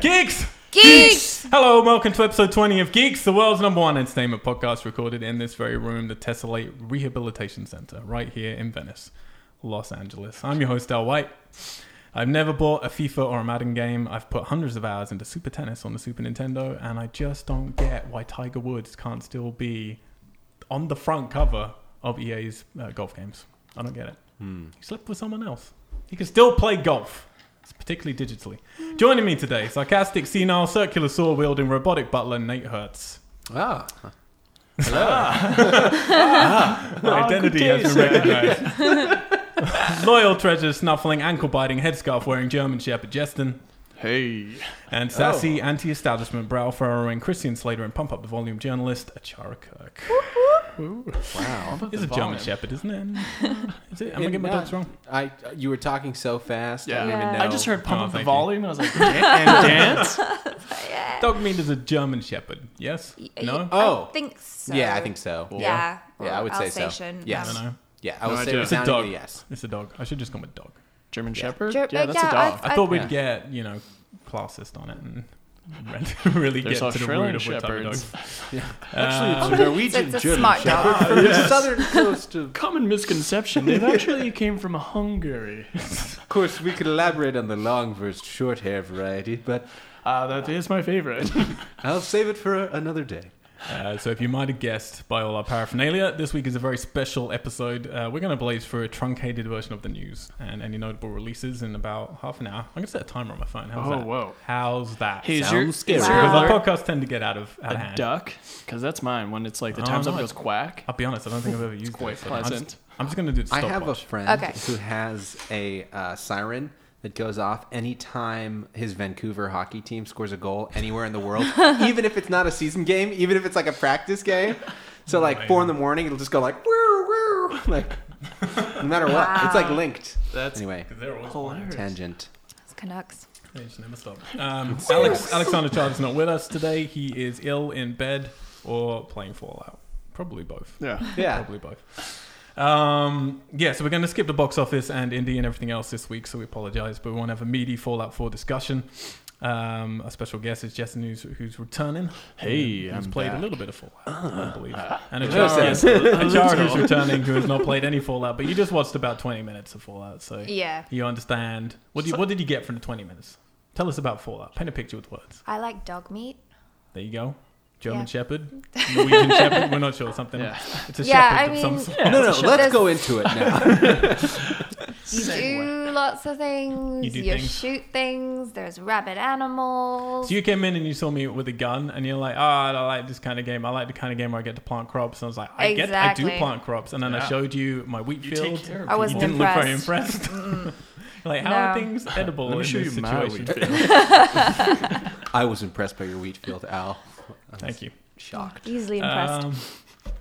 Geeks! Geeks! Hello, and welcome to episode 20 of Geeks, the world's number one entertainment podcast recorded in this very room, the Tessellate Rehabilitation Center, right here in Venice, Los Angeles. I'm your host, Al White. I've never bought a FIFA or a Madden game. I've put hundreds of hours into Super Tennis on the Super Nintendo, and I just don't get why Tiger Woods can't still be on the front cover of EA's uh, golf games. I don't get it. He slept with someone else. He can still play golf, It's particularly digitally. Joining me today, sarcastic, senile, circular saw wielding robotic butler Nate Hertz. Ah, Ah. Identity good has been recognized. Loyal treasure snuffling, ankle biting, headscarf wearing German Shepherd Jeston. Hey. And sassy, anti establishment, brow furrowing Christian Slater and pump up the volume journalist Achara Kirk. wow. It's a German Shepherd, isn't it? Is it? Am I It getting my not- dogs wrong? I uh, you were talking so fast. I Yeah. don't Yeah. even know. I just heard pump Oh, up thank the you. volume and I was like, "Dan- and dance? Dog meat is a German Shepherd, yes? Y- No? y- Oh. I think so. Yeah, I think so. Yeah. Yeah, Yeah, I would say so. Alsatian. Yes. I don't know. yeah I No would idea. say It's It's a dog. resoundingly yes. It's a dog. I should just call him a dog. German Shepherd? Jer- yeah, that's yeah, a dog. I thought we'd Yeah. get you know classist on it and really There's get to the root Australian of what type of dog. shepherds. Uh, Actually, it's a It's, Norwegian it's a German smart Shepherd. dog. From the southern coast of. Common misconception. They've actually came from Hungary. Of course, we could elaborate on the long versus short hair variety, but Uh, that is my favorite. I'll save it for another day. uh, so if you might have guessed by all our paraphernalia, this week is a very special episode. Uh, we're going to blaze through a truncated version of the news and any notable releases in about half an hour. I'm going to set a timer on my phone. How's Oh, that? whoa. How's that? Hey, is Sounds your, scary. Is your Because our Wow. alert podcasts tend to get out of, out of a hand. duck? Because that's mine. When it's like the Oh, time's up, no, it goes quack. I'll be honest, I don't think I've ever used quite it, so I'm just- pleasant. I'm just, going to do the I stopwatch. have a friend Okay. who has a uh, siren that goes off anytime his Vancouver hockey team scores a goal anywhere in the world, even if it's not a season game, even if it's like a practice game. So like four in the morning, it'll just go like woo woo, like no matter what, it's like Wow. linked. That's anyway, They're always hilarious. tangent. It's Canucks. They just never stop. Um, Alex, Alexander Child is not with us today. He is ill in bed or playing Fallout. Probably both. Yeah. Yeah, Probably both. Um, yeah, so we're going to skip the box office and indie and everything else this week, so we apologize, but we want to have a meaty Fallout 4 discussion. Um, our special guest is Jess who's, who's returning. Hey, who's I'm played a back. Uh, little bit of Fallout, I believe. And Yes, Achara, yes. Achara who's returning, who has not played any Fallout, but you just watched about 20 minutes of Fallout, so Yeah. you understand. What, do you, what did you get from the 20 minutes? Tell us about Fallout. Paint a picture with words. I like dog meat. There you go. German Yeah. Shepherd, Norwegian Shepherd. We're not sure something. Yeah. It's a Yeah, shepherd I of some mean- sort. no, no. Sure. Let's There's- go into it now. You do lots of things. You do things. shoot things. There's rabbit animals. So you came in and you saw me with a gun, and you're like, "Oh, I don't like this kind of game. I like the kind of game where I get to plant crops." And I was like, "I get, I do Exactly. plant crops." And then I Yeah. showed you my wheat You take field. care of I people. you wasn't didn't look very impressed. like, how are No. things edible Let in me this show you situation? my wheat field. I was impressed by your wheat field, Al. I was Thank you. Shocked. Easily impressed. Um,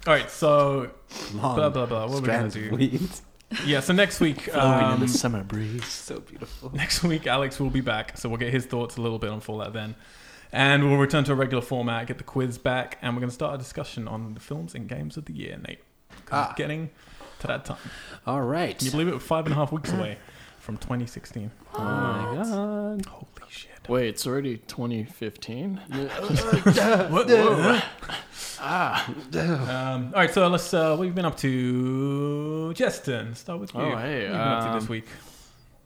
all right, so Long blah blah blah. What we're gonna strands do? of wheat. Yeah, so next week, Blowing in um, the summer breeze. So beautiful. next week Alex will be back, so we'll get his thoughts a little bit on Fallout then. And we'll return to a regular format, get the quiz back, and we're going to start a discussion on the films and games of the year, Nate. 'Cause Ah. it's getting to that time. All right. Can you believe it? We're five and a half weeks away from 2016. Oh my god. Holy shit. Wait, it's already 2015. Um, all right, so let's. Uh, what have you been up to, Justin? Start with you. Oh, What have hey. you been up to um, this week?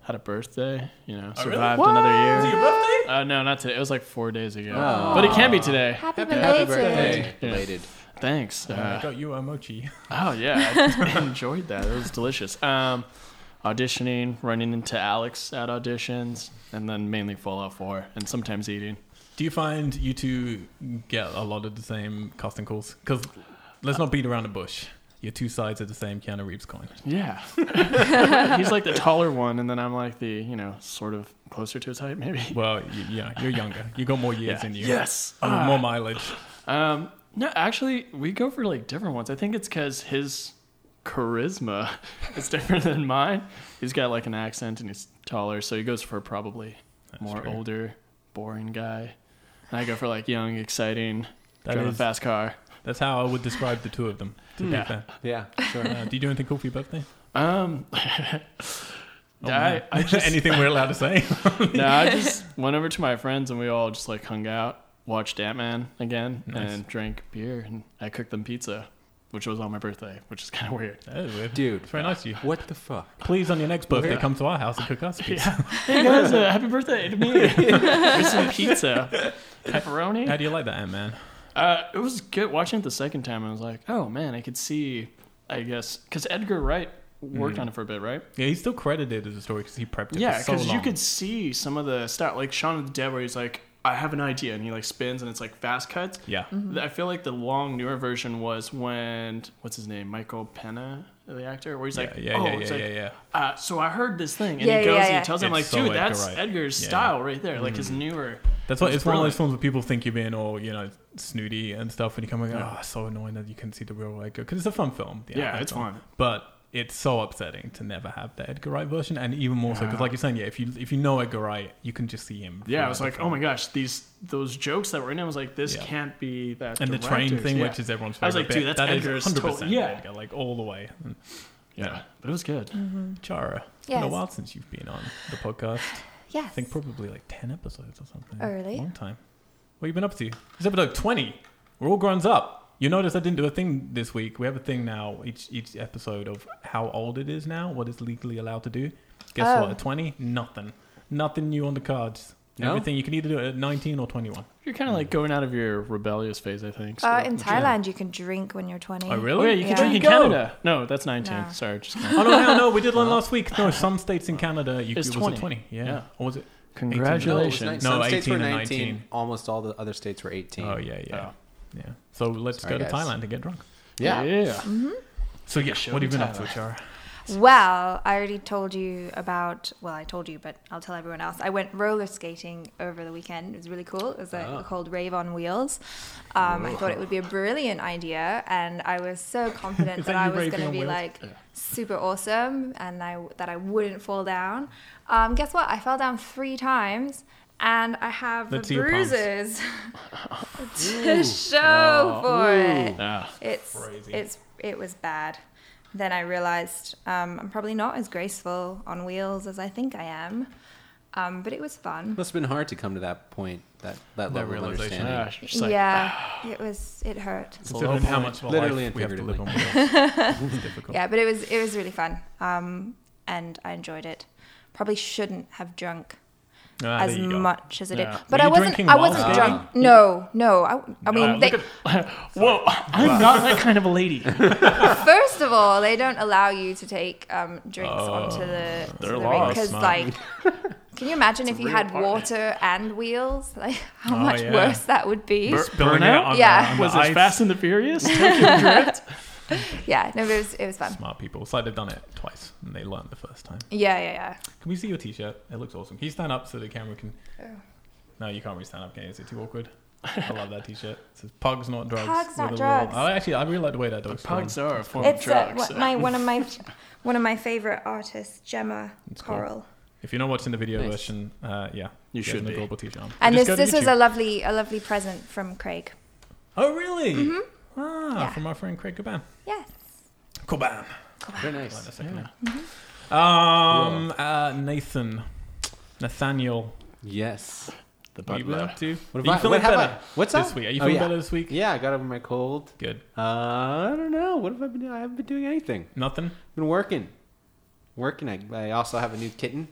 Had a birthday, you know, Oh, really? survived another Is it year. your birthday? Uh, no, not today. It was like four days ago. But it can be today. Happy Happy belated. birthday. Yeah. Belated. Thanks. I Uh, got you a mochi. oh, yeah. I enjoyed that. It was delicious. Um, auditioning, running into Alex at auditions, and then mainly Fallout 4, and sometimes eating. Do you find you two get a lot of the same casting calls? Because let's not beat around the bush. Your two sides are the same Keanu Reeves coin. Yeah. He's like the taller one, and then I'm like the, you know, sort of closer to his height, maybe. Well, y yeah, you're younger. You got more years in Oh, you. Yes. More- Ah. More mileage. Um, no, actually, we go for like different ones. I think it's because his charisma is different than mine. He's got like an accent and he's taller, so he goes for probably more true. older, boring guy. And I go for like young, exciting, That drive a is- fast car. That's how I would describe the two of them. To be Yeah. fair. Yeah, sure. Uh, do you do anything cool for your birthday? Um, Oh, I, man. Um, I just Anything we're allowed to say? no, I just went over to my friends and we all just like hung out, watched Ant Man again, Nice. and drank beer. And I cooked them pizza, which was on my birthday, which is kind of weird. that is weird. Dude. It's very nice of you. What the fuck? Please, on your next birthday, Yeah. come to our house and cook us pizza. Yeah. Hey guys, uh, happy birthday to me. Here's some pizza, pepperoni. How do you like that, Ant Man? Uh, it was good watching it the second time. I was like, oh man, I could see. I guess because Edgar Wright worked on it for a bit, right? Yeah, he's still credited as a story because he prepped it yeah, for Mm-hmm. so because you long. could see some of the stuff, like Shaun of the Dead, where he's like, I have an idea, and he like spins, and it's like fast cuts. Yeah. I feel like the long newer version was when what's his name, Michael Pena, the actor, where he's like, yeah, oh, yeah, it's yeah, like, yeah, yeah. Uh, so I heard this thing, and Yeah, yeah, he goes yeah. and he tells him like, It's so dude, Edgar that's Wright. Edgar's Yeah. Mm-hmm. style right there, like his newer. That's why It's it's one of those brilliant. films where people think you're being all, you know, snooty and stuff, and you come and go, oh, so annoying that you can see the real Edgar. Because it's a fun film. Yeah, that's it's all. fun. But it's so upsetting to never have the Edgar Wright version, and even more so because, Yeah. like you're saying, yeah, if you if you know Edgar Wright, you can just see him. Yeah, I was throughout like, the oh film. my gosh, these those jokes that were in it, I was like, this Yeah. can't be that. And the train director's. thing, Yeah. which is everyone's favorite. I was like, bit, dude, that's that is Edgar's 100% total- yeah. Edgar, like all the way. And, yeah. but it was good. Mm. Chara, it's been a Yes. while since you've been on the podcast. Yes. Uh, I think probably like 10 episodes or something. Oh, really? Long time. What have you been up to? It's episode 20. We're all grown up. You notice I didn't do a thing this week. We have a thing now, each each episode of how old it is now, what it's legally allowed to do. Guess Oh. what? At 20, nothing. Nothing new on the cards. No? Everything you can either do it at 19 or 21. You're kind of like going out of your rebellious phase, I think. so- uh, in Thailand, you can drink when you're 20. Oh, Oh really? yeah, you can Yeah. drink in There you go. Canada. No, that's 19. No. Sorry, just Oh, no, no, no. We did one last week. No, some states in Canada, you, It's it was at 20. 20. Yeah. Yeah. Or was it? No, it was congratulations. nine- No, some states 18 were and 19. 19. Almost all the other states were 18. Oh, yeah, yeah. Oh. Yeah. So let's Sorry, go to guys. Thailand and get drunk. Yeah. So, yeah, Show what have you me been up to, Thailand. Chara? Well, I already told you about. Well, I told you, but I'll tell everyone else. I went roller skating over the weekend. It was really cool. It was like Ah. called Rave on Wheels. Um, I thought it would be a brilliant idea, and I was so confident Is that, that I you was raving going to on be wheels? like super awesome, and I that I wouldn't fall down. Um, guess what? I fell down three times, and I have The the, teal palms. bruises to show for it. Yeah. It's Crazy. it's it was bad. Then I realized um, I'm probably not as graceful on wheels as I think I am, um, but it was fun. Must have been hard to come to that point, that, that level of realization. understanding. Yeah. just like, yeah, "Ah." it was it hurt. Considering how much of a Literally life and we have to live on figuratively. wheels. it's difficult. Yeah, but it was it was really fun, um, and I enjoyed it. Probably shouldn't have drunk Ah, as there you go. much as I did, Yeah. but Were I you wasn't. drinking I while wasn't skating? drunk. No, no. I, I mean, Ah, look they, Whoa, I'm not that kind of a lady. First of all, they don't allow you to take um, drinks onto the, to They're the laws, because Oh. man. like. Can you imagine if you real had party. water and wheels? Like how Oh, much yeah. worse that would be. Spilling out on Yeah. the, on Was the this ice. Fast and the Furious? Tokyo Drift? Yeah, no, but it was it was fun. Smart people. It's like they've done it twice and they learned the first time. Yeah, yeah, yeah. Can we see your t-shirt? It looks awesome. Can you stand up so the camera can... Oh. No, you can't really stand up, can you? Is it too awkward? I love that t-shirt. It says Pugs Not Drugs. Pugs, with not a little- drugs. I actually, I really like the way that dog's Pugs drawn. are a form of It's uh, drugs. what, my one of my one of my favorite artists, Gemma It's cool. Coral. If you're not watching the video Nice. version, uh, yeah. You get should an be. adorable t-shirt on. And Just this go to this was YouTube. a lovely a lovely present from Craig. Oh, really? Ah, Mm-hmm. Yeah. from our friend Craig Coban. Yes. Coban. Very Like the nice. second name. Um, uh, Nathan. Nathaniel. Yes. the What have you been butler. up to? What Are you have I- feeling what have better I- what's this up? week? Are you Oh, feeling yeah. better this week? Yeah, I got over my cold. Good. Uh, I don't know. What have I been doing? I haven't been doing anything. Nothing? been working. Working. I, I also have a new kitten.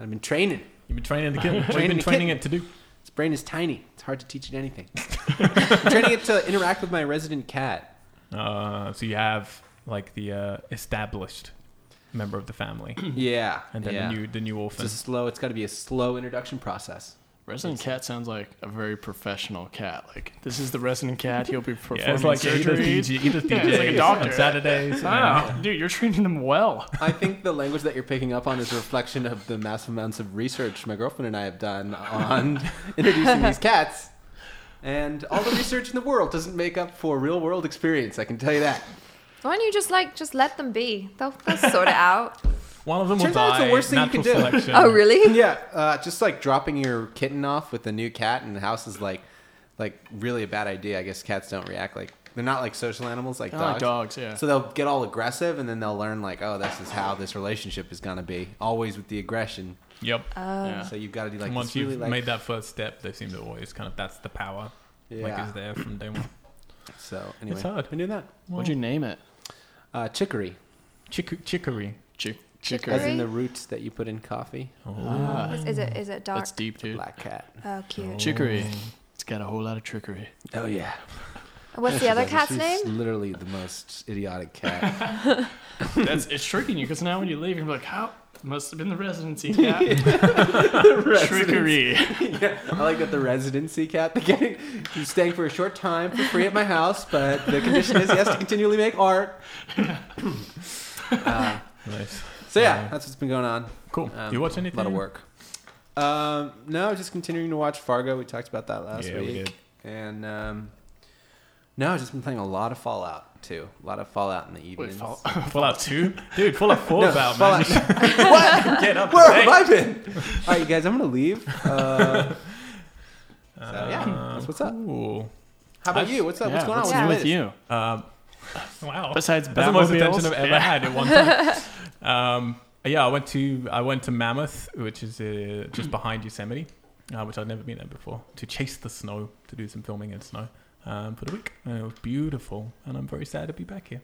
I've been training. You've been training the kitten. What have you Training been the training kitten. it to do? Its brain is tiny. It's hard to teach it anything. I'm training it to interact with my resident cat. Uh, so you have like the uh, established member of the family, Yeah. and then yeah. the new the new It's orphan. a slow. It's got to be a slow introduction process. Resident Cat sounds like a very professional cat. Like, this is the Resident Cat. He'll be performing yeah, it's like he does surgeries. DJ, he does Yeah, it's like DJs a on doctor. Saturdays. Wow, dude, you're treating them well. I think the language that you're picking up on is a reflection of the massive amounts of research my girlfriend and I have done on introducing these cats. And all the research in the world doesn't make up for real world experience, I can tell you that. Why don't you just like just let them be? They'll they'll sort it out. One of them will Turns out die. it's the worst thing you natural can do. selection. Oh really? Yeah, uh, just like dropping your kitten off with a new cat in the house is like like really a bad idea. I guess cats don't react like They're not like social animals like Kinda like dogs. dogs, yeah. So they'll get all aggressive and then they'll learn like, oh, this is how this relationship is gonna be. Always with the aggression. Yep. yeah. So you've got to do like And once this really you've like made that first step, they seem to always kind of that's the power. Like Yeah. is there from day one. So anyway, It's hard. Been doing that. What'd you name it? Uh, chicory, Chick- chicory. Chick- as chicory. Chicory? in the roots that you put in coffee. Ah, Is, is it is it dark? that's deep, dude. Black cat. Oh, cute. Chicory. It's got a whole lot of trickery. Oh yeah. What's the other cat's She's name? Literally the most idiotic cat. That's it's tricking you because now when you leave, you're like, how must have been the residency cat trickery. yeah, I like that the residency cat. The guy he's staying for a short time for free at my house, but the condition is he has to continually make art. Uh, Nice. so yeah, that's what's been going on. Cool. Um, Do you watch anything? A lot of work. Um, no, just continuing to watch Fargo. We talked about that last Yeah, week. we did. And um, no, I've just been playing a lot of Fallout too. A lot of Fallout in the Wait, evenings. fall- Fallout 2? Dude, Fallout 4 No, about, man. Fallout- what? Get up. Where and have play. I been? All right, you guys, I'm gonna leave. Uh, So, yeah, Um, that's what's up. Cool. how about I- you? What's up? yeah, what's going on what's with new you? with you? Um, wow. Besides That's the most Batmobiles? attention I've ever Yeah. had at one time. um, yeah, I went to I went to Mammoth, which is uh, just behind Yosemite, uh, which I'd never been there before, to chase the snow to do some filming in snow um, for the week. And it was beautiful, and I'm very sad to be back here.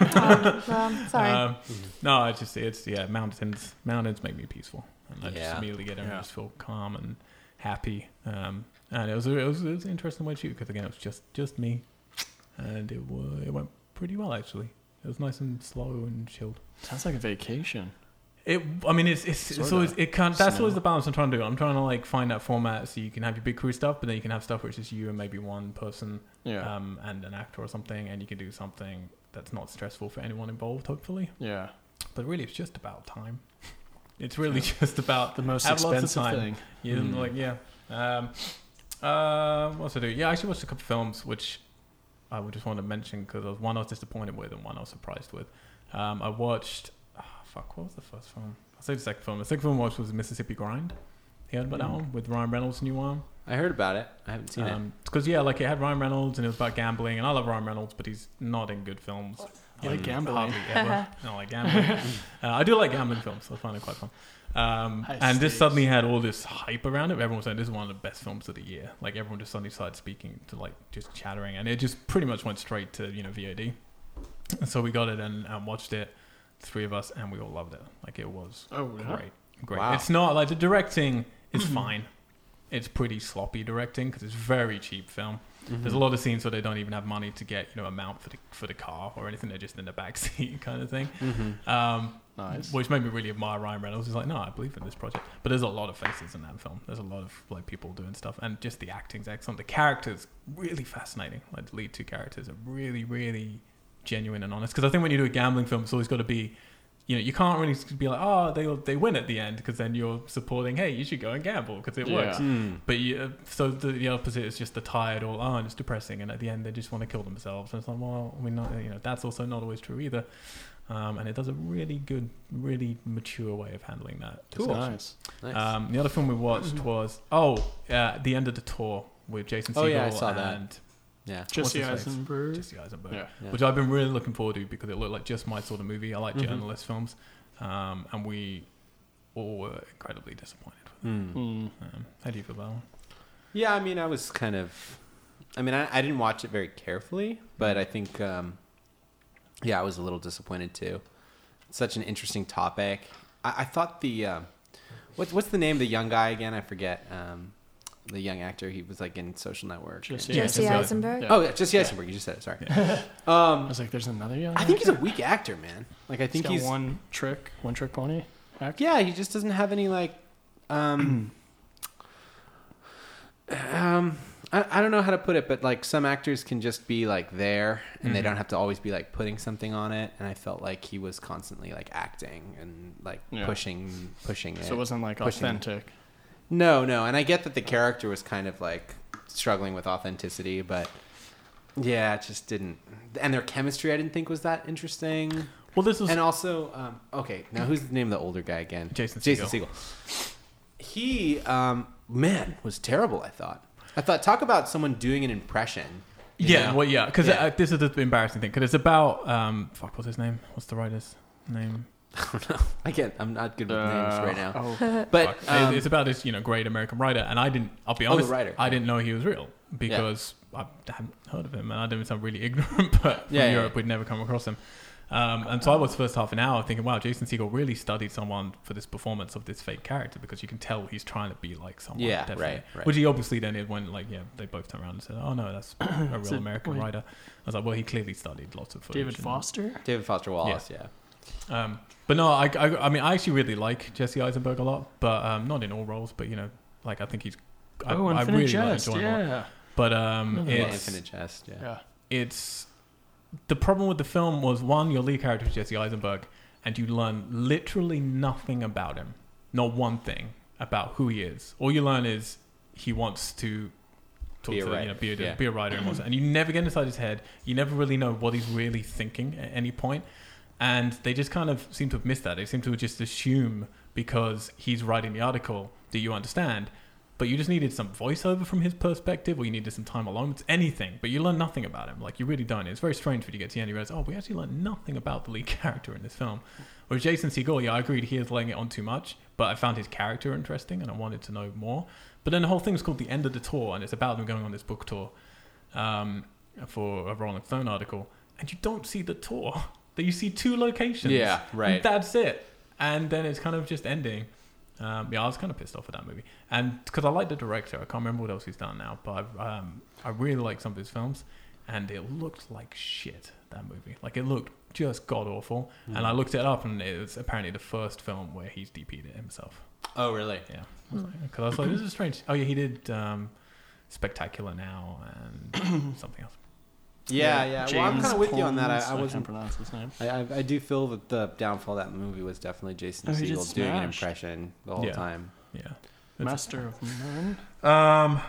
Oh, well, sorry. Um, no, it's just it's yeah, mountains. Mountains make me peaceful, and I just Yeah. immediately get in and Yeah. just feel calm and happy. Um, and it was a, it was, it was an interesting way to shoot because again, it was just just me, and it wa- it went pretty well actually. It was nice and slow and chilled. Sounds like a vacation. It, I mean, it's it's, it's Sorta. always it can't. That's Snow. always the balance I'm trying to do. I'm trying to like find that format so you can have your big crew stuff, but then you can have stuff which is you and maybe one person Yeah. um, and an actor or something, and you can do something that's not stressful for anyone involved, hopefully. yeah. But really, it's just about time. It's really just about The most Have lots of expensive time. thing. you Hmm. like yeah. Um, uh, what else I do? Yeah, I actually watched a couple films which I would just want to mention because was one I was disappointed with and one I was surprised with. Um, I watched ah, fuck what was the first film? I'll say the second film. The second film I watched was Mississippi Grind. He heard about that one with Ryan Reynolds' new one. I heard about it. I haven't seen Um, it. Because yeah, like it had Ryan Reynolds and it was about gambling, and I love Ryan Reynolds, but he's not in good films. Um, You like gambling. Hardly ever. I don't like gambling. uh, I do like gambling films. I find it quite fun. Um, High and this stakes. suddenly had all this hype around it. Everyone was saying this is one of the best films of the year. Like everyone just suddenly started speaking to like just chattering, and it just pretty much went straight to you know VOD. And so we got it and, and watched it, three of us, and we all loved it. Like it was Oh, yeah. great, great. Wow. It's not like the directing is fine. It's pretty sloppy directing because it's very cheap film. There's a lot of scenes where they don't even have money to get you know a mount for the for the car or anything. They're just in the back seat kind of thing. Mm-hmm. Um, Nice. Which made me really admire Ryan Reynolds. He's like, no, I believe in this project. But there's a lot of faces in that film. There's a lot of like people doing stuff, and just the acting's excellent. The characters really fascinating. Like the lead two characters are really, really genuine and honest. Because I think when you do a gambling film, it's always got to be, you know, you can't really be like, oh, they they win at the end, because then you're supporting, hey, you should go and gamble because it Yeah. works. But you, uh, so the, the opposite is just the tired all oh, and it's depressing, and at the end they just want to kill themselves. And it's like, well, we not, you know, that's also not always true either. Um, and it does a really good, really mature way of handling that. Cool. discussion. Nice. Nice. Um, the other film we watched was oh, uh, the end of the tour with Jason Segel Oh, yeah, I saw that. and yeah. Jesse his face? Eisenberg. Jesse Eisenberg, Yeah. Yeah. which I've been really looking forward to because it looked like just my sort of movie. I like Mhm. journalist films, um, and we all were incredibly disappointed. Hmm. Mm. Um, how do you feel about that one? Yeah, I mean, I was kind of. I mean, I, I didn't watch it very carefully, but I think, um, yeah, I was a little disappointed too. Such an interesting topic. I, I thought the um, what's what's the name of the young guy again? I forget. Um, the young actor. He was like in Social Network. Jesse And- Jesse Eisenberg. Eisenberg. Yeah. Oh, yeah, Jesse Eisenberg. You just said it. Sorry. I Um, was like, there's another young. I think he's a weak actor, man. Like I I think think he's, one trick, one trick pony. Act. yeah, he just doesn't have any like um um I, I don't know how to put it, but like some actors can just be like there and Mm-hmm. they don't have to always be like putting something on it and I felt like he was constantly like acting and like Yeah. pushing pushing it. So it wasn't like Pushing. authentic. No, no, and I get that the character was kind of like struggling with authenticity, but yeah, it just didn't. And their chemistry, I didn't think was that interesting. Well, this was And also, um, okay, now who's the name of the older guy again? Jason Jason Siegel. He, um, man, was terrible. I thought. I thought. Talk about someone doing an impression you yeah, know? well, yeah, because Yeah. uh, this is the embarrassing thing. Because it's about um, fuck, what's his name? What's the writer's name? I can't. I'm not good with names right now. Oh, But Uh, Fuck. It- um, it's about this, you know, great American writer, and I didn't. I'll be Oh, the honest, writer. I didn't know he was real because I hadn't heard of him, and I didn't sound really ignorant. But from Yeah, yeah, Europe, yeah. we'd never come across him. Um, and so I was the first half an hour thinking, wow, Jason Segel really studied someone for this performance of this fake character because you can tell he's trying to be like someone. Yeah, definitely. right, right. Which he obviously then did when, like, yeah, they both turned around and said, oh no, that's a It's real a- American wait. writer. I was like, well, he clearly studied lots of footage. David and- Foster. David Foster Wallace, yeah. um, but no, I, I, I mean, I actually really like Jesse Eisenberg a lot, but um, not in all roles. But you know, like I think he's. I, oh, I Infinite really Jest. like enjoying him a lot. yeah. But um, Another Yeah, it's, Infinite Jest, yeah. yeah. it's the problem with the film was one, your lead character is Jesse Eisenberg, and you learn literally nothing about him, not one thing about who he is. All you learn is he wants to talk Be a to you writer, know, be, a, yeah. be a writer and wants, and you never get inside his head. You never really know what he's really thinking at any point, and they just kind of seem to have missed that. They seem to have just assume because he's writing the article that you understand. But you just needed some voiceover from his perspective, or you needed some time alone. It's anything, but you learn nothing about him. Like you really don't. It's very strange when you get to the end. You realize, oh, we actually learned nothing about the lead character in this film. Whereas Jason Segel, yeah, I agreed he is laying it on too much, but I found his character interesting and I wanted to know more. But then the whole thing's called The End of the Tour, and it's about them going on this book tour um, for a Rolling Stone article, and you don't see the tour. That you see two locations. Yeah, right. That's it. And then it's kind of just ending. Um, yeah, I was kind of pissed off at that movie, and because I like the director, I can't remember what else he's done now, but I, um, I really like some of his films, and it looked like shit. That movie, like it looked just god awful. And I looked it up, and it was apparently the first film where he's DP'd it himself. Oh, really? Yeah, because I was like, this is strange. Oh yeah, he did um, Spectacular Now and something else. Yeah, yeah. Well, I'm James kind of with you on that. Pons, I, I can't wasn't. pronounce his name. I, I, I do feel that the downfall of that movie was definitely Jason Oh, he did Segel doing an Smash. impression the whole Yeah. time. Yeah. Master of None. Um,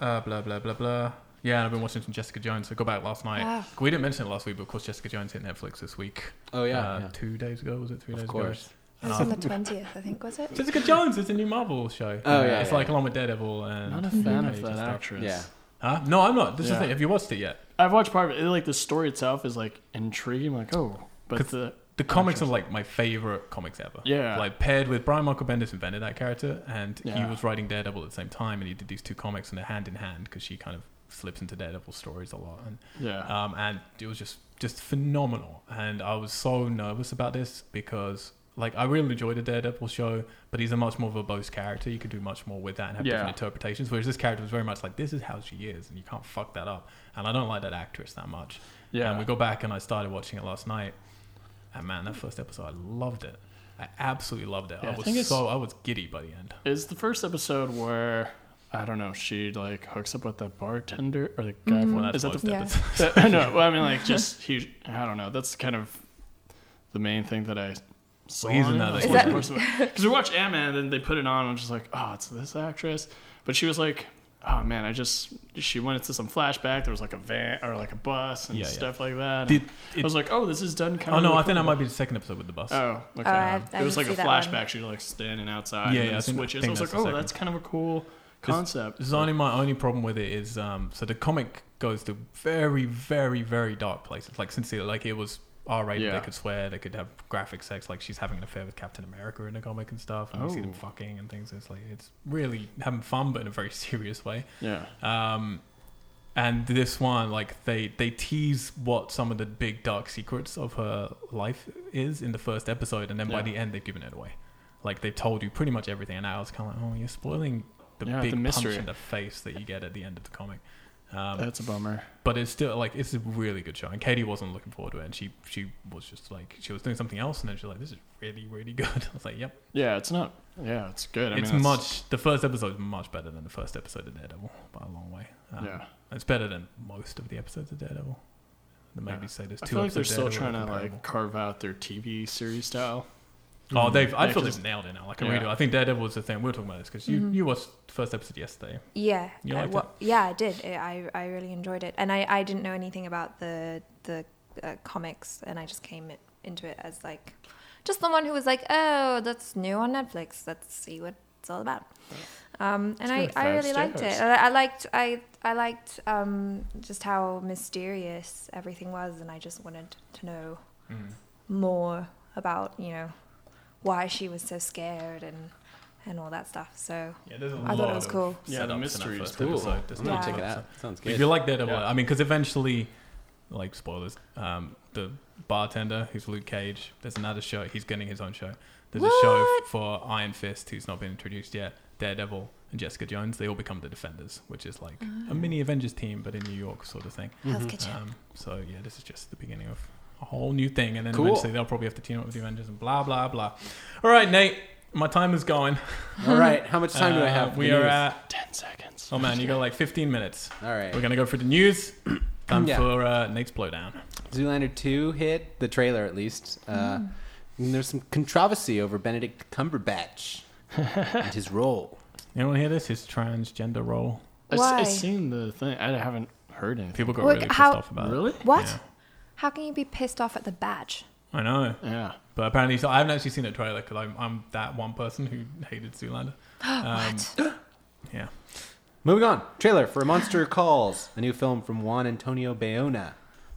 uh, blah blah blah blah. Yeah, and I've been watching some Jessica Jones. I got back last night. Ah. We didn't mention it last week, but of course Jessica Jones hit Netflix this week. Oh yeah, uh, two days ago was it? Three yeah. days of ago. Um, course. It was on the 20th, I think, was it? Jessica Jones is a new Marvel show. Oh, yeah, it's yeah, like yeah. along with Daredevil and. Not a fan Agents of that stuff. actress. Yeah. Huh? No, I'm not. This is Yeah. the thing. Have you watched it yet? I've watched part of it. Like the story itself is like intriguing. Like oh, but 'Cause- the The comics are like my favorite comics ever. Yeah. Like paired with Brian Michael Bendis invented that character, and Yeah. he was writing Daredevil at the same time, and he did these two comics, and they're hand in hand because she kind of slips into Daredevil stories a lot, and yeah. um, and it was just just phenomenal. And I was so nervous about this because like I really enjoyed the Daredevil show, but he's a much more verbose character. You could do much more with that and have Yeah. different interpretations. Whereas this character was very much like this is how she is, and you can't fuck that up. And I don't like that actress that much. Yeah. And we go back and I started watching it last night, and man, that first episode I loved it. I absolutely loved it. Yeah, I I was think it's- so I was giddy by the end. is the first episode where I don't know she like hooks up with that bartender or the guy Well, from that's is that most the Yeah. episodes. Uh, no, well, I mean like just he. I don't know. That's kind of the main thing that I. Saw Well, he's another- Is that- because we watched Ant Man and then they put it on. and I'm just like, oh, it's this actress, but she was like, oh man, I just she went into some flashback. There was like a van or like a bus and Yeah, yeah. stuff like that. Did- and I it- was like, oh, this is done kind Oh of. no, really I think cool. that might be the second episode with the bus. Oh, okay. Oh, I- I it was didn't like a see that one. flashback. She was like standing outside. Yeah, and yeah, then I think- switches. think I was that's like, the oh, second. that's kind of a cool concept. This is only my only problem with it is um, so the comic goes to very, very, very dark places. Like sincerely, like it was R rated. Yeah. They could swear. They could have graphic sex. Like she's having an affair with Captain America in the comic and stuff. And you see them Oh. fucking and things. It's like it's really having fun, but in a very serious way. yeah, Um, and this one, like they they tease what some of the big dark secrets of her life is in the first episode, and then by Yeah. the end they've given it away. Like they've told you pretty much everything, and I was kind of like, oh, you're spoiling the Yeah, big the mystery. punch in the face that you get at the end of the comic. Um, that's a bummer. but it's still like it's a really good show, and Katie wasn't looking forward to it, and she she was just like she was doing something else, and then she's like, this is really really good. I was like, yep, Yeah, it's not. Yeah, it's good. I it's mean, that's- much. The first episode is much better than the first episode of Daredevil by a long way. Um, Yeah. it's better than most of the episodes of Daredevil. There may be say there's I two feel like they're episodes still of trying Daredevil to that are like carve out their TV series style. comparable. Oh, they've. I Yeah, feel 'cause- they've nailed it now. Like I Yeah. Mm-hmm. really do. I think Daredevil was the thing. We were talking about this because you you watched the first episode yesterday. Yeah. You uh, liked well, yeah, I did. I, I I really enjoyed it, and I, I didn't know anything about the the uh, comics, and I just came it, into it as like just someone who was like, oh, that's new on Netflix. Let's see what it's all about. Um, and I, good. I Five really liked it. stars. And I, I liked I I liked um, just how mysterious everything was, and I just wanted to know Mm. more about you know why she was so scared and and all that stuff. So Yeah, there's a I thought it lot was of cool. setups Yeah, the in that mystery is first cool. episode. There's I'm lots of gonna check it setup. out. Sounds If good. you like that, about Yeah. I mean, because eventually, like spoilers, um, the bartender who's Luke Cage. There's another show. He's getting his own show. There's a show What? for Iron Fist, who's not been introduced yet. Daredevil and Jessica Jones. They all become the Defenders, which is like a mini Avengers team, but in New York sort of thing. Hell's Kitchen. Um, so yeah, this is just the beginning of a whole new thing, and then Cool. eventually they'll probably have to team up with the Avengers and blah blah blah. All right, Nate, my time is going. All right, how much time do I Uh, have? for We the are news? at. 10 seconds. Oh man, you got like 15 minutes. All right. We're gonna go for the news. Time Yeah. for uh, Nate's blowdown. Zoolander 2 hit the trailer at least. Uh, Hmm. and there's some controversy over Benedict Cumberbatch and his role. Anyone hear this? His transgender role. I've, Why? I've seen the thing. I haven't heard anything. People got Look, really how- pissed off about Really? it. What? Yeah. How can you be pissed off at the badge? I know, Yeah. but apparently, so I haven't actually seen the trailer because I'm, I'm that one person who hated Zoolander. Um, what? Yeah, Moving on. Trailer for Monster Calls, a new film from Juan Antonio Bayona,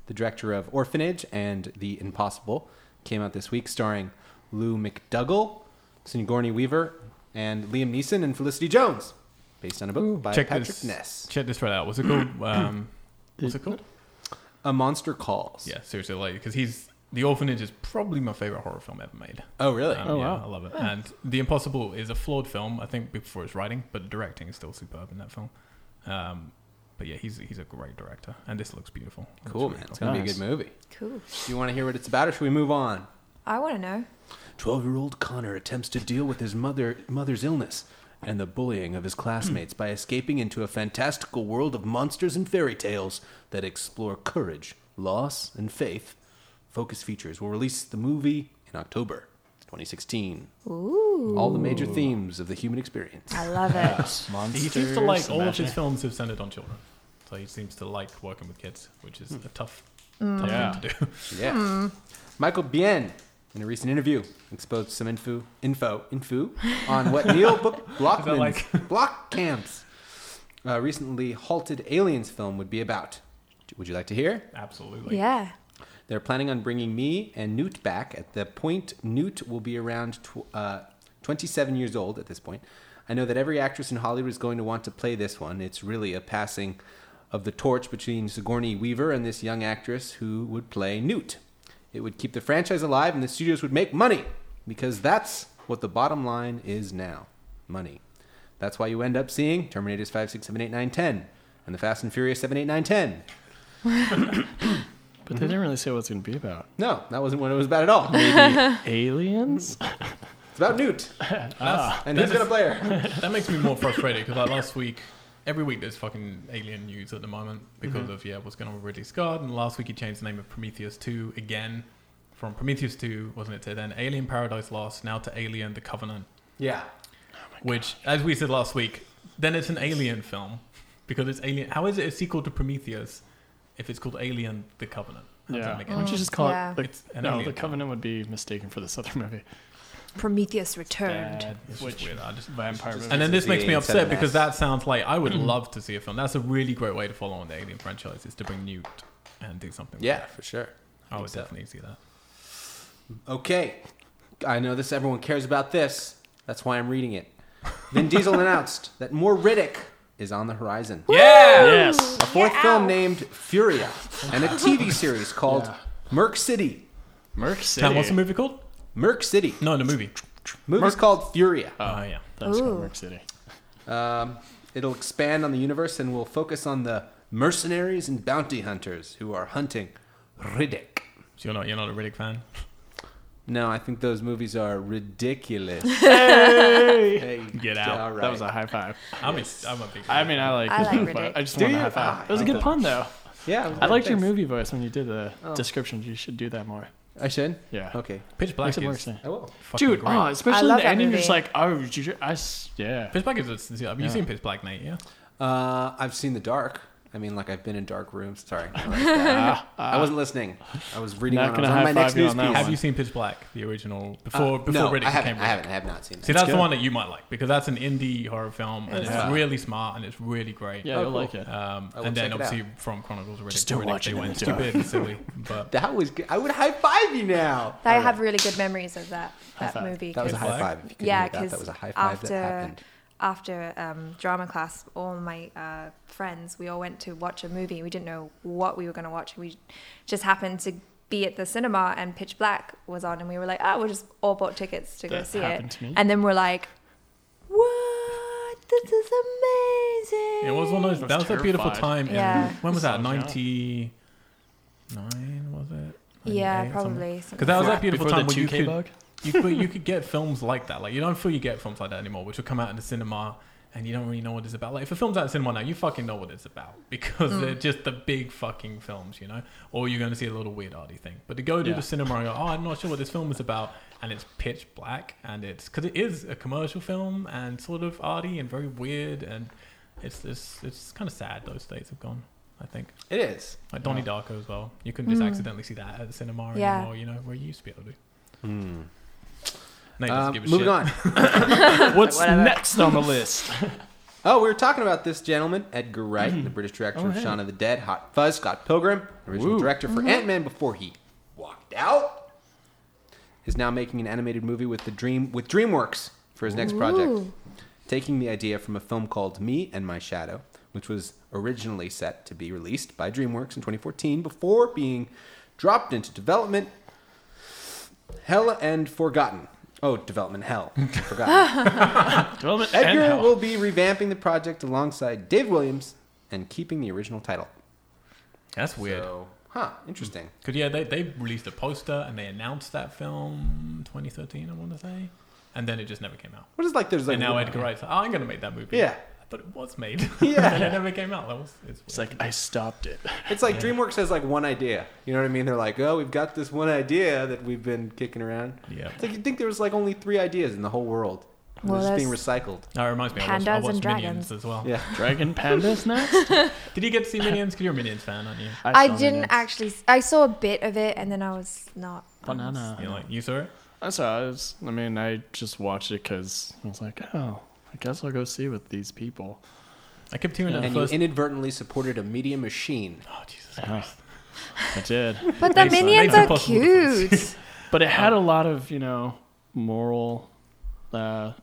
the director of Orphanage and The Impossible. Came out this week starring Lou McDougall, Sigourney Weaver, and Liam Neeson and Felicity Jones. Based on a book by check Patrick this. Ness. Check this right out. What's it called? Um, what's it called? A Monster Calls. Yeah, seriously, like because he's the Orphanage is probably my favorite horror film ever made. Oh, really? Um, Oh, yeah, wow. I love it. And The Impossible is a flawed film, I think, before its writing, but directing is still superb in that film. Um, but yeah, he's he's a great director, and this looks beautiful. It cool, looks man. It's really going to be a good Nice. movie. cool. Do you want to hear what it's about, or should we move on? I want to know. 12 year old Connor attempts to deal with his mother, mother's illness and the bullying of his classmates by escaping into a fantastical world of monsters and fairy tales that explore courage, loss, and faith. Focus Features will release the movie in October 2016. Ooh, All the major themes of the human experience. I love it. He Monsters. seems to like all of his imagina- films have centered on children, so he seems to like working with kids, which Hmm. is a tough, tough Yeah. thing to do. Yeah. Michael Bien, in a recent interview, exposed some info, info, info on what Neil Bo- Blockman's like- block camps uh, recently halted aliens film would be about. Would you like to hear? Absolutely. yeah. They're planning on bringing me and Newt back. At the point, Newt will be around tw- uh, 27 years old at this point. I know that every actress in Hollywood is going to want to play this one. It's really a passing of the torch between Sigourney Weaver and this young actress who would play Newt. It would keep the franchise alive and the studios would make money because that's what the bottom line is now money. That's why you end up seeing Terminators 5, 6, 7, 8, 9, 10, and the Fast and Furious 7, 8, 9, 10. But they didn't really say what it's going to be about. No, that wasn't what it was about at all. Aliens? It's about Newt. That's- And that who's is- gonna play her? That makes me more frustrated because like last week, every week there's fucking alien news at the moment because Mm-hmm. of yeah what's going on with Ridley Scott. And last week he changed the name of Prometheus two again from Prometheus two wasn't it to then Alien Paradise Lost now to Alien the Covenant, Oh Yeah. which as we said last week, then it's an alien film because it's alien. How is it a sequel to Prometheus if it's called Alien the Covenant? How does that Yeah. Why make don't any- you just call Yeah. it? The, It's an no, alien the film. Covenant would be mistaken for this other movie. Prometheus returned. Bad, It's just which weird. I just vampire movie? And then this The Mm. makes me alien upset seven because S. that sounds like I would love to see a film. That's a really great way to follow on the Alien franchise is to bring Newt and do something. with Yeah, it. for sure. I would so. definitely see that. Okay. I know this everyone cares about this. That's why I'm reading it. Vin Diesel announced that more Riddick is on the horizon. Yeah, yes. A fourth Yeah. film named Furia and a TV series called Yeah. Merc City. Merc City. Tam, what's the movie called? Merc City. No, the movie. Movie's called Furia. Oh yeah, That's Ooh. called Merc City. Um, it'll expand on the universe and will focus on the mercenaries and bounty hunters who are hunting Riddick. so you're not you're not a Riddick fan. No, I think those movies are ridiculous. Hey, Get out. all That was right. a high five. I'm a, I'm a big. I mean, I like. I like but Riddick. I just Do wanted a you? high five. Ah, That was a good pun though. Yeah, it was I liked your nice. movie voice when you did the Oh. description. You should do that more. I should. Yeah. Okay. Pitch Black Makes it is worse. I will. fucking Dude, great. oh, especially love the that ending. You're movie. just like, oh, did you, I, s- yeah. Pitch Black is. a- Have you Yeah. seen Pitch Black, Nate? Yeah. Uh, I've seen The Dark. I mean, like I've been in dark rooms. Sorry, I like Ah, that. I wasn't listening. I was reading. Not one. I was gonna on my high-five next you news on that piece. one. Have you seen Pitch Black, the original before Uh, before no, Riddick I haven't. came I back? haven't. I have not seen See, that. that's the good. one that you might like because that's an indie horror film and it's Yeah. really smart and it's really great. Yeah, Oh, you'll cool. like it. Um, I will and then check it out. obviously from Chronicles of Riddick, Just don't Riddick, watch it they in went the dark. stupid and silly, but That was good. I would high five you now. I have really good memories of that that five. movie. That was a 'cause- high Black? five. If you could yeah, hear that, because that was a high five after that happened. after um, drama class, all my uh, friends we all went to watch a movie. We didn't know what we were going to watch. We just happened to be at the cinema and Pitch Black was on, and we were like, "Oh, we just all bought tickets to go That see happened it." to me. And then we're like, "What? This is amazing!" it was one of those. was That was a beautiful terrified. time. in- Yeah. when was that? Sounds young. Ninety nine was it? Yeah, probably. Because that was something that beautiful Before time the when you 2K could, bug? you could you could get films like that. Like you don't feel you get films like that anymore, which will come out in the cinema and you don't really know what it's about. Like if a film's out in the cinema now, you fucking know what it's about because they're just the big fucking films, you know. Or you're going to see a little weird arty thing. But to go to Yeah. the cinema and go, oh, I'm not sure what this film is about, and it's pitch black, and it's because it is a commercial film and sort of arty and very weird, and it's it's it's kind of sad those days have gone. I think It is. like Donnie Darko as well. You couldn't just accidentally see that at the cinema Oh. Hmm. Yeah. anymore, you know, where you used to be able to. Nate doesn't Hmm. Um, give a moving shit. on. What's whatever. next on the list? Oh, we were talking about this gentleman, Edgar Wright, the British director Oh, of hey. Mm-hmm. Shaun of the Dead, Hot Fuzz, Scott Pilgrim, original Woo. director for Ant Man before he walked out, is now making an animated movie with the Dream with DreamWorks for his next project, Ooh. taking the idea from a film called Me and My Shadow, which was originally set to be released by DreamWorks in 2014 before being dropped into development hell and forgotten. Oh, development hell, forgotten. Development and Edgar hell. will be revamping the project alongside Dave Williams and keeping the original title. That's weird. So, huh, interesting. Because, yeah, they, they released a poster and they announced that film 2013, I want to say. And then it just never came out. What is like there's like And now Edgar Wright's like, oh, I'm going to make that movie. Yeah. I thought it was made. Yeah. and it never came out. That was, it's It's weird. like I stopped it. It's like DreamWorks has like one idea. You know what I mean? They're like, oh, we've got this one idea that we've been kicking around. Yeah. It's like you think there was like only three ideas in the whole world. And Well, they're just being that's- recycled. That reminds me, I watched, I Pandas and watched Minions dragons. as well. Yeah. Dragon pandas next. Did you get to see Minions? Because you're a Minions fan, aren't you? I saw didn't Minions. actually. s- I saw a bit of it, and then I was not. Banana. You, like, you saw it? I saw. it. I, was, I mean, I just watched it because I was like, oh, I guess I'll go see with these people. I kept hearing that And first. you inadvertently supported a media machine. oh, Jesus Yeah. Christ. I did, But the Makes- minions makes it are possible to see. cute. but it had a lot of you know moral. Uh,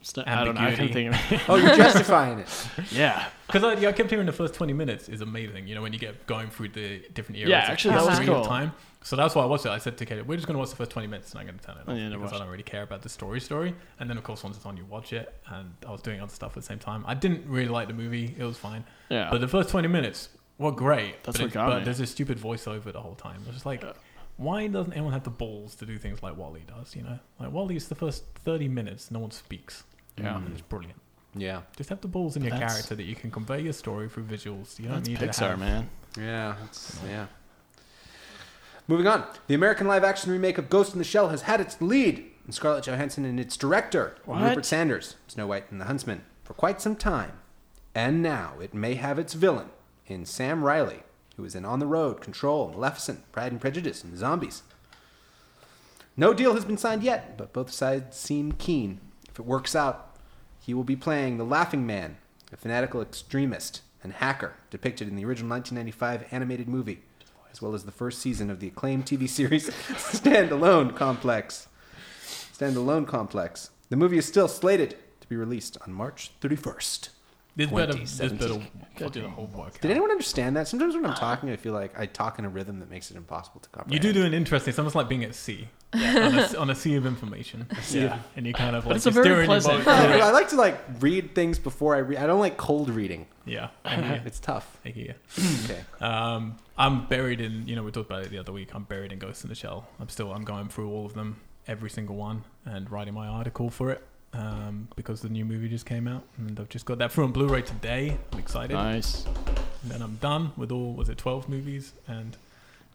st- I don't know. I can Ambiguity. think of Oh, you're justifying it. Yeah, Because I, yeah, I kept hearing the first 20 minutes is amazing, you know, when you get going through the different eras. Yeah, It's actually, that was extreme cool. Time. So that's why I watched it. I said to Kate, we're just going to watch the first 20 minutes and I'm going to turn it Oh, off yeah, no because I rush. don't really care about the story story. And then, of course, once it's on, you watch it. And I was doing other stuff at the same time. I didn't really like the movie. It was fine. Yeah. But the first 20 minutes were great. That's but what it- got But me. there's a stupid voiceover the whole time. It's just like, why doesn't anyone have the balls to do things like Wally does, you know? Like, Wally's the first 30 minutes, no one speaks. Yeah. And it's brilliant. Yeah. Just have the balls in your That's- character that you can convey your story through visuals. You don't that's need to Pixar, have man. Yeah, it's, yeah. Moving on, the American live-action remake of Ghost in the Shell has had its lead in Scarlett Johansson and its director What? Rupert Sanders, Snow White and the Huntsman, for quite some time, and now it may have its villain in Sam Riley, who is in On the Road, Control, Maleficent, Pride and Prejudice, and Zombies. No deal has been signed yet, but both sides seem keen. If it works out, he will be playing the Laughing Man, a fanatical extremist and hacker depicted in the original 1995 animated movie, as well as the first season of the acclaimed TV series Standalone Complex. Standalone Complex. The movie is still slated to be released on March 31st. This better, this 2017. better fucking do the whole workout. Did anyone understand that? Sometimes when I'm talking, I feel like I talk in a rhythm that makes it impossible to you comprehend. do do an interesting. It's almost like being at sea on, a, s- on a sea of information. Yeah. and you kind of like it's a you're very steering your pleasant- boat. I like to like read things before I read. I don't like cold reading. Yeah, I hear. It's tough. I hear. Okay. Um, I'm buried in. You know, we talked about it the other week. I'm buried in Ghost in the Shell. I'm still. I'm going through all of them, every single one, and writing my article for it. Um, because the new movie just came out, and I've just got that through on Blu-ray today. I'm excited. Nice. And then I'm done with all was it twelve movies and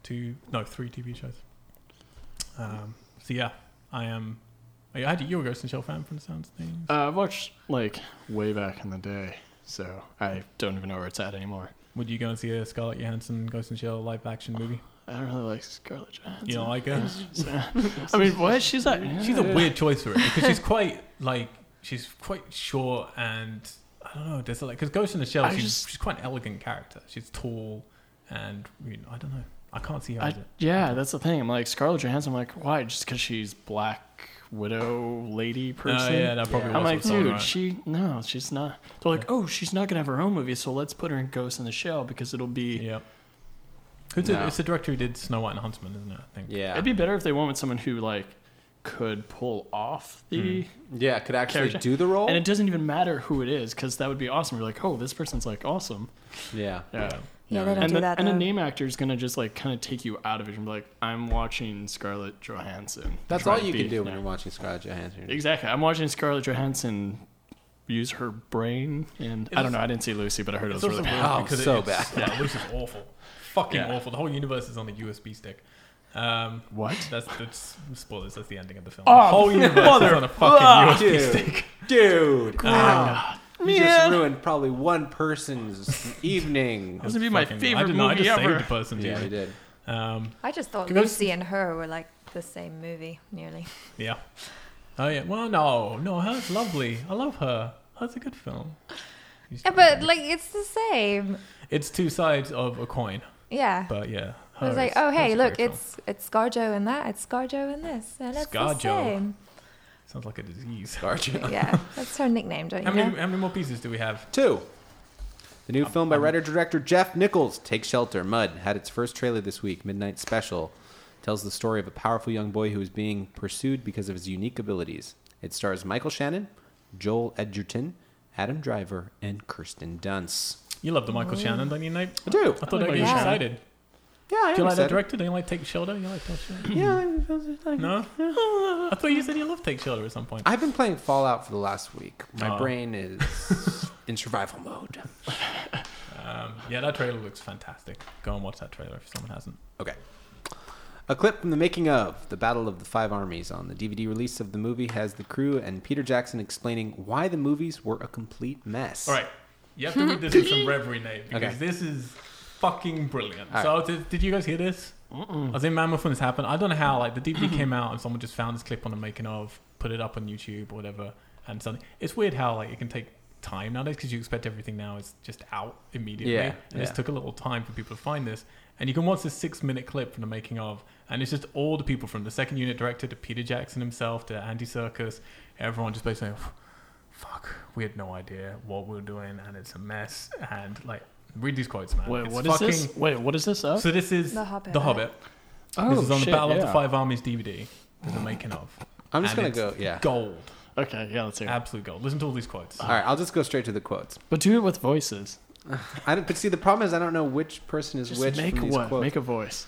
two no three TV shows. Um, so yeah, I am. I had you were a Ghost in the Shell fan from the sounds of things. Uh, I watched like way back in the day, so I don't even know where it's at anymore. Would you go and see a Scarlett Johansson Ghost in the Shell live action movie? I don't really like Scarlett Johansson. You don't like her? So- I mean, what? She's like, She's a weird choice for it because she's quite like she's quite short and I don't know. There's like because Ghost in the Shell, I she's, just- she's quite an elegant character. She's tall and you know, I don't know. I can't see her. I, as it. yeah, that's the thing. I'm like Scarlett Johansson. I'm like, why? Just because she's black widow lady person? Oh, yeah, that probably Yeah. was I'm like, what's on, dude, right? she no, she's not. They're like, oh, she's not gonna have her own movie, so let's put her in Ghost in the Shell because it'll be. Yep. Who's No. the, it's the director who did Snow White and the Huntsman, isn't it? I think. Yeah. It'd be better if they went with someone who like could pull off the, yeah, could actually Character. do the Oh. role. and it doesn't even matter who it is because that would be awesome. You're like, oh, this person's like awesome. yeah. Yeah. Yeah, No, they don't And, do the, that. and a though. name actor is gonna just like kind of take you out of it and be like, I'm watching Scarlett Johansson. That's Try all to you be- can do when yeah. you're watching Scarlett Johansson. Exactly. I'm watching Scarlett Johansson use her brain, and I don't know. I didn't see Lucy, but I heard it was It's also really bad. weird Oh, because so it, it's, Yeah, Lucy's awful. Fucking Yeah. awful. The whole universe is on the USB stick. Um, What? that's, that's spoilers. That's the ending of the film. Oh, the whole universe is on a fucking Ah, USB dude. stick. Dude, God. wow. you just ruined probably one person's evening. This would be my Fucking- favorite I did not, movie I just ever. Saved a person, Yeah, yeah, we did. Um, I just thought Can I- Lucy and her were like the same movie, nearly. yeah. Oh yeah. Well, no, no. Her's lovely. I love her. Her's a good film. Yeah, but like it's the same. It's two sides of a coin. Yeah. But yeah. I was Her like, is- oh Her's hey, a look, great film. it's it's Scarjo in that, it's Scarjo in this, and it's the Scarjo. same. sounds like a disease. Scarlett. Yeah, that's her nickname, don't How you many, know? how many more pieces do we have? Two. The new film by writer director Jeff Nichols, Take Shelter, Mud, had its first trailer this week, Midnight Special. Tells the story of a powerful young boy who is being pursued because of his unique abilities. It stars Michael Shannon, Joel Edgerton, Adam Driver, and Kirsten Dunst. You love the Michael Shannon, don't you, Nate? I do. I thought I I like was Michael excited. Do you Yeah, I am like that excited. director? Do you like Take Shelter? You like Take Shelter? No? I thought you said you loved Take Shelter at some point. I've been playing Fallout for the last week. My Oh. brain is in survival mode. Um, yeah, that trailer looks fantastic. Go and watch that trailer if someone hasn't. Okay. A clip from the making of The Battle of the Five Armies on the DVD release of the movie has the crew and Peter Jackson explaining why the movies were a complete mess. All right. You have to read this with some reverie, Nate, because Okay. this is fucking brilliant. All so, did, did you guys hear this? I was in Mammoth when this happened. I don't know how, like, the DVD came out and someone just found this clip on the making of, put it up on YouTube or whatever, and suddenly. It's weird how, like, it can take time nowadays because you expect everything now is just out immediately. Yeah, And this yeah. took a little time for people to find this. And you can watch this six minute clip from the making of, and it's just all the people from the second unit director to Peter Jackson himself to Andy Serkis, everyone just basically saying, fuck, we had no idea what we were doing, and it's a mess. And like, read these quotes, man. Wait, It's what is this? Wait, what is this of? So this is The Hobbit, The right? Hobbit. oh, this is on shit, the Battle of the yeah. Five Armies DVD. That they're making of. I'm just And going to go. it's Yeah. Gold, Okay, yeah, Uh, let's hear. it. absolute gold. Listen to all these quotes. All right. I'll just go straight to the quotes. But do it with voices. I don't, but see, the problem is I don't know which person is Just which. make from these one. quotes. Make a voice.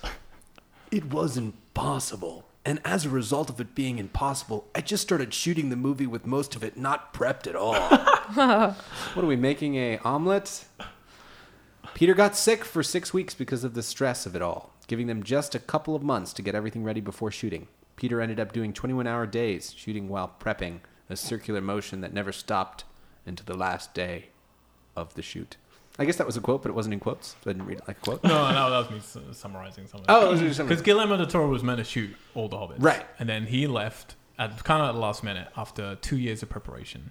It was impossible. And as a result of it being impossible, I just started shooting the movie with most of it not prepped at all. What are we making a omelet? Peter got sick for six weeks because of the stress of it all, giving them just a couple of months to get everything ready before shooting. Peter ended up doing 21 hour days shooting while prepping, a circular motion that never stopped until the last day of the shoot. I guess that was a quote, but it wasn't in quotes, so I didn't read it like a quote. No, no, that was me su- summarizing something. Oh, it was just Because something. Guillermo del Toro was meant to shoot all the Hobbits, Right. And then he left at kind of at the last minute after two years of preparation,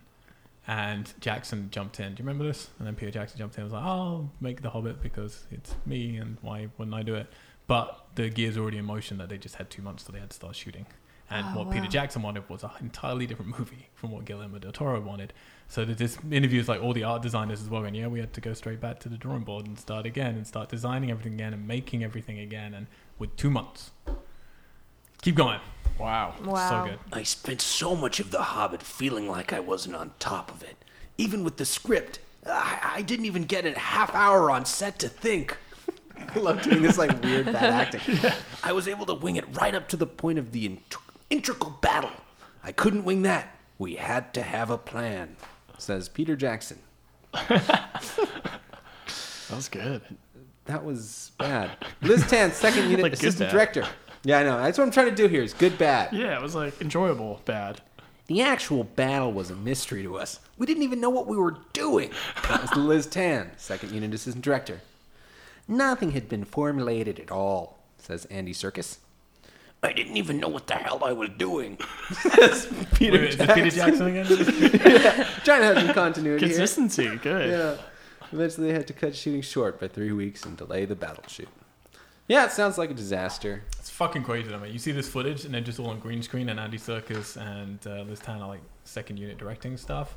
and Jackson jumped in. Do you remember this? And then Peter Jackson jumped in. and Was like, I'll make the Hobbit because it's me, and why wouldn't I do it? But the gears were already in motion that they just had two months till they had to start shooting. And Oh, what Peter wow. Jackson wanted was an entirely different movie from what Guillermo del Toro wanted. So that this interviews like all the art designers as well, and yeah, we had to go straight back to the drawing board and start again and start designing everything again and making everything again and with two months. Keep going. Wow. Wow. So good. I spent so much of The Hobbit feeling like I wasn't on top of it. Even with the script, I, I didn't even get a half hour on set to think. I love doing this like weird bad acting. I was able to wing it right up to the point of the int- integral battle. I couldn't wing that. We had to have a plan. Says Peter Jackson. That was good. That was bad. Liz Tan, second unit Like, good assistant bad. director. Yeah, I know. That's what I'm trying to do here is good bad. Yeah, it was like enjoyable, bad. The actual battle was a mystery to us. We didn't even know what we were doing. That was Liz Tan, second unit assistant director. Nothing had been formulated at all, says Andy Circus. I didn't even know what the hell I was doing. Peter, Wait, is it Peter Jackson again? Trying to have some continuity here. Consistency, good. Yeah. Eventually, they had to cut shooting short by three weeks and delay the battleship. Yeah, it sounds like a disaster. it's fucking crazy, though, mate. You see this footage, and they're just all on green screen, and Andy Circus and uh, Liz Tanner like second unit directing stuff,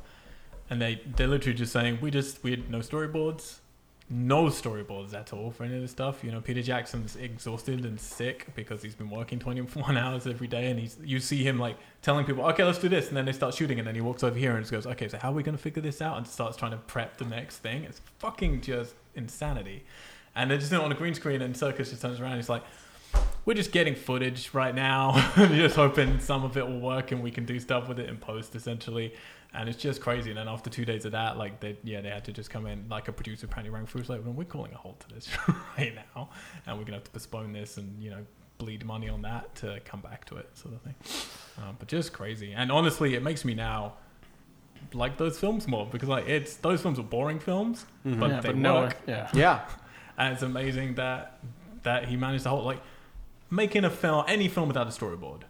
and they they're literally just saying we just we had no storyboards, no storyboards at all for any of this stuff. You know, Peter Jackson's exhausted and sick because he's been working twenty one hours every day, and he's you see him like telling people, okay, let's do this, and then they start shooting, and then he walks over here and just goes, okay, so how are we gonna figure this out, and starts trying to prep the next thing. It's fucking just insanity. And they're just doing it on a green screen, and Circus just turns around. And he's like, we're just getting footage right now. We're just hoping some of it will work and we can do stuff with it in post, essentially. And it's just crazy. And then after two days of that, like they, yeah, they had to just come in. Like a producer apparently rang through, was like, well, we're calling a halt to this right now, and we're gonna have to postpone this and you know bleed money on that to come back to it, sort of thing. Um, but just crazy. And honestly, it makes me now like those films more because like it's those films are boring films, but Mm-hmm. Yeah, they but no, work. yeah. Yeah. And it's amazing that that he managed to hold like making a film any film without a storyboard.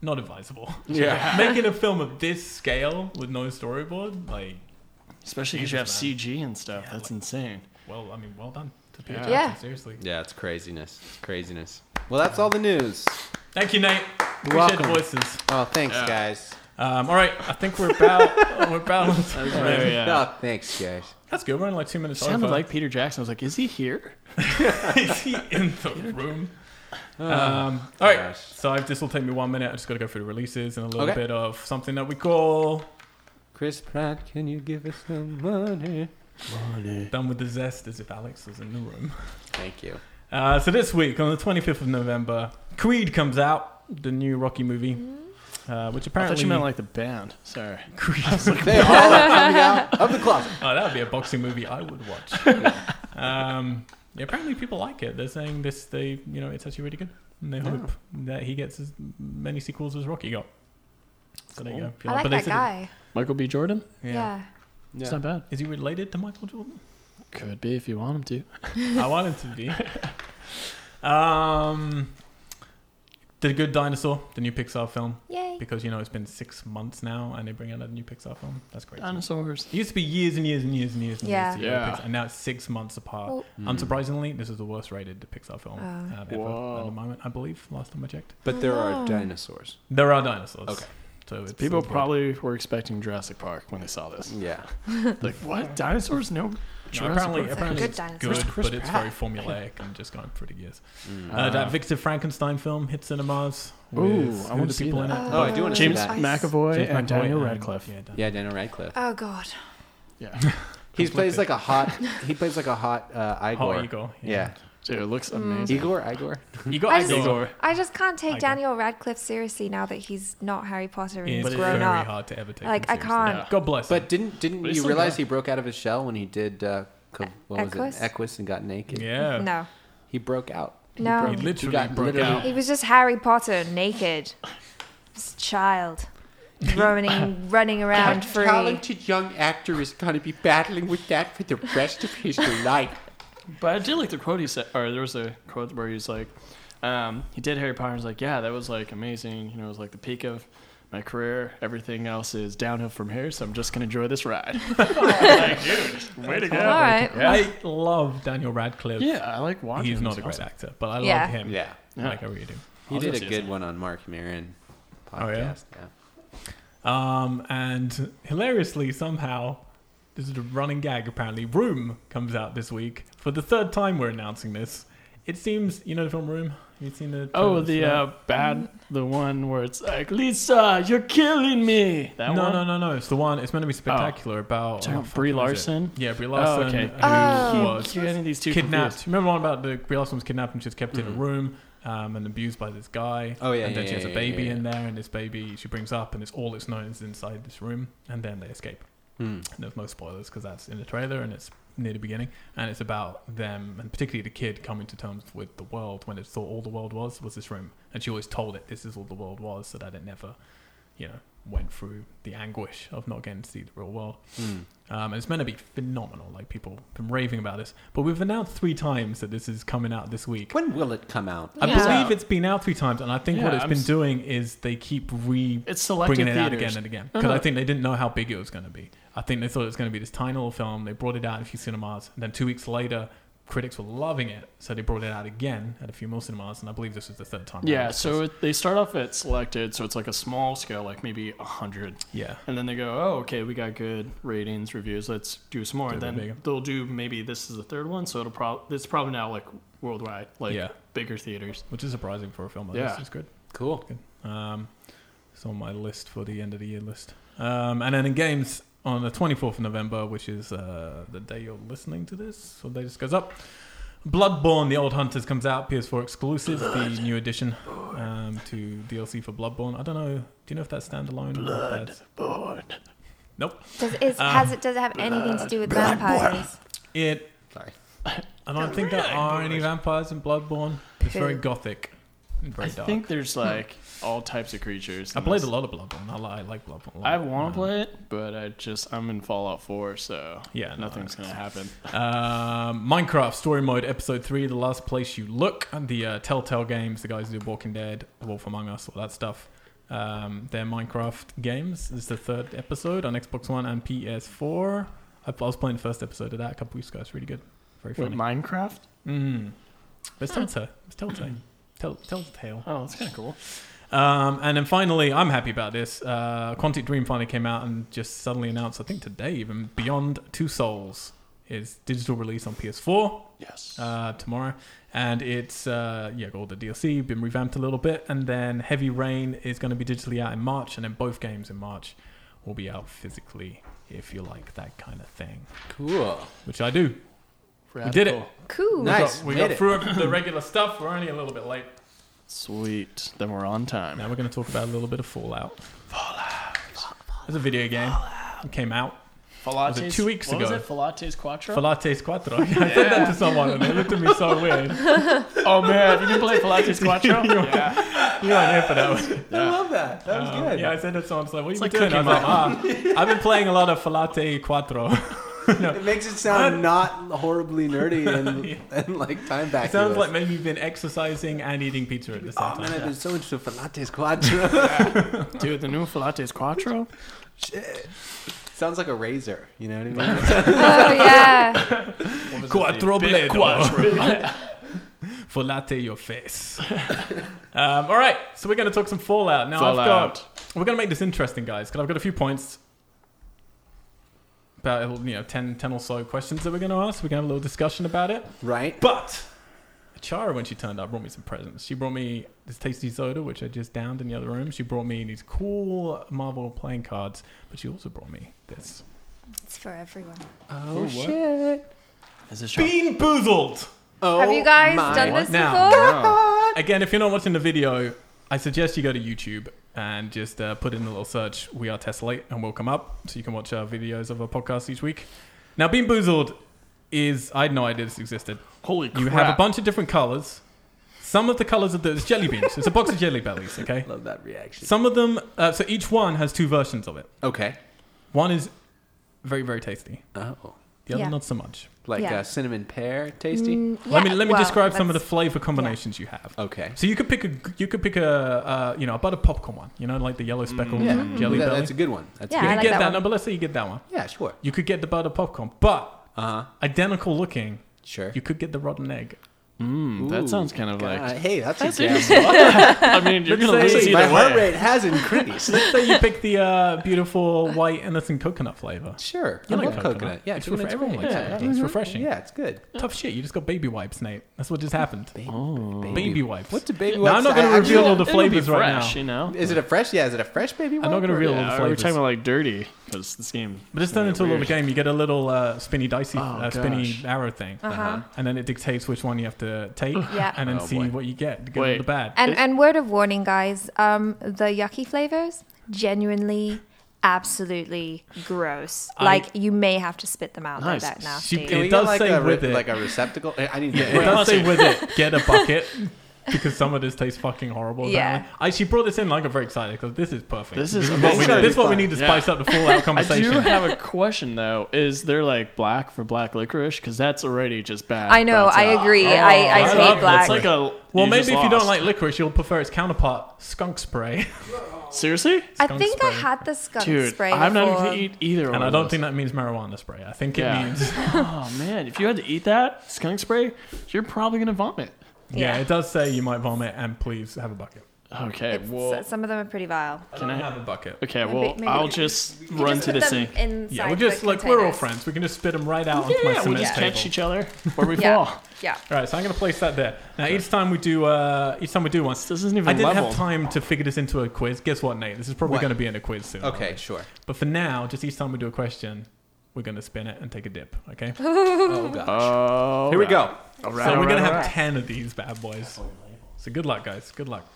Not advisable. Yeah. making a film of this scale with no storyboard, like Especially because you have Jesus, man. CG and stuff. Yeah, That's like- insane. well I mean, well done to Peter Yeah. Jackson, Yeah. seriously. Yeah, it's craziness. It's craziness. Well, that's all the news. Thank you, Nate. Appreciate welcome. the voices. Oh, thanks, Yeah. guys. Um, all right, I think we're about we're about Oh, yeah. Oh, thanks, guys. That's good. We're in like two minutes Sounded over. like Peter Jackson. I was like, is he here? Is he in the room? Um, all right. Oh, gosh. So I've, this will take me one minute. I just got to go through the releases and a little Okay. bit of something that we call Chris Pratt, can you give us some money? Done with the Zest as if Alex was in the room. Thank you. Uh, so this week, on the 25th of November, Creed comes out, the new Rocky movie, Mm-hmm. uh, which I apparently... thought you meant like the band. Sorry. Creed. They all are coming out of the closet. oh, that would be a boxing movie I would watch. um, yeah, apparently people like it. They're saying this, they, you know, it's actually really good. And they Oh. hope that he gets as many sequels as Rocky got. So there you go. If you I like but they that said- guy. Michael B. Jordan? Yeah. It's not bad. Is he related to Michael Jordan? Could be if you want him to. I want him to be. Um, the Good Dinosaur, the new Pixar film, Yay. because you know it's been six months now, and they bring out a new Pixar film. That's crazy. Dinosaurs. It used to be years and years and years and years. And Yeah. years to go to Yeah. Mm. Pixar, and now it's six months apart. Well- Unsurprisingly, this is the worst rated Pixar film Oh. um, ever at the Whoa. moment. I believe last time I checked, But there are dinosaurs. there are dinosaurs. Okay. So it's People it's good. probably were expecting Jurassic Park when they saw this. Yeah. Like, what? Dinosaurs? No. No, Jurassic apparently, Park? apparently Good it's dinosaur. good, Where's Chris but it's very formulaic and just going pretty gears. Mm. Uh, Ah. that Victor Frankenstein film hit cinemas. Ooh, with- who I wanna the see people in that. it? Oh, I do want to see James that. McAvoy James and McAvoy Daniel Radcliffe. Yeah, Dan- Yeah, Daniel Radcliffe. Oh God. Yeah. He plays like a hot. He plays like a hot uh, Igor. Oh, Igor. Yeah. Dude, it looks amazing. Igor. Igor. Igor. I just, Oh, Igor. I just can't take I go. Daniel Radcliffe seriously now that he's not Harry Potter and It's he's very grown up. hard to ever take. Like, him I seriously. can't. Yeah. God bless. But But didn't didn't But he's you some realize guy. he broke out of his shell when he did uh, co- what was E-, Equus? it? Equus and got naked. yeah, Oh. No, He broke out. no. he He, literally got broke literally- out. was just Harry Potter naked, just a child, running running around free. young actor is going to be battling with that for the rest of his life. But I did like the quote he said, or there was a quote where he's like, um, he did Harry Potter. and He's like, yeah, that was like amazing. You know, it was like the peak of my career. Everything else is downhill from here, so I'm just gonna enjoy this ride. like, dude, way to go! All right. Yeah. I love Daniel Radcliffe. yeah, I like watching. he's him. not It's a great awesome. actor, but I love Yeah. him. Yeah. like I really do. He I'll go did see a it good sometime. one on Mark Maron podcast. Oh, yeah? yeah. Um, and hilariously, somehow, this is a running gag apparently. Room comes out this week. For the third time, we're announcing this. It seems, you know the film Room? You've seen the. Oh, trailers the for that? Mm. uh, bad, the one where it's like, Lisa, you're killing me. That no, one. no, no, no. It's the one. It's meant to be spectacular about. Talking oh, about fuck, Brie what is it? Larson? Yeah, Brie Oh, Larson. okay. who Oh. was Keep getting these two kidnapped. confused. Remember one about the Brie Larson was kidnapped and she was kept in a room um, and abused by this guy. Mm-hmm. Oh, yeah, And then yeah, she has yeah, a yeah, baby yeah, in there, and this baby she brings up, and it's all it's known is inside this room, and then they escape. Hmm. And there's no spoilers because that's in the trailer and it's near the beginning, and it's about them and particularly the kid coming to terms with the world when it thought all the world was was this room, and she always told it this is all the world was, Hmm. so that it never, you know, went through the anguish of not getting to see the real world. Um, and it's meant to be phenomenal. Like people have been raving about this, but we've announced three times that this is coming out this week. When will it come out? I Yeah. believe it's been out three times, and I think what Yeah, it's I'm been s- doing is they keep re It's selected bringing it out theaters. Uh-huh. again and again because I think they didn't know how big it was going to be. I think they thought it was going to be this tiny little film. They brought it out in a few cinemas, and then two weeks later, critics were loving it, so they brought it out again at a few more cinemas, and I believe this was the third time. Yeah, around. so it, they start off at selected, so it's like a small scale, like maybe a hundred. yeah, And then they go, oh, okay, we got good ratings, reviews. Let's do some more. Do And the then bigger. they'll do maybe this is the third one, so it'll probably it's probably now like worldwide, like Yeah. bigger theaters. which is surprising for a film like Yeah. this. It's good. Cool. Um, it's on my list for the end of the year list. Um, and then in games on the 24th of November, which is uh, the day you're listening to this, so the day this goes up. Bloodborne: The Old Hunters comes out PS4 exclusive, the new addition um, to DLC for Bloodborne. I don't know. Do you know if that's standalone? or if that's- Bored. Nope. Does, is, Uh, has it, does it have anything to do with vampires? It. Sorry. I don't think there are any vampires in Bloodborne. It's very gothic, and very I dark. think there's like all types of creatures. I in played this. a lot of Bloodborne. I, li- I like Bloodborne. a lot. I want to play it, but I just I'm in Fallout 4, so Yeah, no, nothing's gonna happen. Um, Minecraft Story Mode Episode 3, The Last Place You Look, and the uh, Telltale games, the guys who do Walking Dead, Wolf Among Us, all that stuff. Um, they're Minecraft games. This is the third episode on Xbox One and PS4. I, I was playing the first episode of that a couple weeks ago. It's really good. Very funny. Wait, Minecraft? mm. But It's Telltale. It's Telltale. Tell, Telltale. Oh, that's kind of cool. Um, and then finally, I'm happy about this. Uh, Quantic Dream finally came out and just suddenly announced, I think today even, Beyond Two Souls is digital release on PS4 Yes. uh, tomorrow, and it's uh, yeah, got all the DLC been revamped a little bit, and then Heavy Rain is going to be digitally out in March, and then both games in March will be out physically if you like that kind of thing, Cool. which I do. Radical. did it. Cool. We got- Nice. we Made got it. through the regular stuff. We're only a little bit late. Sweet. Then we're on time. Now we're going to talk about a little bit of Fallout. Fallout. It's a video game. It came out. Falates, Was it two weeks what ago? was it? Falates Quattro? Falates Quattro. I said that to someone and they looked at me so weird. oh man, you didn't play Falates Quattro? yeah. You weren't here for that one. I love that. That was Um, yeah, I said that to someone. It's like, what It's you like been doing? I was like, ah, I've been playing a lot of Falate Quattro. It makes it sound not horribly nerdy and, and like time back. It sounds like maybe you've been exercising and eating pizza at the same Oh man, I've time. been so into Falates Quattro. Dude, the new Falates Quattro? sounds like a razor. You know what I mean? Oh, yeah. Quattro bledo. Big Quattro. Falate your face. um, all right, so we're going to talk some Fallout. Now I've Fallout. got... We're going to make this interesting, guys, because I've got a few points. About you know 10, 10 or so questions that we're going to ask. We're going to have a little discussion about it. right? But Chara, when she turned up, brought me some presents. She brought me this tasty soda, which I just downed in the other room. She brought me these cool Marvel playing cards, but she also brought me this. It's for everyone. Oh shit! Is this your Bean Boozled! Oh, Have you guys my done this Now. before? God. Again, if you're not watching the video, I suggest you go to YouTube and just uh, put in a little search, We Are Tessellate, and we'll come up so you can watch our videos of our podcast each week. Now, Bean Boozled is, I had no idea this existed. Holy crap. You have a bunch of different colors. Some of the colors of those jelly beans. It's a box of jelly bellies, okay? Love that reaction. Some of them, uh, so each one has two versions of it. Okay. One is very, very tasty. Oh, The other, Yeah. not so much. like Yeah. Mm. uh, cinnamon pear, tasty. let me Yeah, let me well, describe some of the that's- flavor combinations you have. Okay. So you could pick a you could pick a uh, you know a butter popcorn one. You know, like the yellow speckled jelly Mm. Mm-hmm. That- belly. that's a good one. That's Yeah, you I could like get that that. one. No, but let's say you get that one. good. Yeah, sure. You could get the butter popcorn, but Uh huh. identical looking. Sure. You could get the rotten egg. Mm, Ooh, that sounds kind of God, like. hey, that's, a damn- I mean, you're gonna say lose my either heart way. rate has increased. Let's say you pick the uh, beautiful white innocent coconut flavor. sure. You I like love coconut. Yeah, it's coconut's refre- everyone great. likes yeah, Mm-hmm. it. It's refreshing. yeah, it's good. Tough shit. You just got baby wipes, Nate. That's what just happened. Oh. Baby wipes. What's a baby Now, I'm wipes? not going I to actually- reveal all the It'll be flavors right fresh, now. You know? Is it a fresh? Yeah, is it a fresh baby wipe? I'm not going to or- reveal all Yeah, the are we flavors. talking about like dirty? Because this game. but it's turned into a little game. You get a little uh, spinny dicey, Oh, uh, spinny gosh. arrow thing, Uh-huh. and then it dictates which one you have to take, Yeah. and then Oh, see boy. what you get, the good or Wait. the bad. And, and word of warning, guys, um, the yucky flavors, genuinely, absolutely gross. I- like, you may have to spit them out Nice. like that now. She- Can It we does get like say a, re- with it. like a receptacle? I I need Yeah, it that. does say with it, get a bucket, because some of this tastes fucking horrible. Yeah. apparently. I, she brought this in like I'm very excited because this is perfect. This is what we, amazing. this is what we need to Yeah. spice up the Fallout I do conversation. have a question though. Is there like black for black licorice? Because that's already just bad. I know. by I itself. agree. Oh, I, I I hate love black. It's like a. well, you maybe if just you don't lost. like licorice, you'll prefer its counterpart, skunk spray. Seriously, I skunk think I spray. had the skunk dude, spray I'm not even before. gonna eat either. one and I of don't those. think that means marijuana spray. I think it Yeah. means Oh man, if you had to eat that skunk spray, you're probably gonna vomit. yeah. Yeah. It does say you might vomit, and please have a bucket. Okay, It's- well, so- some of them are pretty vile. Can I have a bucket? okay, Maybe- well, maybe- I'll just run Just to put the them sink. inside Yeah, we're the just like we're all containers. friends. We can just spit them right out onto my Yeah, we'll cement just table. catch each other where we Yeah. fall. Yeah. All right, so I'm gonna place that there. Now, each time we do, uh, each time we do one, This isn't even I didn't level. have time to figure this into a quiz. Guess what, Nate? This is probably What? going to be in a quiz soon. Okay, already. sure. But for now, just each time we do a question, we're going to spin it and take a dip. Okay. so Oh gosh. Oh, Here we go. All right, we're all going to right, have all right. ten of these bad boys. So good luck, guys. Good luck.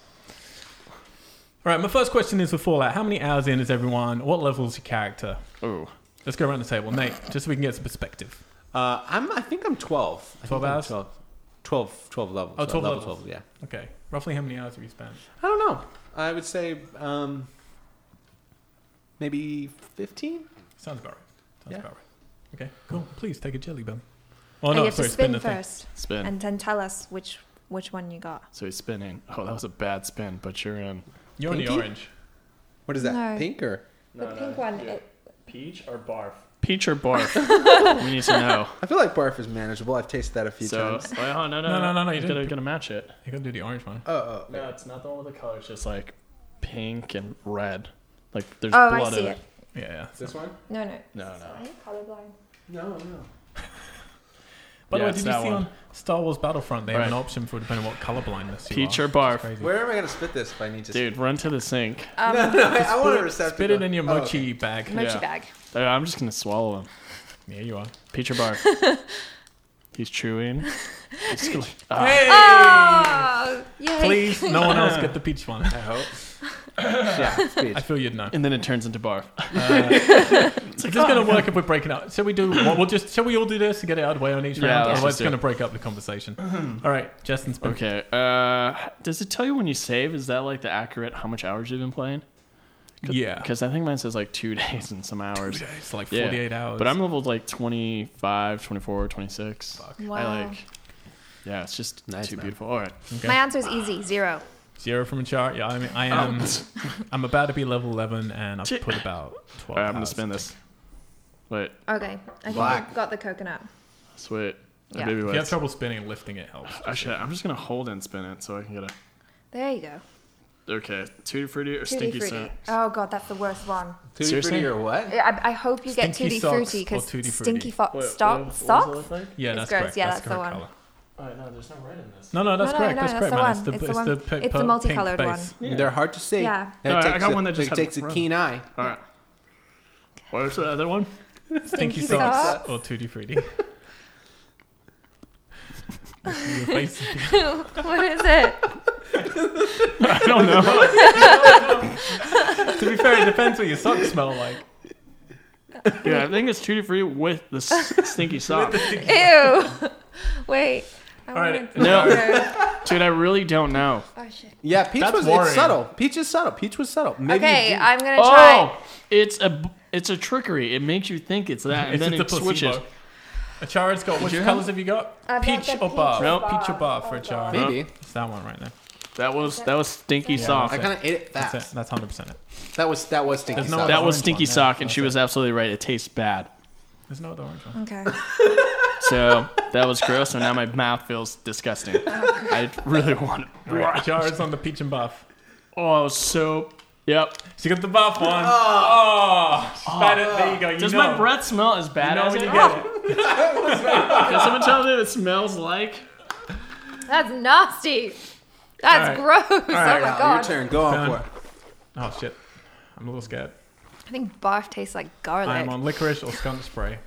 All right, my first question is for Fallout. How many hours in is everyone? What level is your character? Ooh. Let's go around the table, Nate, just so we can get some perspective. Uh, I'm. I think I'm 12. I 12 think I'm hours? 12, 12, 12 levels. Oh, 12 level levels. 12, yeah. Okay, roughly how many hours have you spent? I don't know. I would say um, maybe 15. Sounds about right. Sounds Yeah. about right. Okay, cool. Please take a jelly bum. Oh and no, you have sorry, to spin, the thing. first, Spin. and then tell us which which one you got. so he's spinning. Oh, that was a bad spin, but you're in. You're on the Pinky? orange. What is that? No. Pink or? the pink one. yeah. It, Peach or barf? Peach or barf? we need to know. I feel like barf is manageable. I've tasted that a few So, times. oh, no, No, no, no, no, no, you You're gonna, didn't. gonna match it. You gotta do the orange one. Oh, oh, No, it's not the one with the color. It's just like pink and red. Like there's oh, I blood in see it. it. Yeah, yeah. this one? No, no. No, no. Sorry, colorblind. No, no. By the Yeah, way, it's did you see that one. on Star Wars Battlefront they have Right. an option for depending on what color blindness you Peach are? or barf? Crazy. Where am I going to spit this if I need to Dude, run to the sink. Um, spit? No, I, I want a receptacle. Spit it in your Oh, mochi okay. bag. Mochi Yeah. bag. Uh, I'm just gonna swallow him. Yeah, you are. Peach or barf? He's chewing. He's gonna- ah. Hey! Oh, yay. Please, no one else get the peach one. I hope. yeah, speech. I feel you'd know. And then it turns into barf. It's just gonna work if we're breaking up. Shall we do? We'll we'll just. Shall we all do this and get it out of the way on each Yeah, round? let's Otherwise, just it's do gonna it. break up the conversation. all right, Justin's been Okay. Uh, does it tell you when you save? Is that like the accurate how much hours you've been playing? Yeah, Because I think mine says like two days and some hours. it's like Yeah. forty-eight hours. But I'm leveled like 25, 24, 26. I Wow. like. Yeah, it's just Nice, too man. beautiful. All right. okay. My answer is easy. Zero. zero from a chart. Yeah, I mean, I am. I'm about to be level eleven, and I've Oh. Shit. put about twelve. All right, I'm gonna hours. spin this. Wait, Okay. I think I Black. got the coconut. sweet. Yeah. Baby If you have wets. trouble spinning, lifting it helps. Actually, I'm just gonna hold and spin it so I can get a. There you go. Okay, tutti frutti or Tutti stinky frutti. scent. Oh god, that's the worst one. Tutti Seriously? Frutti or what? I, I hope you get Stinky tutti socks frutti or because tutti frutti? stinky fo- Wait, stock what- what does it socks. look like? Yeah, It's that's gross. correct. Yeah, that's, that's the correct one. color. Oh no, there's no red in this. No, no, that's No, no, correct. no, that's, that's correct, the man. one. It's the, It's it's the, the one- pi- it's the pur- pink multicolored base. They're hard to see. Yeah. And it All right, I takes got a- one that just it had takes a red. keen eye. All right. Where's the other one? Stinky Stinky socks socks. or tutti frutti. Your face is- what is it? I don't know. to be fair, it depends what your socks smell like. yeah, I think it's tutti frutti with the s- stinky sock. Ew. Wait. I All right, wanted- no. Dude, I really don't know. Oh shit. Yeah, Peach That's was worrying. it's subtle. Peach is subtle. Peach was subtle. Maybe you Okay, didn't- I'm gonna try. Oh, it's a b- it's a trickery. It makes you think it's that, and It's then just a it switches. placebo. Achara's got which you have- colors have you got? I've got peach the or peach bar? or Nope. Peach or barf. bar for Oh, Achara. God. Maybe. It's that one right there. That was that was stinky sock. I kind of ate it That's fast. it. That's hundred percent it. That was that was stinky There's no sauce. other- That was Orange stinky one, yeah. sock, and she was absolutely right. It tastes bad. There's no other orange Oh. one. Okay. So that was gross, and now my mouth feels disgusting. I really want it. All right, Achara's on the peach and buff. Oh, so yep. She got the buff one. Oh, she spat it. There you go. You Does know. my breath smell as You bad know as when it? you get it. Can someone tell me what it smells like? That's nasty. That's gross. oh my Your god. turn. Go on Done. for it. Oh shit. I'm a little scared. I think barf tastes like garlic. I'm on licorice or skunk spray.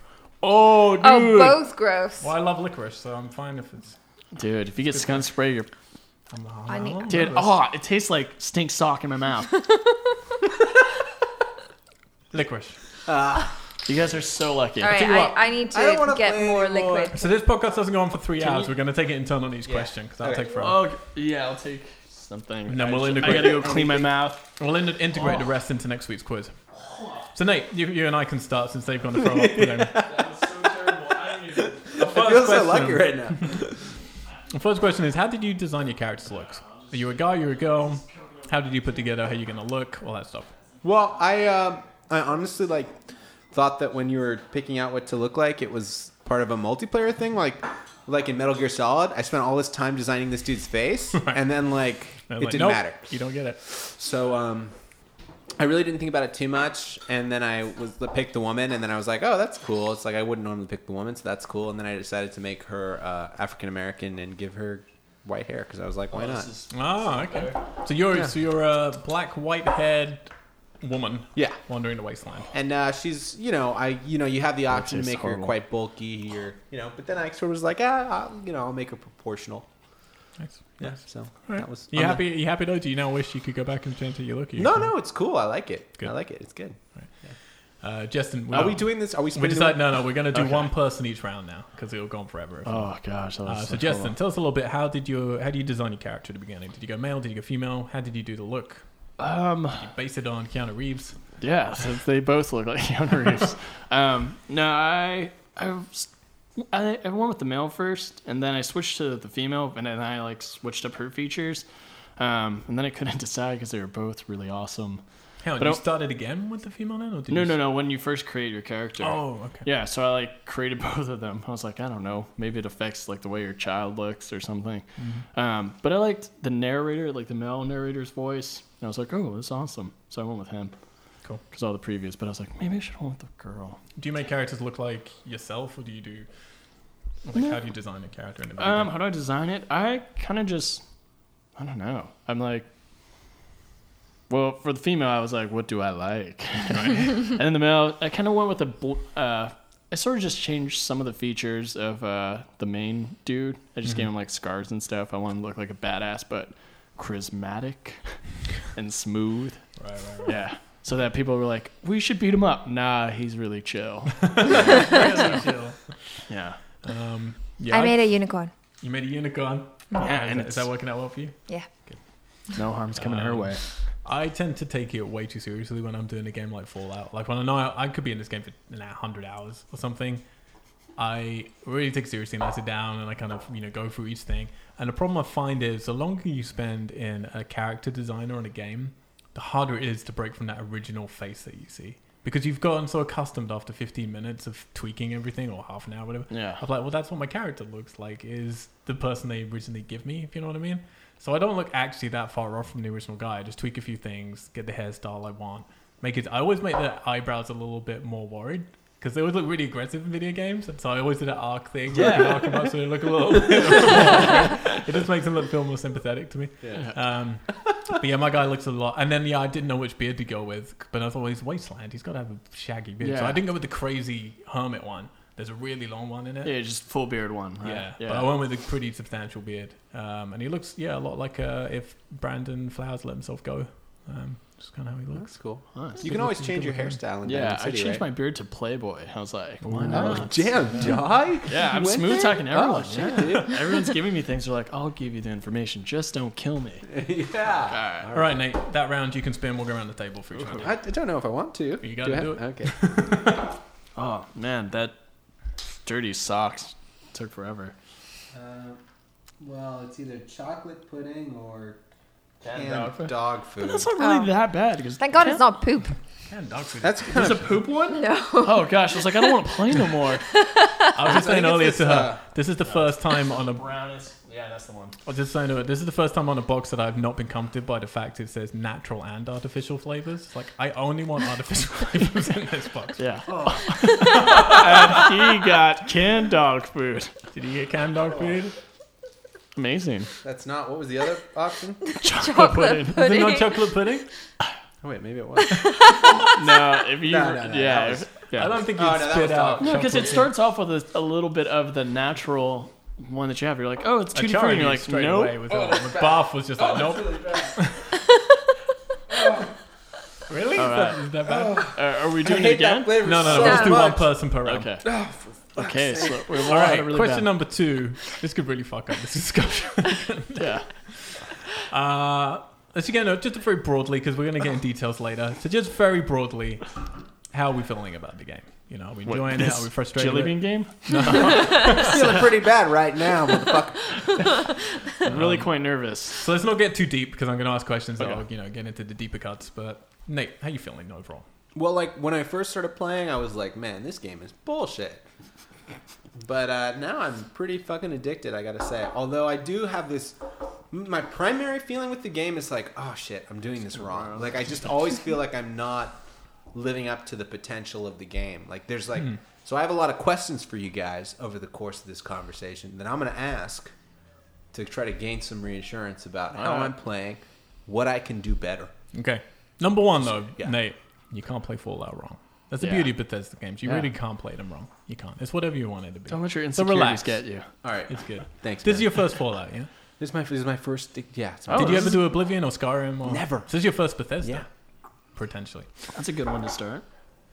Oh, dude. oh, both gross. Well, I love licorice, so I'm fine if it's. Dude, if you get skunk spray, you're I'm, I need- love dude. licorice. Oh, it tastes like stink sock in my mouth. Licorice. You guys are so lucky. All right, tell you what, I, I need I don't to wanna get play more anymore. liquid. So this podcast doesn't go on for three hours. you- We're going to take it in turn on each question because that'll Okay. take forever. Oh yeah, I'll take something. And then I we'll ju- integrate- I gotta go clean my mouth. We'll in- integrate the rest into next week's quiz. So Nate, you, you and I can start since they've gone to throw up. for them. The I first feel so question- lucky right now. The first question is: How did you design your character's looks? Are you a guy? You're a girl? How did you put together how you're going to look? All that stuff. Well, I um, I honestly like thought that when you were picking out what to look like, it was part of a multiplayer thing, like like in Metal Gear Solid. I spent all this time designing this dude's face, and then like I it was like, didn't "Nope, matter. You don't get it. So um, I really didn't think about it too much, and then I was picked the woman, and then I was like, oh, that's cool. It's like I wouldn't normally pick the woman, so that's cool. And then I decided to make her uh, African American and give her white hair because I was like, why not? Oh, This is- Ah, okay. So you're so you're a black white haired woman. Yeah. Wandering the wasteland. And uh, she's, you know, I, you know, you have the option to is make her horrible. quite bulky, or you know. But then I sort of was like, ah, I'll, you know, I'll make her proportional. Nice. Yeah. Nice. So All that right. was. you happy? You happy though? Do you now wish you could go back and change how you look? Or you No, can- no, it's cool. I like it. Good. I like it. It's good. Uh, Justin, Are we doing this? Are we? We spinning decide the- no, no. We're going to do one person each round now because it'll go on forever. Oh gosh, that was uh, such so a Justin, long- tell us a little bit. How did you how do you design your character at the beginning? Did you go male? Did you go female? How did you do the look? Um, Base it on Keanu Reeves. yeah, so they both look like Keanu Reeves. um, no, I, I, was- I, I went with the male first, and then I switched to the female, and then I like switched up her features, um, and then I couldn't decide because they were both really awesome. Hang on, But you I- started again with the female then, or did No, you no, no. When you first create your character, Oh, okay. Yeah, so I like created both of them. I was like, I don't know, maybe it affects like the way your child looks or something. Mm-hmm. Um, but I liked the narrator, like the male narrator's voice, and I was like, oh, that's awesome. So I went with him. Cool. Because all the previews, but I was like, maybe I should go with the girl. Do you make characters look like yourself, or do you do like how do you design a character in the beginning? Um, how do I design it? I kind of just, I don't know. I'm like, well, for the female, I was like, what do I like? and then the male, I kind of went with the, bl- uh, I sort of just changed some of the features of uh, the main dude. I just gave him like scars and stuff. I want him to look like a badass, but charismatic and smooth. right, right, right. Yeah. So that people were like, we should beat him up. Nah, he's really chill. Yeah. Um, yeah, I made a unicorn. you made a unicorn. Yeah, is, and that- is it's- that working out well for you? Yeah. No harm's coming her Um, way. I tend to take it way too seriously when I'm doing a game like Fallout. Like when I know I, I could be in this game for an hour- hundred hours or something, I really take it seriously and I sit down and I kind of you know go through each thing. And the problem I find is the longer you spend in a character design or in a game, the harder it is to break from that original face that you see because you've gotten so accustomed after 15 minutes of tweaking everything or half an hour, whatever. Yeah. I'm like, well, that's what my character looks like, is the person they originally give me, if you know what I mean. So I don't look actually that far off from the original guy. I just tweak a few things, get the hairstyle I want, make it. I always make the eyebrows a little bit more worried because they always look really aggressive in video games. And so I always do that arc thing. Yeah. Arc them up so they look a little. it just makes them look feel more sympathetic to me. Yeah. Um, but yeah, my guy looks a lot. And then yeah, I didn't know which beard to go with, but I thought well, he's wasteland. He's got to have a shaggy beard, so Yeah. I didn't go with the crazy hermit one. There's a really long one in it. Yeah, just full beard one. Right? Yeah, Uh, but I went with a pretty substantial beard, um, and he looks yeah a lot like uh, if Brandon Flowers let himself go. Um, just kind of how he looks. That's cool. Nice. You can always change your hairstyle. In yeah, Diamond I City, changed my right? beard to Playboy. I was like, why Oh, not? damn, Jai. Yeah, I'm Went smooth there? talking to Oh, everyone. shit, yeah. Everyone's giving me things. They're like, I'll give you the information. Just don't kill me. dude. yeah. All right, Nate, that round you can spin. We'll go around the table for each round. I, I don't know if I want to. You gotta I- do it. Okay. Oh, man, that dirty socks took forever. Uh, well, it's either chocolate pudding or canned dog food. dog food. That's not really Oh. that bad. Because Thank God it's not poop. And dog food. That's kind There's a of poop one? No. Oh, gosh. I was like, I don't want to play no I more. was just I saying think it's earlier this, to her. uh, this is the first time on a. I Brownest. Yeah, that's the one. was just saying to her. This is the first time on a box that I've not been comforted by the fact it says natural and artificial flavors. It's Like I only want artificial flavors in this box. Yeah. and he got canned dog food. Did you get canned Oh. dog food? Amazing. That's not. What was the other option? Chocolate, Chocolate Is it pudding. not chocolate pudding? Oh wait, maybe it was. No, if you. No, no, no, yeah. that was- if- yeah. I don't think Oh, you'd no, that spit was out. dog No, because chocolate. it starts off with a, a little bit of the natural one that you have. You're like, oh, it's A tutti char frutti. And you you're like, straight no. away was, uh, Bath was just like, nope. Really? Is that- is that bad? Uh, are we doing it again? flavor No, no, no. So Let's do one much. person per round. Okay. okay. So we're All right. really question bad. number two. This could really fuck up this discussion. Yeah. Uh, let's again, no, just very broadly, because we're going to get in details later. So just very broadly, how are we feeling about the game? You know, are we What, enjoying it? this Are we frustrated? Jelly with it? bean game. feeling pretty bad right now. motherfucker. I'm really quite nervous. So let's not get too deep, because I'm going to ask questions Okay. that will, you know, get into the deeper cuts. But Nate, how you feeling overall? Well, like when I first started playing, I was like, man, this game is bullshit. But uh, now I'm pretty fucking addicted, I gotta say. Although I do have this. My primary feeling with the game is like, oh shit, I'm doing this wrong. Like, I just always feel like I'm not living up to the potential of the game. Like, there's Hmm. like. So I have a lot of questions for you guys over the course of this conversation that I'm gonna ask to try to gain some reassurance about how Alright. I'm playing, what I can do better. Okay. Number one, though, Yeah. Nate, you can't play Fallout wrong. That's the Yeah. beauty of Bethesda games. You Yeah. really can't play them wrong. You can't. It's whatever you want it to be. Don't let So your insecurities relax. get you. All right. It's good. Thanks. This man. is your first Fallout, yeah? This is my this is my first. Yeah. It's my Oh, Did you this ever is- do Oblivion or Skyrim? Or... Never. This is your first Bethesda? Yeah. Potentially. That's a good one to start.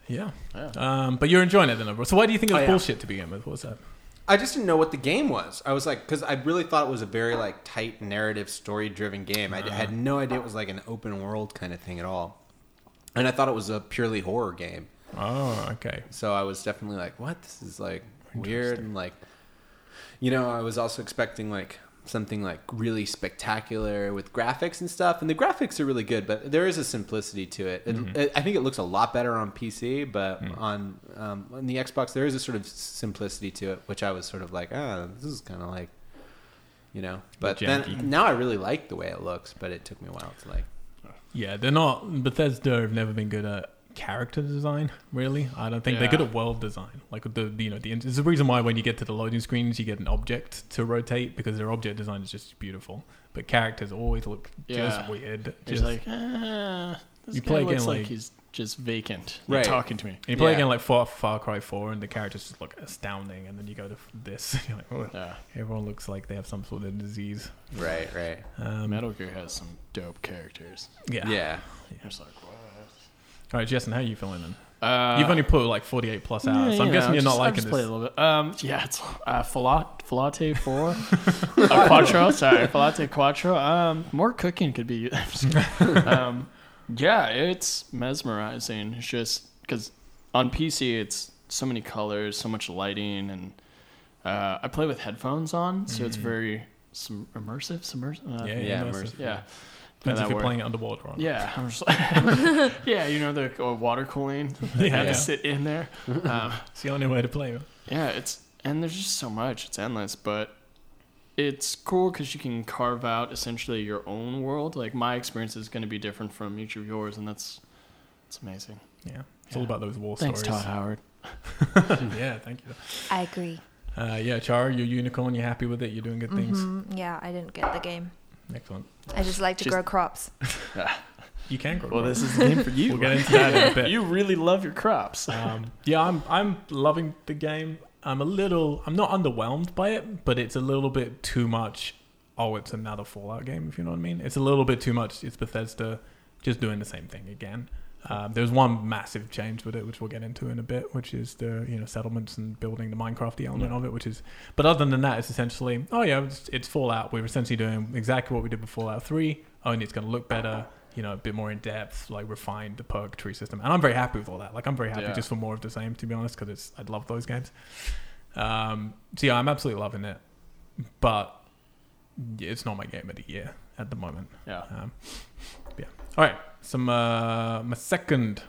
Yeah. Yeah. Um, but you're enjoying it then, overall. So why do you think it was Oh, yeah. bullshit to begin with? What was that? I just didn't know what the game was. I was like, because I really thought it was a very like tight narrative, story driven game. I d- had no idea it was like an open world kind of thing at all, and I thought it was a purely horror game. Oh, okay. So I was definitely like, what? This is like weird and like, you know, I was also expecting like something like really spectacular with graphics and stuff and the graphics are really good but there is a simplicity to it, it, Mm-hmm. it i think it looks a lot better on pc but Mm. on um, on the xbox there is a sort of simplicity to it which i was sort of like oh this is kind of like you know but Janky. then now i really like the way it looks but it took me a while to like Yeah, they're not. Bethesda have never been good at character design, really. I don't think they're good Yeah. at world design. Like the you know the it's the reason why when you get to the loading screens you get an object to rotate because their object design is just beautiful. But characters always look just Yeah. weird. He's Just- like, ah, this You guy play again, looks like, like- he's just vacant, like, Right. talking to me. and you play yeah. a game like Far, Far Cry 4 and the characters just look astounding and then you go to this you're like, "Ugh." Yeah. everyone looks like they have some sort of disease. right right Um, Metal Gear has some dope characters. yeah. yeah You're just like, what? All right, Jason, how are you feeling then? Uh, You've only put like 48 plus hours, Uh, so I'm guessing you're not liking just this. Play a little bit. Um, yeah, it's uh, Falate, Falate Four, uh, Quattro. Sorry, Falate Quattro. Um, more cooking could be. I'm just kidding. um, yeah, it's mesmerizing. It's just because on PC it's so many colors, so much lighting, and uh, I play with headphones on, so it's very sum- immersive. Submersive. Uh, Mm-hmm. yeah, Yeah, immersive. immersive. yeah. Depends Yeah, if that you're word. playing it underwater or not. Yeah, I'm just yeah, you know the uh, water cooling. They have Yeah. to sit in there. Um, It's the only way to play it. Yeah, it's and there's just so much. It's endless, but it's cool because you can carve out essentially your own world. Like my experience is going to be different from each of yours, and that's it's amazing. Yeah. It's all Yeah. about those war Thanks, Todd stories. Howard. yeah, thank you. I agree. Uh, yeah, Chara, you're unicorn. You're happy with it. You're doing good Mm-hmm. things. Mm, yeah, I didn't get the game. Excellent. I just like to She's- grow crops. You can grow. Well, crops. this is the game for you. We'll get into that in a bit. you really love your crops. Um, yeah, I'm I'm loving the game. I'm a little. I'm not underwhelmed by it, but it's a little bit too much. Oh, it's another Fallout game. If you know what I mean, it's a little bit too much. It's Bethesda just doing the same thing again. Um, there's one massive change with it, which we'll get into in a bit, which is the you know settlements and building the Minecraft element of it, which is. But other than that, it's essentially oh yeah, it's, it's Fallout. We're essentially doing exactly what we did with Fallout Three, only it's going to look better. You know, a bit more in depth, like refined the perk tree system, and I'm very happy with all that. Like I'm very happy Yeah. just for more of the same, to be honest, because it's I'd love those games. Um, so yeah, I'm absolutely loving it, but yeah, it's not my game of the year at the moment. yeah. Um, yeah. All right. Some uh, my second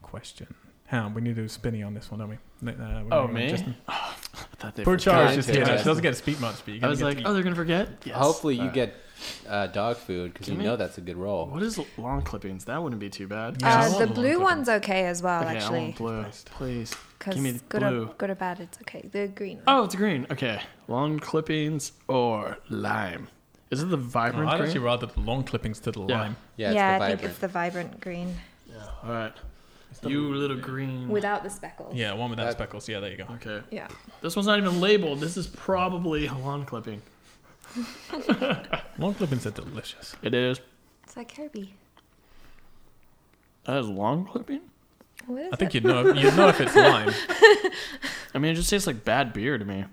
question. How we need to do spinny on this one, don't we? Uh, we're Oh gonna- me. Justin. Oh, I thought they Poor forgot. Charles Content just here. She Justin. doesn't get to speak much, but you I gonna was get like, to oh, they're gonna forget. Yes. hopefully you Alright. get uh, dog food because Can you we- know that's a good roll What is lawn clippings? That wouldldn't be too bad. Yeah, Oh. I uh, want the the blue ones I one's okay as well, okay, I actually. want blue, please. Because Give me the good, blue. or, good or bad, it's okay. The green one. Oh, it's green. Okay. Long clippings or lime. Is it the eat. vibrant I'd actually green? rather the long clippings to the Yeah. lime. yeah it's the I vibrant think it's the vibrant green All right. You little green. without the speckles. Yeah, one without That- speckles. Yeah, there you go. okay. Yeah. This one's not even labeled. This is probably a lawn clipping. Long clippings are delicious. It is. It's like Kirby. That is long rolling bean? What is I think you'd know. You'd know if it's lime. I mean, it just tastes like bad beer to me.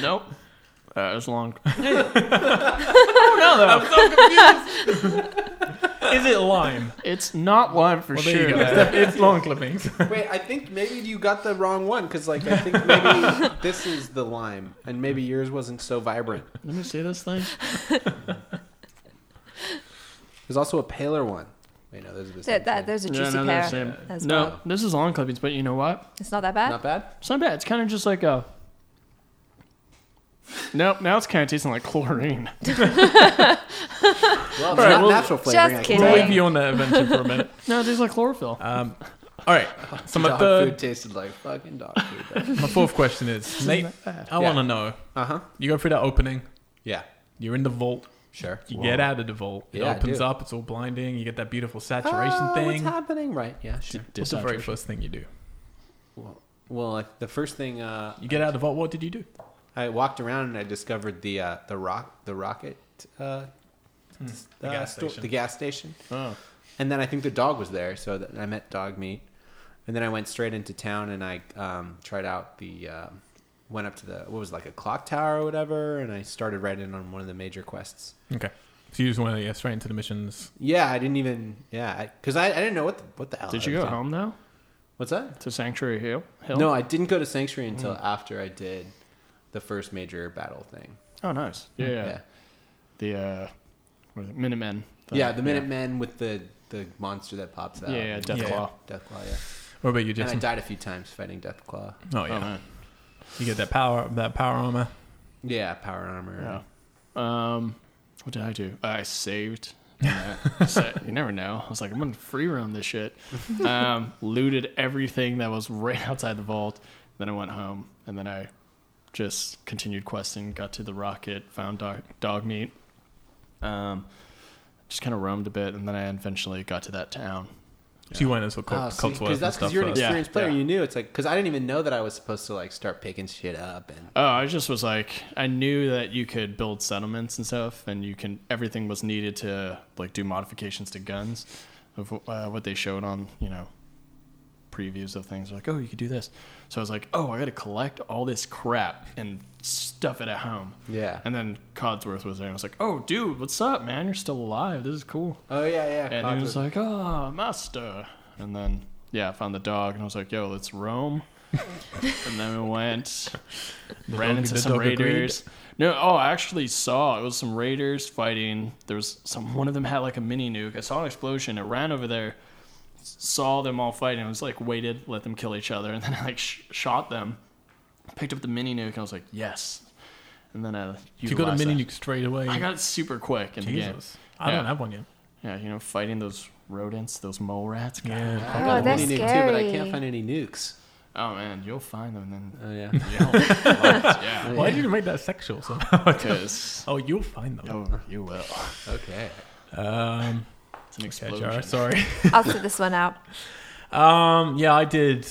nope. Uh, it's long. Oh, Is it lime? It's not lime for Well, there sure. you go. It's, it's lime clippings. Wait, I think maybe you got the wrong one because, like, I think maybe this is the lime, and maybe yours wasn't so vibrant. Let me see this thing. There's also a paler one. Wait, no, those are the same. that, that, thing. there's a Yeah, juicy no, they're the pear. same. as No, well. this is long clippings, but you know what? It's not that bad. not bad. It's not bad. It's kind of just like a. Nope. Now it's kind of tasting like chlorine. Well, it's right, not well, natural flavoring. just I can kidding. We'll tell you. leave you on that adventure for a minute. No, it tastes like chlorophyll. Oh, Um, all right. So my Dog third, food tasted like fucking dog food. my fourth question is, Nate. bad. I Yeah. want to know. uh huh. You go through that opening. Yeah. You're in the vault. Sure. You get out of the vault. It Yeah, I opens do. up. It's all blinding. You get that beautiful Oh, saturation What's thing. happening? Right. Yeah. Sure. What's the very first thing you do? Well, well, like the first thing uh, You get out of the vault. What did you do? I walked around and I discovered the uh, the rock the rocket uh, the Hmm, uh, gas sto- station. the gas station. Oh. And then I think the dog was there, so that I met dog meat. And then I went straight into town and I um, tried out the um went up to the what was it, like a clock tower or whatever, and I started right in on one of the major quests. Okay. So you just went yeah, straight into the missions. Yeah, I didn't even yeah because I, I didn't know what the, what the hell. Did I you was go doing. home though What's that? to Sanctuary Hill? Hill? No, I didn't go to sanctuary until Hmm. after I did the first major battle thing. Oh, nice. Yeah, yeah. Mm, yeah. The uh, what is it? Minutemen. thing. yeah, the Minutemen with the the monster that pops out. Yeah, yeah, Deathclaw. Yeah. Deathclaw, yeah. What about you, And I Jason? died a few times fighting Deathclaw. Oh Oh yeah. man. you get that power. That power armor. Yeah, power armor. Yeah. Um, what did I do? I saved. I sa- you never know. I was like, I'm gonna free roam this shit. Um, looted everything that was right outside the vault. Then I went home, and then I just continued questing. Got to the rocket, found dog, dog meat. Um, just kind of roamed a bit, and then I eventually got to that town. So you went as a Oh, cult, see, cult because that's because you're an first. Yeah, experienced player. yeah. You knew it's like because I didn't even know that I was supposed to like start picking shit up and Oh, I just was like, I knew that you could build settlements and stuff, and you can everything was needed to like do modifications to guns, of uh, what they showed on you know previews of things. Like, oh, you could do this. So I was like, oh, I got to collect all this crap and stuff it at home. yeah. And then Codsworth was there, and I was like, oh, dude, what's up, man? You're still alive. This is cool. oh yeah, yeah. And Clods he was like, oh, master. And then, yeah, I found the dog and I was like, yo, let's roam. and then we went, ran dog- into the some dog agreed? raiders. No, oh, I actually saw it was some raiders fighting. There was some, one of them had like a mini nuke. I saw an explosion. It ran over there, s- saw them all fighting. I was like, waited, let them kill each other. And then I like sh- shot them, picked up the mini nuke, and I was like, yes. And then I You, got a utilized mini that. nuke straight away. I got it super quick in the game. Jesus. I don't Yeah. have one yet. Yeah, you know, fighting those rodents, those mole rats. God. Yeah. I Oh, got a that's mini nuke too, but I can't scary. find any nukes. Oh man, you'll find them and then. Oh yeah. yell at the lights, yeah, Why did you make that sexual somehow? because oh, you'll find them. oh, you will. okay. Um, It's an yeah, explosion. Jar, sorry. I'll sit this one out. Um, yeah, I did.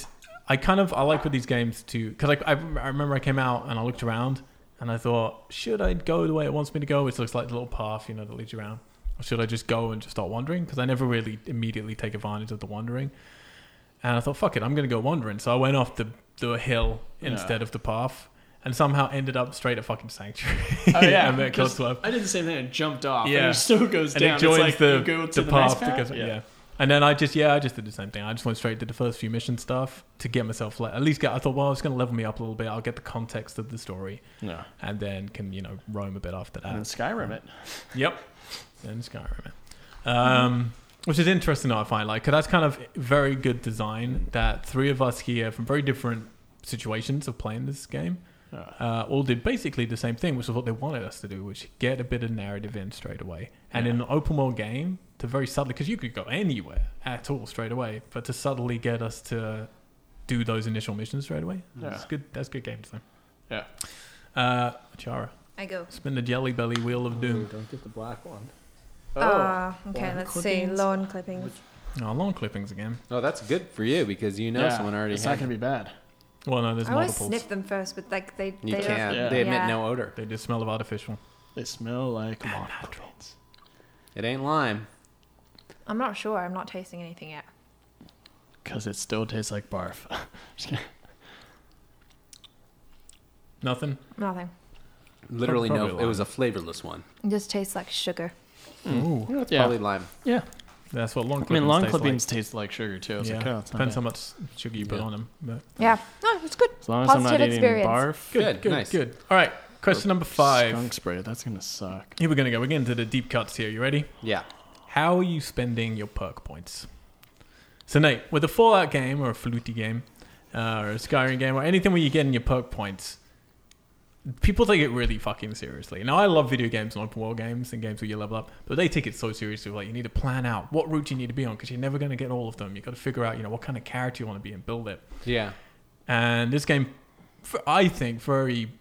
I kind of I like with these games too because I, I I remember I came out and I looked around and I thought should I go the way it wants me to go, which looks like the little path you know that leads you around, or should I just go and just start wandering? Because I never really immediately take advantage of the wandering, and I thought fuck it, I'm gonna go wandering. So I went off the the hill Yeah. instead of the path. And somehow ended up straight at fucking sanctuary. Oh yeah, and met because Codsworth I did the same thing. It jumped off. Yeah. and it still goes and down. it joins it's like the, you go to the, the, path, next path. because yeah. And then I just yeah, I just did the same thing. I just went straight to the first few mission stuff to get myself le- at least get. I thought well, it's going to level me up a little bit. I'll get the context of the story, No, and then can you know roam a bit after that. and then Skyrim it. Yep. Then Skyrim. Um, which is interesting, I find. Like, 'cause that's kind of very good design that three of us here from very different situations of playing this game uh, all did basically the same thing, which is what they wanted us to do, which get a bit of narrative in straight away. And in an open world game, to very subtly, because you could go anywhere at all straight away, but to subtly get us to do those initial missions straight away. Yeah. That's good. That's good game design. Yeah. Uh, Chara, I go. spin the jelly belly wheel of doom. don't get the black one. Oh, okay. lawn Let's see. clippings. Lawn clippings. Oh, long clippings again. Oh, that's good for you because you know yeah, someone already It's had. not gonna be bad. Well, no, there's I always multiples. sniff them first, but like they you they can't. Yeah. They emit Yeah. no odor. They just smell of artificial. They smell like monocultures. It ain't lime. I'm not sure. I'm not tasting anything yet. Because it still tastes like barf. Just kidding. Nothing. Nothing. Literally, Probably no. lime. It was a flavorless one. It just tastes like sugar. Ooh, It's Yeah. probably lime. yeah. that's what long. Hmm. I mean, clippings long taste clippings taste like sugar too. I Like. was Yeah, like, oh, it's not depends how bad. much sugar you put Yeah. on them. But Yeah. No, it's good. As long as I'm Positive not eating experience. barf. good, Good, good, nice. good. All right, question number five. Skunk spray. That's gonna suck. Here we're gonna go. We're getting to the deep cuts here. You ready? Yeah. How are you spending your perk points? So, Nate, with a Fallout game or a Fluty game uh, or a Skyrim game or anything where you're getting your perk points, people take it really fucking seriously. Now, I love video games and open world games and games where you level up, but they take it so seriously. Like, you need to plan out what route you need to be on because you're never going to get all of them. You've got to figure out, you know, what kind of character you want to be and build it. Yeah. And this game, f- I think, very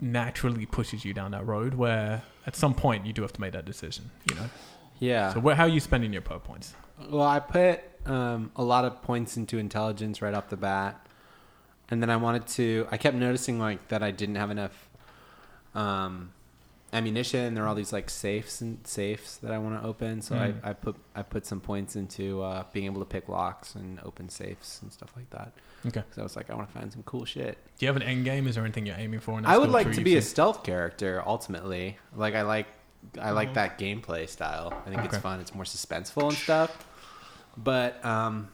naturally pushes you down that road where at some point you do have to make that decision, you know? Yeah. So, where, how are you spending your perk points? Well, I put um, a lot of points into intelligence right off the bat, and then I wanted to. I kept noticing like that I didn't have enough um, ammunition. There are all these like safes and safes that I want to open, so Mm. I, I put I put some points into uh, being able to pick locks and open safes and stuff like that. Okay. Because I was like, I want to find some cool shit. Do you have an end game? Is there anything you're aiming for? In that I would skill like tree to you've be a seen? stealth character ultimately. Like I like I like that gameplay style. I think Okay. it's fun. It's more suspenseful and stuff. But um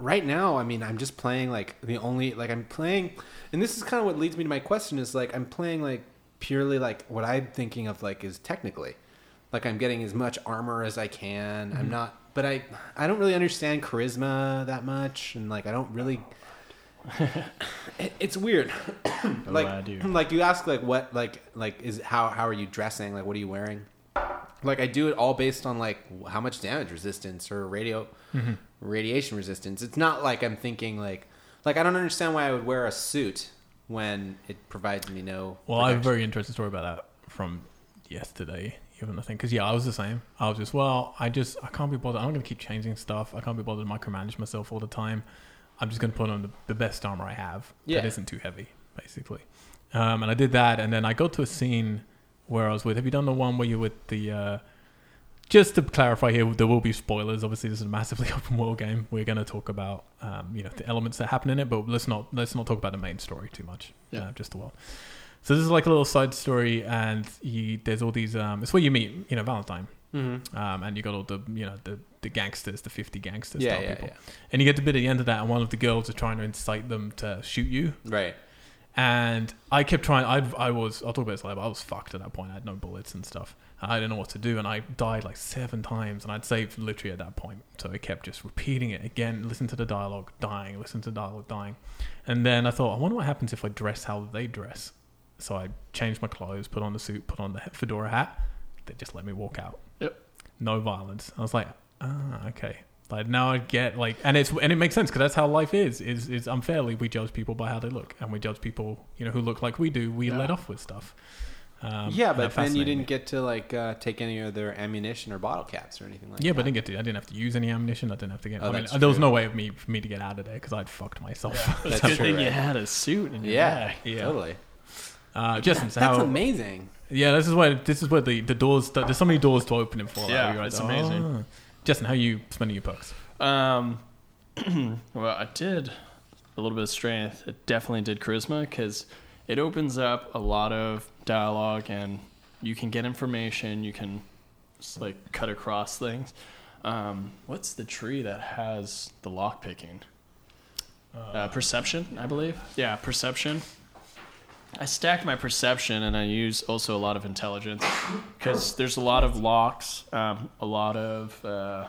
right now, I mean, I'm just playing like the only like I'm playing and this is kind of what leads me to my question is like I'm playing like purely like what I'm thinking of like is technically. Like I'm getting as much armor as I can. Mm-hmm. I'm not but I I don't really understand charisma that much and like I don't really Oh. It- it's weird. like I do. like you ask like what like like is how how are you dressing? Like what are you wearing? Like I do it all based on like w- how much damage resistance or radio Mm-hmm. radiation resistance. It's not like I'm thinking like like I don't understand why I would wear a suit when it provides me no. Well, I have a protection. very interesting story about that from yesterday. Even I think because yeah, I was the same. I was just well, I just I can't be bothered. I'm going to keep changing stuff. I can't be bothered to micromanage myself all the time. I'm just going to put on the, the best armor I have Yeah. that isn't too heavy, basically. Um, and I did that, and then I got to a scene where I was with. Have you done the one where you're with the? Uh, just to clarify here, there will be spoilers. Obviously, this is a massively open world game. We're going to talk about um, you know the elements that happen in it, but let's not let's not talk about the main story too much. Yeah. Uh, just the world. So this is like a little side story, and you, there's all these. Um, it's where you meet, you know, Valentine, mm-hmm. um, and you got all the, you know, the, the gangsters, the fifty gangsters, Yeah, style yeah, people, yeah. and you get to bit at the end of that, and one of the girls are trying to incite them to shoot you, right. and I kept trying. I I was I'll talk about this later. But I was fucked at that point. I had no bullets and stuff. I didn't know what to do, and I died like seven times. And I'd saved literally at that point, so I kept just repeating it again. Listen to the dialogue, dying. Listen to the dialogue, dying. And then I thought, I wonder what happens if I dress how they dress. So I changed my clothes, put on the suit, put on the fedora hat. They just let me walk out Yep. no violence. I was like, ah, okay. Like now I get like, and it's and it makes sense because that's how life is. Is is unfairly we judge people by how they look, and we judge people you know who look like we do. We Yeah. let off with stuff. Um, yeah, and that but then you fascinated didn't me. get to like uh, take any of their ammunition or bottle caps or anything like Yeah, that. uh, but I didn't get to. I didn't have to use any ammunition. I didn't have to get. Oh, I mean, that's there was true. no way of me for me to get out of there because I'd fucked myself. It's That's a good true, thing right? you had a suit in your yeah, bag. Yeah. totally. uh, just That's how. amazing. Yeah, this is where this is where the, the doors. There's so many doors to open in Fallout. Yeah, You're like, it's amazing. "Oh." Justin, how you spending your bucks? Um, well, I did a little bit of strength. It definitely did charisma because it opens up a lot of dialogue and you can get information. You can just, like cut across things. Um, what's the tree that has the lock picking? Uh, perception, I believe. Yeah, perception. I stacked my perception and I use also a lot of intelligence because there's a lot of locks, um, a lot of uh,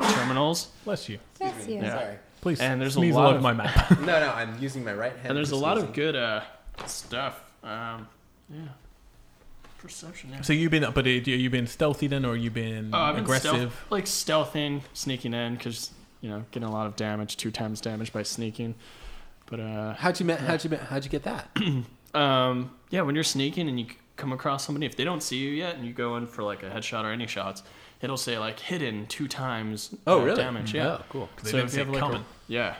terminals. Bless you. Bless you. Yeah. Sorry. Please. And there's a sneeze all lot over of- my map. No, no, I'm using my right hand. And there's for a lot of sneezing. good uh, stuff. Um, yeah. Perception. Yeah. So you've been, but it- you- you've been stealthy then, or you've been Oh, I've been aggressive? stealth, like stealthing, sneaking in, because you know getting a lot of damage, two times damage by sneaking. But uh, How'd you ma- how'd you ma- how'd you get that? um, yeah, when you're sneaking and you c- come across somebody, if they don't see you yet, and you go in for like a headshot or any shots, it'll say like hidden two times. Oh, uh, really? Damage. Yeah. Oh, cool. They didn't see it a- coming. yeah.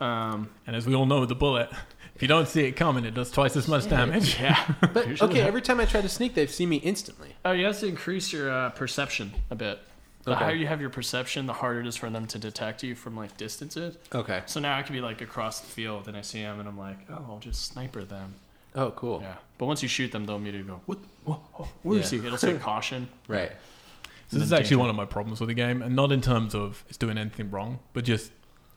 Um, And as we all know, with the bullet, if you don't see it coming, it does twice as much damage. yeah. But okay, every time I try to sneak, they've seen me instantly. Oh, you have to increase your uh, perception a bit. The Okay. higher you have your perception, the harder it is for them to detect you from like distances. Okay. So now I could be like across the field and I see them and I'm like, oh, I'll just sniper them. Oh, cool. Yeah. But once you shoot them, they'll immediately go, what? Whoa, whoa, where is Yeah. he? It'll say caution. Right. So this is actually one of my problems with the game, and not in terms of it's doing anything wrong, but just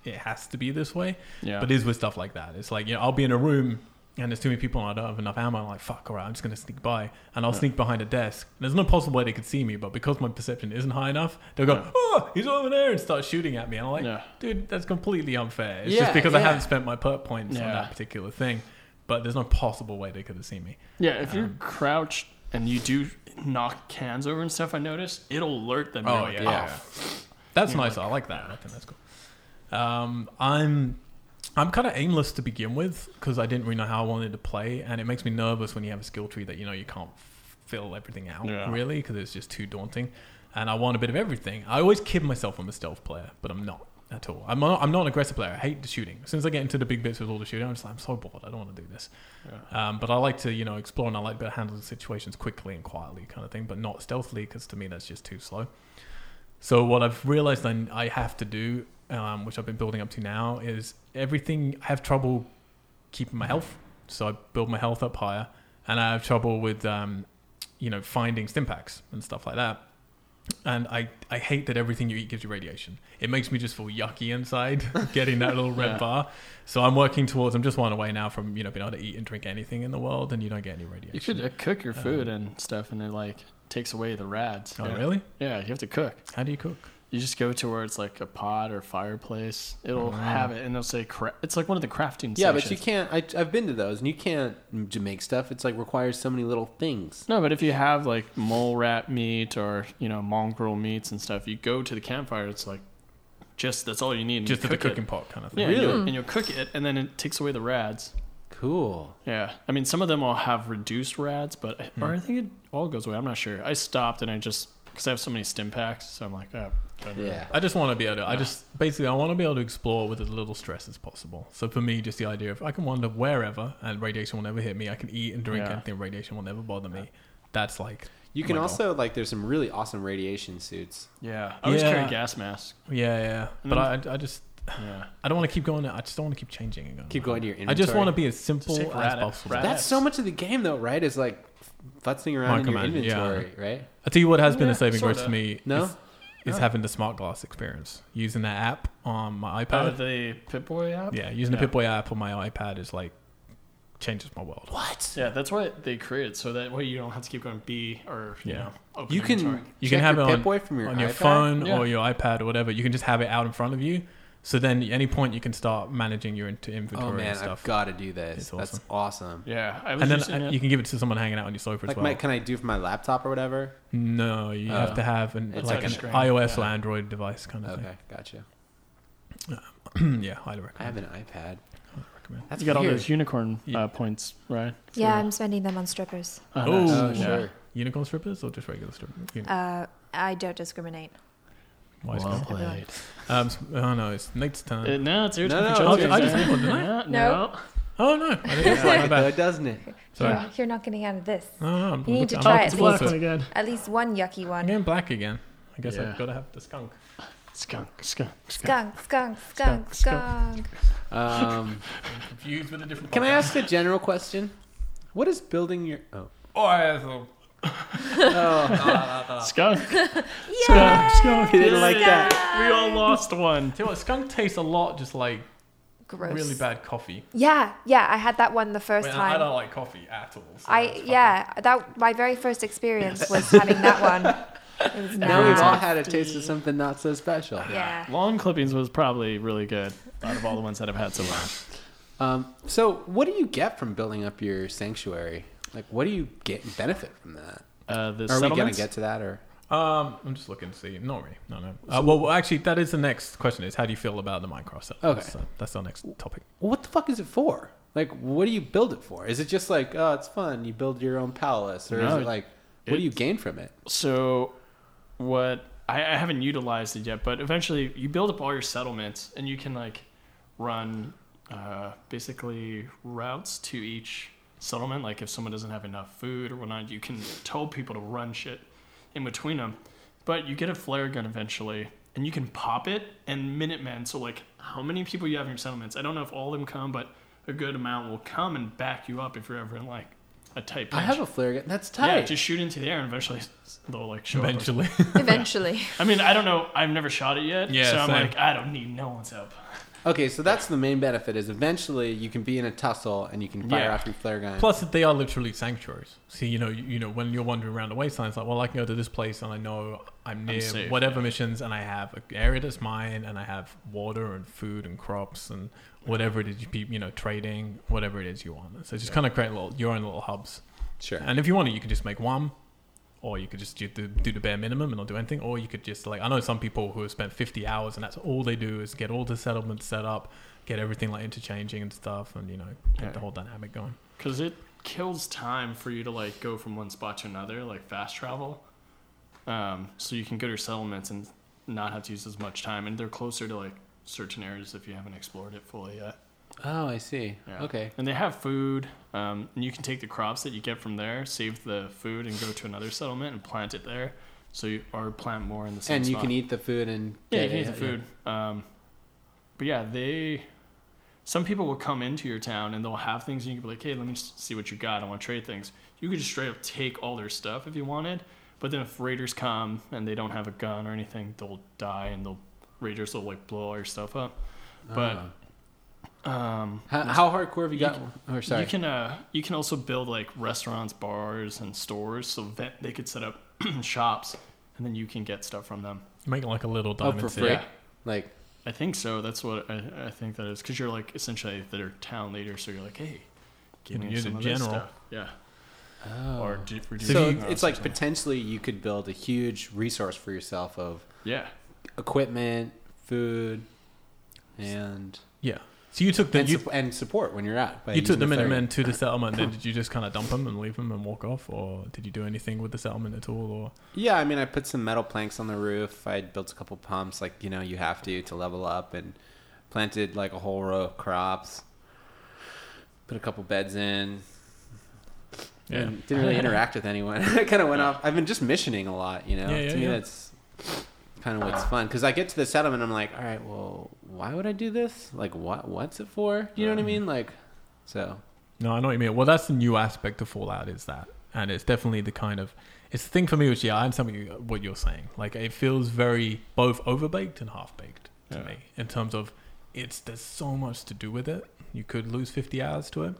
it has to be this way. Yeah. But it is with stuff like that. It's like, yeah, I'll be in a room and there's too many people and I don't have enough ammo. I'm like, fuck, all right, I'm just going to sneak by. And I'll sneak behind a desk. There's no possible way they could see me, but because my perception isn't high enough, they'll go, oh, he's over there and start shooting at me. And I'm like, Yeah. dude, that's completely unfair. It's Yeah, just because I yeah. haven't spent my perk points on Yeah. that particular thing. But there's no possible way they could have seen me. Yeah, if you're crouched and you do knock cans over and stuff, I noticed it'll alert them. They're Oh like, yeah, yeah. that's nice. I like that. I think that's cool. Um, I'm I'm kind of aimless to begin with because I didn't really know how I wanted to play, and it makes me nervous when you have a skill tree that you know you can't fill everything out Yeah. really because it's just too daunting. And I want a bit of everything. I always kid myself I'm a stealth player, but I'm not at all. I'm not, I'm not an aggressive player. I hate the shooting. As soon as I get into the big bits with all the shooting, I'm just like, I'm so bored. I don't want to do this. Um, but I like to, you know, explore and I like to handle the situations quickly and quietly kind of thing, but not stealthily because to me that's just too slow. So what I've realized I, I have to do, um, which I've been building up to now, is everything. I have trouble keeping my health, so I build my health up higher, and I have trouble with, um, you know, finding stim packs and stuff like that. And I, I hate that everything you eat gives you radiation. It makes me just feel yucky inside, getting that little red Yeah. bar. So I'm working towards. I'm just one away now from you know being able to eat and drink anything in the world, and you don't get any radiation. You could uh, cook your food and stuff, and it like takes away the rads. oh yeah. really? Yeah, you have to cook. How do you cook? You just go to where it's like a pot or fireplace. It'll have it, and it'll say cra- it's like one of the crafting. Yeah, but you stations. can't. I, I've been to those, and you can't j- make stuff. It's like requires so many little things. No, but if you have like mole rat meat or you know mongrel meats and stuff, you go to the campfire. It's like just that's all you need. and Just you at the cook it. cooking pot kind of thing. Yeah, Really? and you'll- and you'll cook it, and then it takes away the rads. Cool. Yeah, I mean, some of them will have reduced rads, but or I think it all goes away. I'm not sure. I stopped and I just because I have so many stim packs, so I'm like, oh, whatever. Yeah. I just want to be able to. I just basically I want to be able to explore with as little stress as possible. So for me, just the idea of I can wander wherever and radiation will never hit me. I can eat and drink Yeah. anything. Radiation will never bother me. That's like You can my also like. There's some really awesome radiation suits. yeah. I always Yeah. carry a gas mask. goal. yeah, yeah. But I, I just Yeah, I don't want to keep going. I just don't want to keep changing and going. Keep going to your I just inventory. want to be as simple Just as take rat out- possible. rat That's Yes. so much of the game, though, right? Is like futzing around in your Micromanaging, yeah. inventory, right? I tell you what has been Yeah, a saving grace sorta. to me. No? is, is having the smart glass experience using that app on my iPad. uh, the Pip Boy app. yeah, using Yeah. the Pip-Boy app on my iPad is like changes my world. What? Yeah, that's why they created so that way you don't have to keep going B or you Yeah. know. Open You can inventory. You check can have your it on, Pip-Boy from your on your iPad? phone Yeah. or your iPad or whatever. You can just have it out in front of you. So then at any point you can start managing your int- inventory Oh man, and I've stuff. got to do this. It's That's awesome. awesome. Yeah, I was and then using uh, it. you can give it to someone hanging out on your sofa Like, as well. my, can I do for my laptop or whatever? no, you have to have an, It's like an touchscreen, iOS or yeah. Android device kind of Okay, gotcha. thing. yeah, highly I recommend. have an iPad. recommend. That's You got all weird. those unicorn Yeah. uh, points, right? Yeah, For- I'm spending them on strippers. oh, nice. Oh, Yeah. sure. Unicorn strippers or just regular strippers? Uni- Uh, I don't discriminate. wise Well guy. played. um, s- oh no, it's Nate's turn. Uh, no, it's your No, turn. no, It's it's your your I turn. just did one, didn't I? Yeah, No. no. oh no, I didn't It's my like it bad. though, doesn't it? Sorry. You're, you're not getting out of this. No, no, I'm, You need to I'm, try I'm, it, Oh, It's please. black one again. At least one yucky I'm one. getting black again. I guess Yeah. I've got to have the skunk. Skunk, skunk, skunk. Skunk, skunk, skunk, Skunk, skunk. skunk. Um, Confused with a different. can I podcast. ask a general question? What is building your? Oh, Oh, I have a- Uh, Skunk. Skunk. Skunk. He didn't like that. We all lost one. Tell you what, skunk tastes a lot just like Gross. really bad coffee. Yeah, yeah. I had that one the first I, mean, I time. don't like coffee at all. so I that's fucking- yeah, that my very first experience was having that one. It was Now we've all nasty. had a taste of something not so special. Yeah. Lawn clippings was probably really good out of all the ones that I've had so far. Um, so, what do you get from building up your sanctuary? Like, what do you get benefit from that? Uh, the Are we gonna settlements. get to that, or Um, I'm just looking to see. Not really. No, no. Uh, well, well, actually, that is the next question: is how do you feel about the Minecraft settlements? Okay. So that's our next topic. what the fuck is it for? Like, what do you build it for? Is it just like, oh, it's fun, you build your own palace, or No, is it like, what do you it's- gain from it? so, what I, I haven't utilized it yet, but eventually you build up all your settlements and you can like run uh, basically routes to each settlement. Like if someone doesn't have enough food or whatnot, you can tell people to run shit in between them. But you get a flare gun eventually, and you can pop it, and Minutemen. So, like, how many people you have in your settlements? I don't know if all of them come, but a good amount will come and back you up if you're ever in, like, a tight I pinch. have a flare gun. That's tight. yeah, just shoot into the air, and eventually they'll, like, show up. Eventually. Eventually. I mean, I don't know. I've never shot it yet. Yeah, so I'm same. like, I don't need no one's help. Okay, so that's the main benefit is eventually you can be in a tussle and you can fire Yeah. off your flare gun. Plus, they are literally sanctuaries. See, you know, you, you know, when you're wandering around the wasteland, it's like, well, I can go to this place and I know I'm near safe, whatever missions, and I have an area that's mine, and I have water and food and crops and whatever it is you keep, you know, trading, whatever it is you want. So just kind of create little your own little hubs. sure. And if you want it, you can just make one, or you could just do the, do the bare minimum and not do anything, or you could just like I know some people who have spent 50 hours and that's all they do is get all the settlements set up, get everything like interchanging and stuff, and you know, get Yeah. the whole dynamic going. Because it kills time for you to like go from one spot to another, like fast travel. Um, so you can go to your settlements and not have to use as much time, and they're closer to like certain areas if you haven't explored it fully yet. Oh, I see. Yeah. Okay. And they have food, um, and you can take the crops that you get from there, save the food, and go to another settlement and plant it there. So you or plant more in the same. and you spot. can eat the food and Yeah, you get can eat the it. food. Um, but yeah, they. Some people will come into your town and they'll have things, and you can be like, "Hey, let me s- see what you got. I want to trade things." You could just straight up take all their stuff if you wanted. But then if raiders come and they don't have a gun or anything, they'll die, and they'll raiders will like blow all your stuff up. But um, Oh. How, how hardcore have you, You got? or sorry. you can uh, you can also build like restaurants, bars, and stores, so that they could set up shops, and then you can get stuff from them. Make like a little oh, diamond for city. free. Like I think so. That's what I, I think that is because you're like essentially their town leader, so you're like, hey, give And me you're some the of this general. stuff. yeah, oh. or d- reduce. so the it's- cost it's or like something. potentially you could build a huge resource for yourself of yeah, equipment, food, and Yeah. So you took the and, you, sup- and support when you're out. by you took using the flare gun. Minutemen to the settlement. then did you just kind of dump them and leave them and walk off, or did you do anything with the settlement at all? Or Yeah, I mean, I put some metal planks on the roof. I built a couple pumps, like you know, you have to to level up, and planted like a whole row of crops. Put a couple beds in. Yeah. And didn't really interact with anyone. I kind of went off. I've been just missioning a lot, you know. Yeah, yeah, to me, yeah. that's kind of what's fun because I get to the settlement. I'm like, all right, well, why would I do this? Like, what? What's it for? You know what I mean? Like, so No, I know what you mean. Well, that's the new aspect of Fallout is that, and it's definitely the kind of it's the thing for me. Which yeah, I understand what, you, what you're saying. Like it feels very both overbaked and half baked to Yeah. me in terms of it's there's so much to do with it. You could lose 50 hours to it,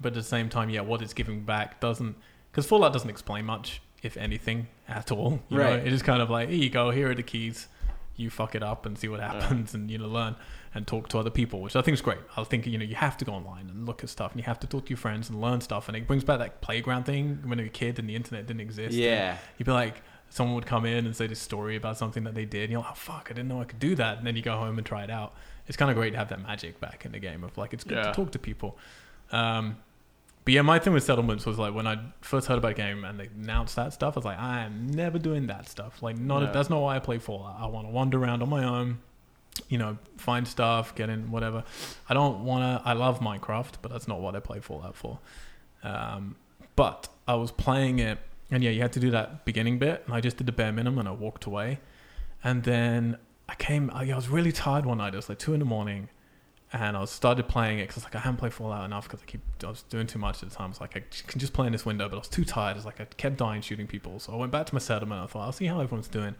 but at the same time, yeah, what it's giving back doesn't because Fallout doesn't explain much, if anything, at all. You Right. Know? It is kind of like here you go, here are the keys. You fuck it up and see what happens, and you know learn and talk to other people, which I think is great. I think you know you have to go online and look at stuff, and you have to talk to your friends and learn stuff, and it brings back that playground thing when you were a kid and the internet didn't exist. and Yeah. you'd be like, someone would come in and say this story about something that they did, and you're like, oh fuck, I didn't know I could do that, and then you go home and try it out. It's kind of great to have that magic back in the game of like it's good Yeah. to talk to people. Um, but yeah, my thing with settlements was like when I first heard about the game and they announced that stuff, I was like, I am never doing that stuff. Like, not Yeah. that's not why I play Fallout. I want to wander around on my own, you know, find stuff, get in whatever. I don't want to. I love Minecraft, but that's not what I play Fallout for. Um, but I was playing it, and yeah, you had to do that beginning bit, and I just did the bare minimum, and I walked away, and then I came. I, I was really tired one night. It was like two in the morning, and I was started playing it because like I haven't played Fallout enough because I keep I was doing too much at the time. It's like I j- can just play in this window, but I was too tired. It's like I kept dying shooting people, so I went back to my settlement. I thought I'll see how everyone's doing,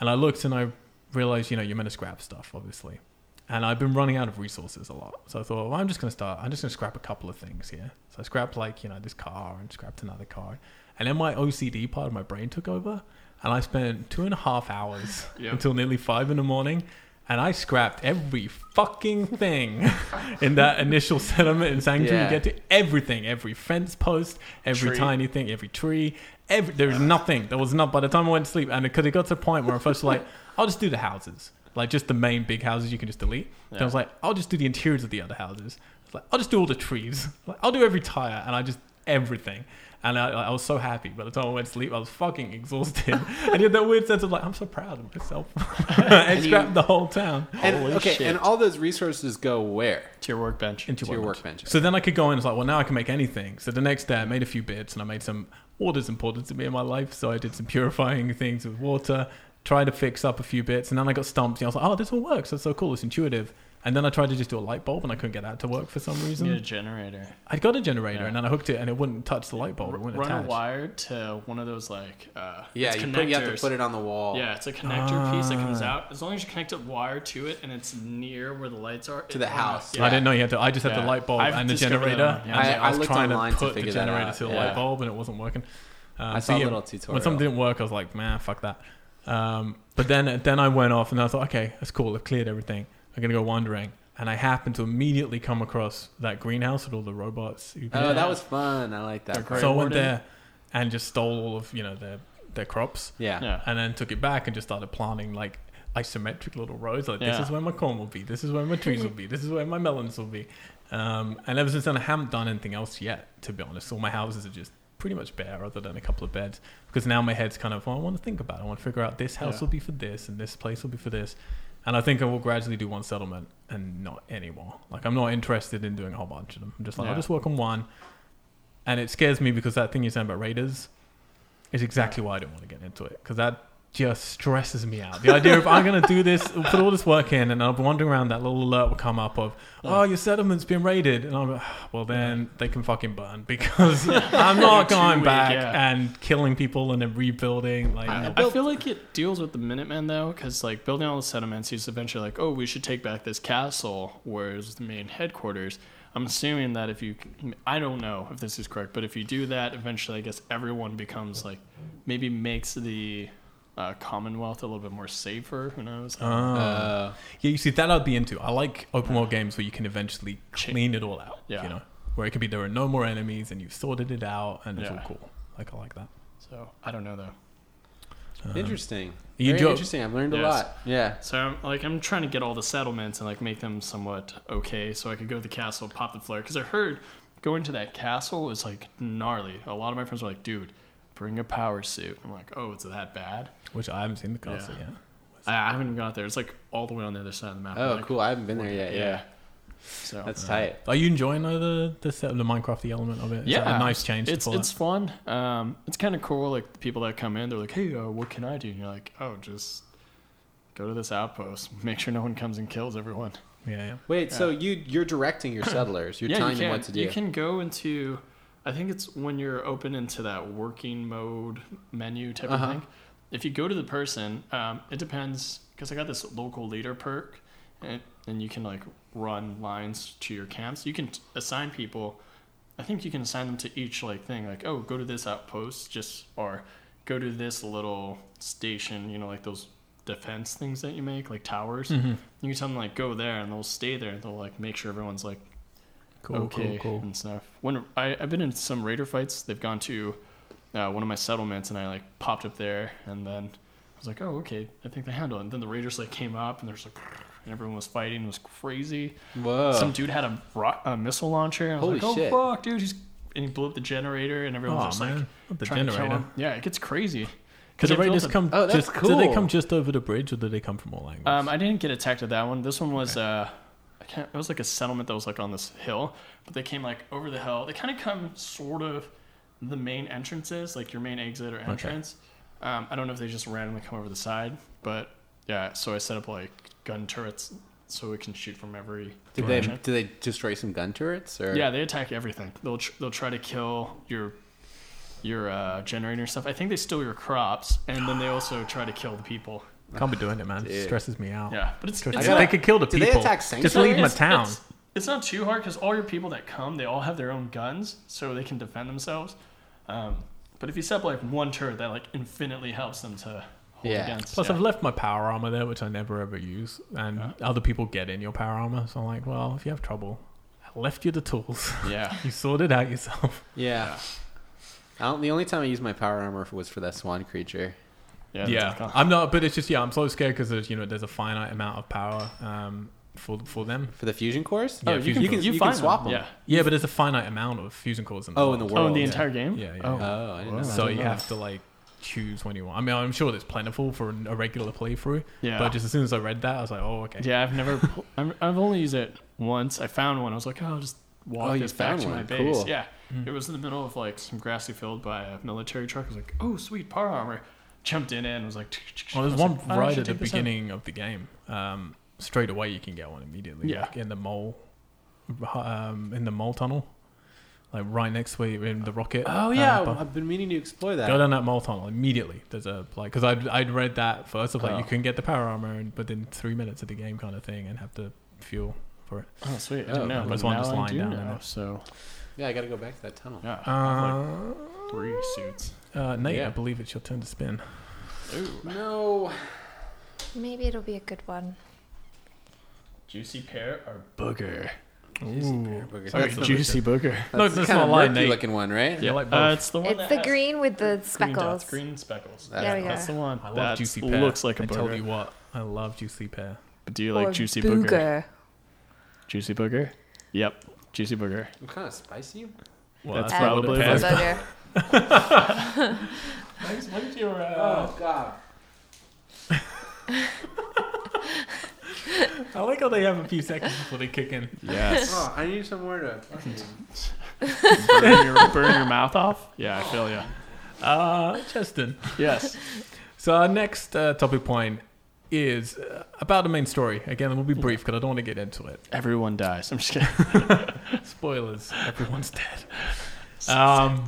and I looked and I realized you know you're meant to scrap stuff obviously, and I've been running out of resources a lot. So I thought well, I'm just gonna start. I'm just gonna scrap a couple of things here. So I scrapped like you know this car and scrapped another car, and then my OCD part of my brain took over, and I spent two and a half hours Yep. until nearly five in the morning and I scrapped every fucking thing in that initial settlement in Sanctuary. Yeah. You get to everything, every fence post, every Tree. tiny thing, every tree. Every, there was nothing. There was not. By the time I went to sleep, and because it, got to a point where I first like, I'll just do the houses, like just the main big houses you can just delete. Then I was Yeah. like, I'll just do the interiors of the other houses. It's like I'll just do all the trees. Like, I'll do every tire, and I just everything. And I, I was so happy. By the time I went to sleep, I was fucking exhausted. and you had that weird sense of like, I'm so proud of myself. I you- scrapped the whole town And, Holy okay, shit. and all those resources go where? to your workbench. into To your workbench. workbench. So then I could go in. It's like, well, now I can make anything. So the next day, I made a few bits and I made some orders important to me in my life. So I did some purifying things with water, tried to fix up a few bits, and then I got stumped. And I was like, oh, this all works. That's so cool. It's intuitive. And then I tried to just do a light bulb, and I couldn't get that to work for some You reason. need a generator. I got a generator, Yeah. and then I hooked it, and it wouldn't touch the light bulb. It wouldn't Run attach. a wire to one of those like uh, Yeah, it's you, put, you have to connectors. put it Ah. on the wall. Yeah, it's a connector piece that comes out. As long as you connect a wire to it and it's near where the lights are To the house. I didn't know you had to. I just had the Yeah. light bulb I've and the discovered that generator. one, And yeah. I, I was looked trying online to to put the figure that generator out, to the yeah. light bulb, and it wasn't working. Uh, I saw a yeah, little When tutorial. something didn't work, I was like, man, fuck that. Um, but then, then I went off, and I thought, okay, that's cool. I've cleared everything. I'm gonna go wandering, and I happened to immediately come across that greenhouse with all the robots. who- Oh, that was fun. I like They're that. great. so I went Warden. there and just stole all of you know their their crops Yeah. Yeah. and then took it back and just started planting like isometric little rows. Like this Yeah. is where my corn will be. This is where my trees will be. This is where my melons will be. Um, and ever since then, I haven't done anything else yet. To be honest, all my houses are just pretty much bare, other than a couple of beds. Because now my head's kind of, well, I want to think about. it. I want to figure out this house Yeah. will be for this, and this place will be for this. And I think I will gradually do one settlement and not anymore. Like I'm not interested in doing a whole bunch of them. I'm just like Yeah. I'll just work on one. And it scares me because that thing you're saying about raiders is exactly why I don't want to get into it because that just stresses me out. The idea of I'm going to do this, put all this work in, and I'll be wandering around. That little alert will come up of, oh, your settlement's been raided, and I'm like, "Ah, well, then they can fucking burn because I'm not Too going weak, back yeah. and killing people and then rebuilding. Like, I, I feel like it deals with the Minutemen though, because like building all the settlements, he's eventually like, oh, we should take back this castle, where is the main headquarters. I'm assuming that if you, I don't know if this is correct, but if you do that, eventually, I guess everyone becomes like, maybe makes the uh, Commonwealth a little bit more safer. Who knows? Uh, oh. yeah, you see, that I'd be into. I like open world games where you can eventually Ch- clean it all out. Yeah. you know, where it could be there are no more enemies and you've sorted it out and it's Yeah. all cool. Like I like that. So I don't know though. Oh, uh, interesting. You Very do- interesting. I've learned a Yes. lot. Yeah. So I'm like I'm trying to get all the settlements and like make them somewhat okay, so I could go to the castle, pop the flare. Because I heard going to that castle is like gnarly. A lot of my friends were like, "Dude, bring a power suit." I'm like, "Oh, it's that bad?" Which I haven't seen the castle Yeah. yet. I, I haven't even got there. It's like all the way on the other side of the map. Oh, Like, cool. I haven't been there yet. Yeah. So That's tight. Are you enjoying uh, the the set, the Minecrafty element of it? Is that uh, yeah, a nice change. to It's Fallout? it's fun. Um, it's kind of cool. Like the people that come in, they're like, "Hey, uh, what can I do?" And you're like, "Oh, just go to this outpost. Make sure no one comes and kills everyone." yeah, yeah. Wait, so you you're directing your settlers. You're telling can. them what to do. You can go into, I think it's when you're open into that working mode menu type Uh-huh. of thing. If you go to the person, um, it depends because I got this local leader perk, and, and you can like run lines to your camps. You can t- assign people. I think you can assign them to each like thing. Like, oh, go to this outpost, just or go to this little station. You know, like those defense things that you make, like towers. Mm-hmm. You can tell them like go there, and they'll stay there. They'll like make sure everyone's like Cool, okay cool, cool. and stuff. When I, I've been in some raider fights, they've gone to uh, one of my settlements, and I like popped up there, and then I was like, oh okay, I think they handled it. And then the raiders like came up, and there's like, and everyone was fighting, it was crazy. Whoa. Some dude had a, ro- a missile launcher. And I Holy was like, shit. oh fuck, dude, he's and he blew up the generator, and everyone Oh, was just, man. like Not the trying to kill generator. him. Yeah, it gets crazy. Did the they built raiders a- come? Oh, that's just, Did they cool. come just over the bridge, or did they come from all angles? Um, I didn't get attacked at that one. This one was uh, I can't. It was like a settlement that was like on this hill, but they came like over the hill. They kind of come sort of the main entrances, like your main exit or entrance. Um, I don't know if they just randomly come over the side, but yeah. So I set up like gun turrets so we can shoot from every. did they direction. did they destroy some gun turrets or? Yeah, they attack everything. They'll tr- they'll try to kill your your uh, generator and stuff. I think they steal your crops, and then they also try to kill the people. Can't be doing it, man. It Dude. stresses me out. Uh, Yeah, but it's, Stresses- it's gotta- they could kill the Do they people. attack just sanctuaries? leave them a It's- town. It's, it's not too hard because all your people that come, they all have their own guns, so they can defend themselves. Um, but if you set up like one turret, that like infinitely helps them to hold Yeah. against. Plus, yeah. I've left my power armor there, which I never ever use, and other people get in your power armor. So I'm like, well, if you have trouble, I left you the tools. yeah, you sorted out yourself. Yeah. I don't, the only time I used my power armor was for that swan creature. yeah, that's yeah a con- i'm not but it's just yeah i'm so scared because there's you know there's a finite amount of power um for for them. for the fusion cores. Yeah, oh, you fusion can, cores. you can find swap them. Yeah. Yeah, but there's a finite amount of fusion cores in the Oh, in the Oh, in World, the yeah. entire game. Yeah, yeah. Oh. Oh, I didn't know. So I don't you know. have to like choose when you want. I mean, I'm sure there's plentiful for an- a regular playthrough. Yeah. But just as soon as I read that, I was like, oh, okay. Yeah, I've never. pu- I'm, I've only used it once. I found one. I was like, oh, I'll just walk Oh, you this back found to my one. base. Cool. Yeah, it was in the middle of like some grassy field by a military truck. I was like, oh, sweet par armor. Jumped in and was like, Well, I there's was one like, "Oh, I right should at the take this out." beginning of the game. Um, straight away you can get one immediately. Yeah. Like in the mole, um, in the mole tunnel, like right next where you're in the rocket. Oh uh, yeah, bu- I've been meaning to explore Go that. down that mole tunnel immediately. There's a like because I'd I'd read that first of like you Oh. can get the power armor and within three minutes of the game kind of thing and have the fuel for it. Oh, sweet. I Oh, didn't know. but But it's one now just I lying do down know. there. So Yeah, I got to go back to that tunnel. yeah, I have, Uh, like three suits. uh, Nate, Yeah. I believe it's your turn to spin. No, Maybe it'll be a good one. Juicy pear or booger? Ooh. Sorry, That's the- juicy booger. No, that's that's kind not of lying, murky Nate. looking one, right? Yeah, like Uh, both. it's the one. It's that the has green with the green dots, speckles. green speckles. That's There we That's the go. one. I love That juicy pear. looks like a I booger. told you what. I love juicy pear. But do you like Or juicy booger. booger? Juicy booger? Yep. Juicy booger. kind of spicy. Well, That's I Um, thought probably it what was it's it a pear. booger. What did your Oh God. I like how they have a few seconds before they kick in. Yes. Oh, I need somewhere to. burn, your, burn your mouth off? Yeah, I feel ya. Uh, Justin. Yes. So our next uh, topic point is uh, about the main story. Again, we'll be Hmm. brief because I don't want to get into it. Everyone dies. I'm just kidding. Spoilers. Everyone's dead. Um,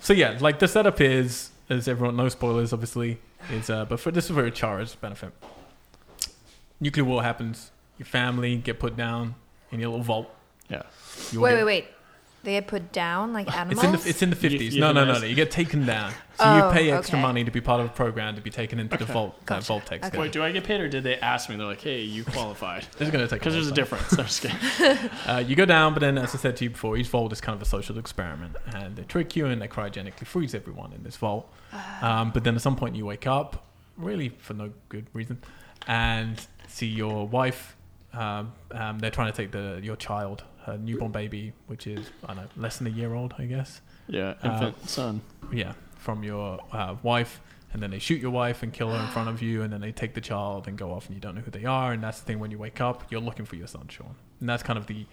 so yeah, like the setup is, as everyone knows, spoilers obviously is, uh, but for this is for Chara's benefit. Nuclear war happens. Your family get put down in your little vault. Yeah. You all Wait, get- wait, wait. They are put down like It's animals. in the it's in the fifties. You- No, no, no, euthanized. no. You get taken down, so Oh, you pay extra okay. money to be part of a program to be taken into the Okay. vault. Gotcha. That vault takes. Okay. Wait, do I get paid or did they ask me? They're like, hey, you qualified. This is going to take Because there's a while, difference. I'm just kidding. so. Uh, you go down, but then, as I said to you before, each vault is kind of a social experiment, and they trick you and they cryogenically freeze everyone in this vault. Um, but then at some point you wake up, really for no good reason, and see your wife. Um, um, they're trying to take the your child, her newborn baby, which is I don't know less than a year old, I guess. Yeah, Uh, infant son. yeah, from your uh, wife, and then they shoot your wife and kill her in front of you, and then they take the child and go off, and you don't know who they are. And that's the thing when you wake up, you're looking for your son, Sean, and that's kind of the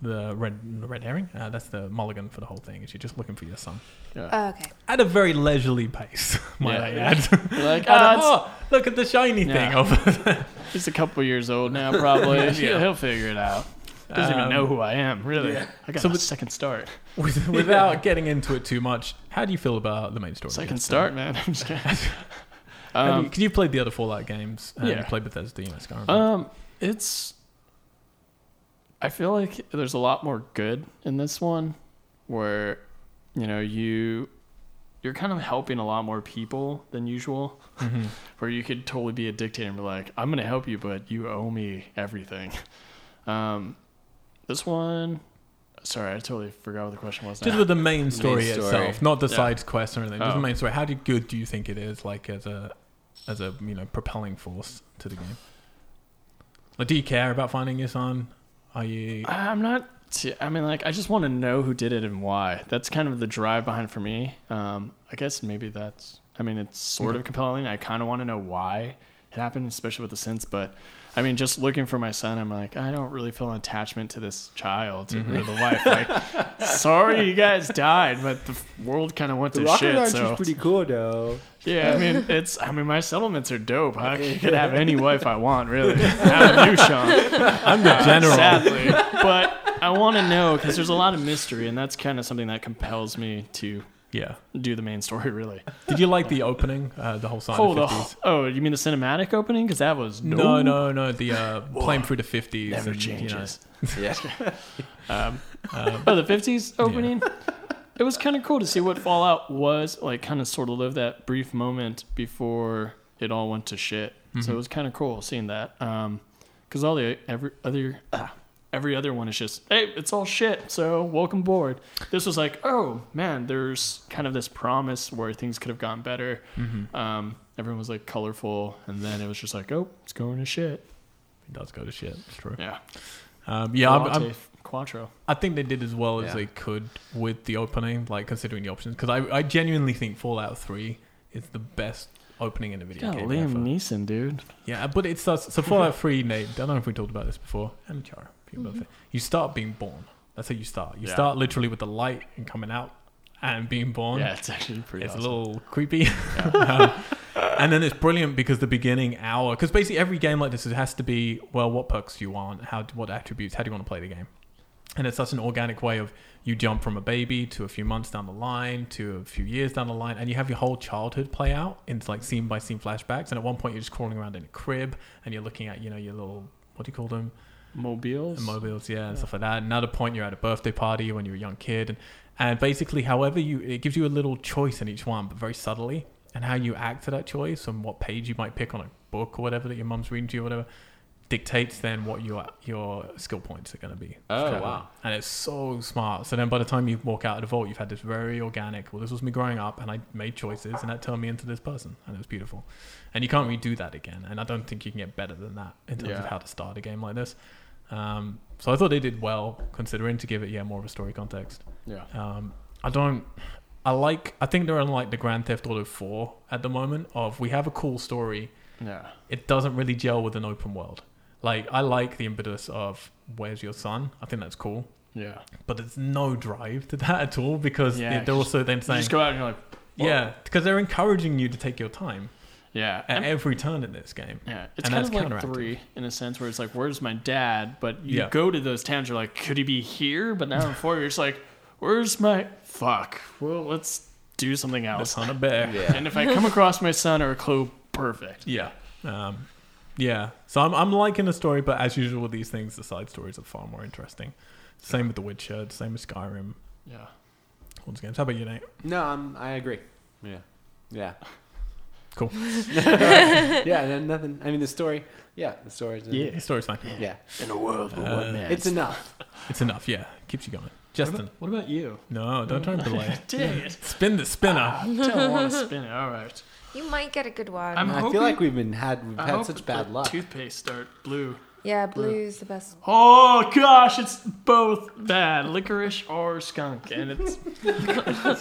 the red the red herring. Uh, that's the mulligan for the whole thing. Is you're just looking for your son Yeah. Oh, okay. at a very leisurely pace, might Yeah, I yeah. add. You're like, And, "Ah, oh, look at the shiny thing Yeah. over there. it's- he's a couple years old now, probably. He'll, he'll figure it out. Doesn't Um, even know who I am, really. I got So a with- second start. With, without getting into it too much, how do you feel about the main story? Second Justin? start, man. I'm just kidding. How do Um, you- 'cause you played the other Fallout games. And You Yeah. played Bethesda, you know, Skyrim. Um, it's. I feel like there's a lot more good in this one, where, you know, you, you're kind of helping a lot more people than usual. Where you could totally be a dictator and be like, "I'm gonna help you, but you owe me everything." Um, this one, sorry, I totally forgot what the question was. Just now. with the main story, story. itself, not the Yeah. side quest or anything. Just the Oh. main story. How do- good do you think it is, like as a as a you know propelling force to the game? Like, do you care about finding your son? Are you? I'm not. T- I mean, like, I just want to know who did it and why. That's kind of the drive behind it for me. Um, I guess maybe that's. I mean, it's sort of compelling. I kind of want to know why it happened, especially with the sense. But I mean, just looking for my son, I'm like, I don't really feel an attachment to this child or the wife. Like, sorry, you guys died, but the world kind of went to shit. So cool though. yeah, I mean, it's. I mean, my settlements are dope. I could have any wife I want, really. Have you, Sean? I'm the general. Sadly, but I want to know because there's a lot of mystery, and that's kind of something that compels me to Yeah. do the main story. Really. Did you like the opening? Uh, the whole song. Oh, the the, oh, you mean the cinematic opening? Because that was No, no, no. The uh, playing through the fifties never and, you know, changes. Yeah. Um, but the fifties opening, it was kind of cool to see what Fallout was like. Kind of sort of live that brief moment before it all went to shit. Mm-hmm. So it was kind of cool seeing that. Because all the every other ah, every other one is just hey, it's all shit. So welcome board. This was like oh man, there's kind of this promise where things could have Mm-hmm. gone better. Um, everyone was like colorful, and then it was just like oh, it's going to shit. It does go to shit. It's true. Yeah. Um, yeah, I'm, I'm, Latte Quattro. I think they did as well as Yeah. they could with the opening, like considering the options. Because I, I genuinely think Fallout Three is the best opening in a video Yeah, game. Liam ever. Neeson, dude. Yeah, but it starts. So Fallout Three, Nate. I don't know if we talked about this before. And Chara, people love it. You start being born. That's how you start. You Yeah. start literally with the light and coming out and being born. Yeah, it's actually pretty. It's awesome. a little creepy. Um, and then it's brilliant because the beginning hour, because basically every game like this it has to be, well, what perks do you want? How, do- what attributes? How do you want to play the game? And it's such an organic way of you jump from a baby to a few months down the line to a few years down the line, and you have your whole childhood play out in like scene by scene flashbacks. And at one point, you're just crawling around in a crib and you're looking at, you know, your little, what do you call them? mobiles. And mobiles, yeah, and stuff like that. Another point, you're at a birthday party when you're a young kid, and, and basically, however you, it gives you a little choice in each one, but very subtly, and how you act to that choice and what page you might pick on a book or whatever that your mum's reading to you, or whatever, dictates then what your your skill points are going to be. Oh, Kinda. wow. And it's so smart. So then, by the time you walk out of the vault, you've had this very organic. Well, this was me growing up, and I made choices, and that turned me into this person, and it was beautiful. And you can't redo that again. And I don't think you can get better than that in terms of Yeah. how to start a game like this. Um, so I thought they did well considering to give it yeah more of a story context. Yeah. Um, I don't. I like. I think they're on like the Grand Theft Auto Four at the moment. Of we have a cool story. Yeah. It doesn't really gel with an open world. Like I like the impetus of where's your son. I think that's cool. Yeah. But there's no drive to that at all because Yeah, they're also then You saying just go "Oh." out and you're like, whoa. yeah because they're encouraging you to take your time yeah. at And- every turn in this game. yeah, it's and kind that's of like counteractive. three in a sense where it's like, where's my dad? But you Yeah. go to those towns, you're like, could he be here? But now in four, you're just like, where's my fuck? Well, let's do something Let's else. hunt a bear. And if I come across my son or a clue, perfect. Yeah. Um, yeah. So I'm, I'm liking the story, but as usual with these things, the side stories are far more interesting. Same with The Witcher, same with Skyrim, Yeah. all these games. How about you, Nate? No, I'm, I agree. Yeah. Yeah. Cool. yeah, and then nothing. I mean, the story. Yeah, the story. Is Yeah. The story's fine. Yeah. In a world where Uh, one man It's enough. It's enough. Yeah. Keeps you going. Justin. What about you? No, don't turn delay. Dang it. Spin the spinner. I don't want to spin it. All right. You might get a good one. I'm- I hoping- feel like we've been had we've I had hope such bad the luck. Toothpaste start blue. yeah, blue's the best. Oh gosh, it's both bad, licorice or skunk, and it's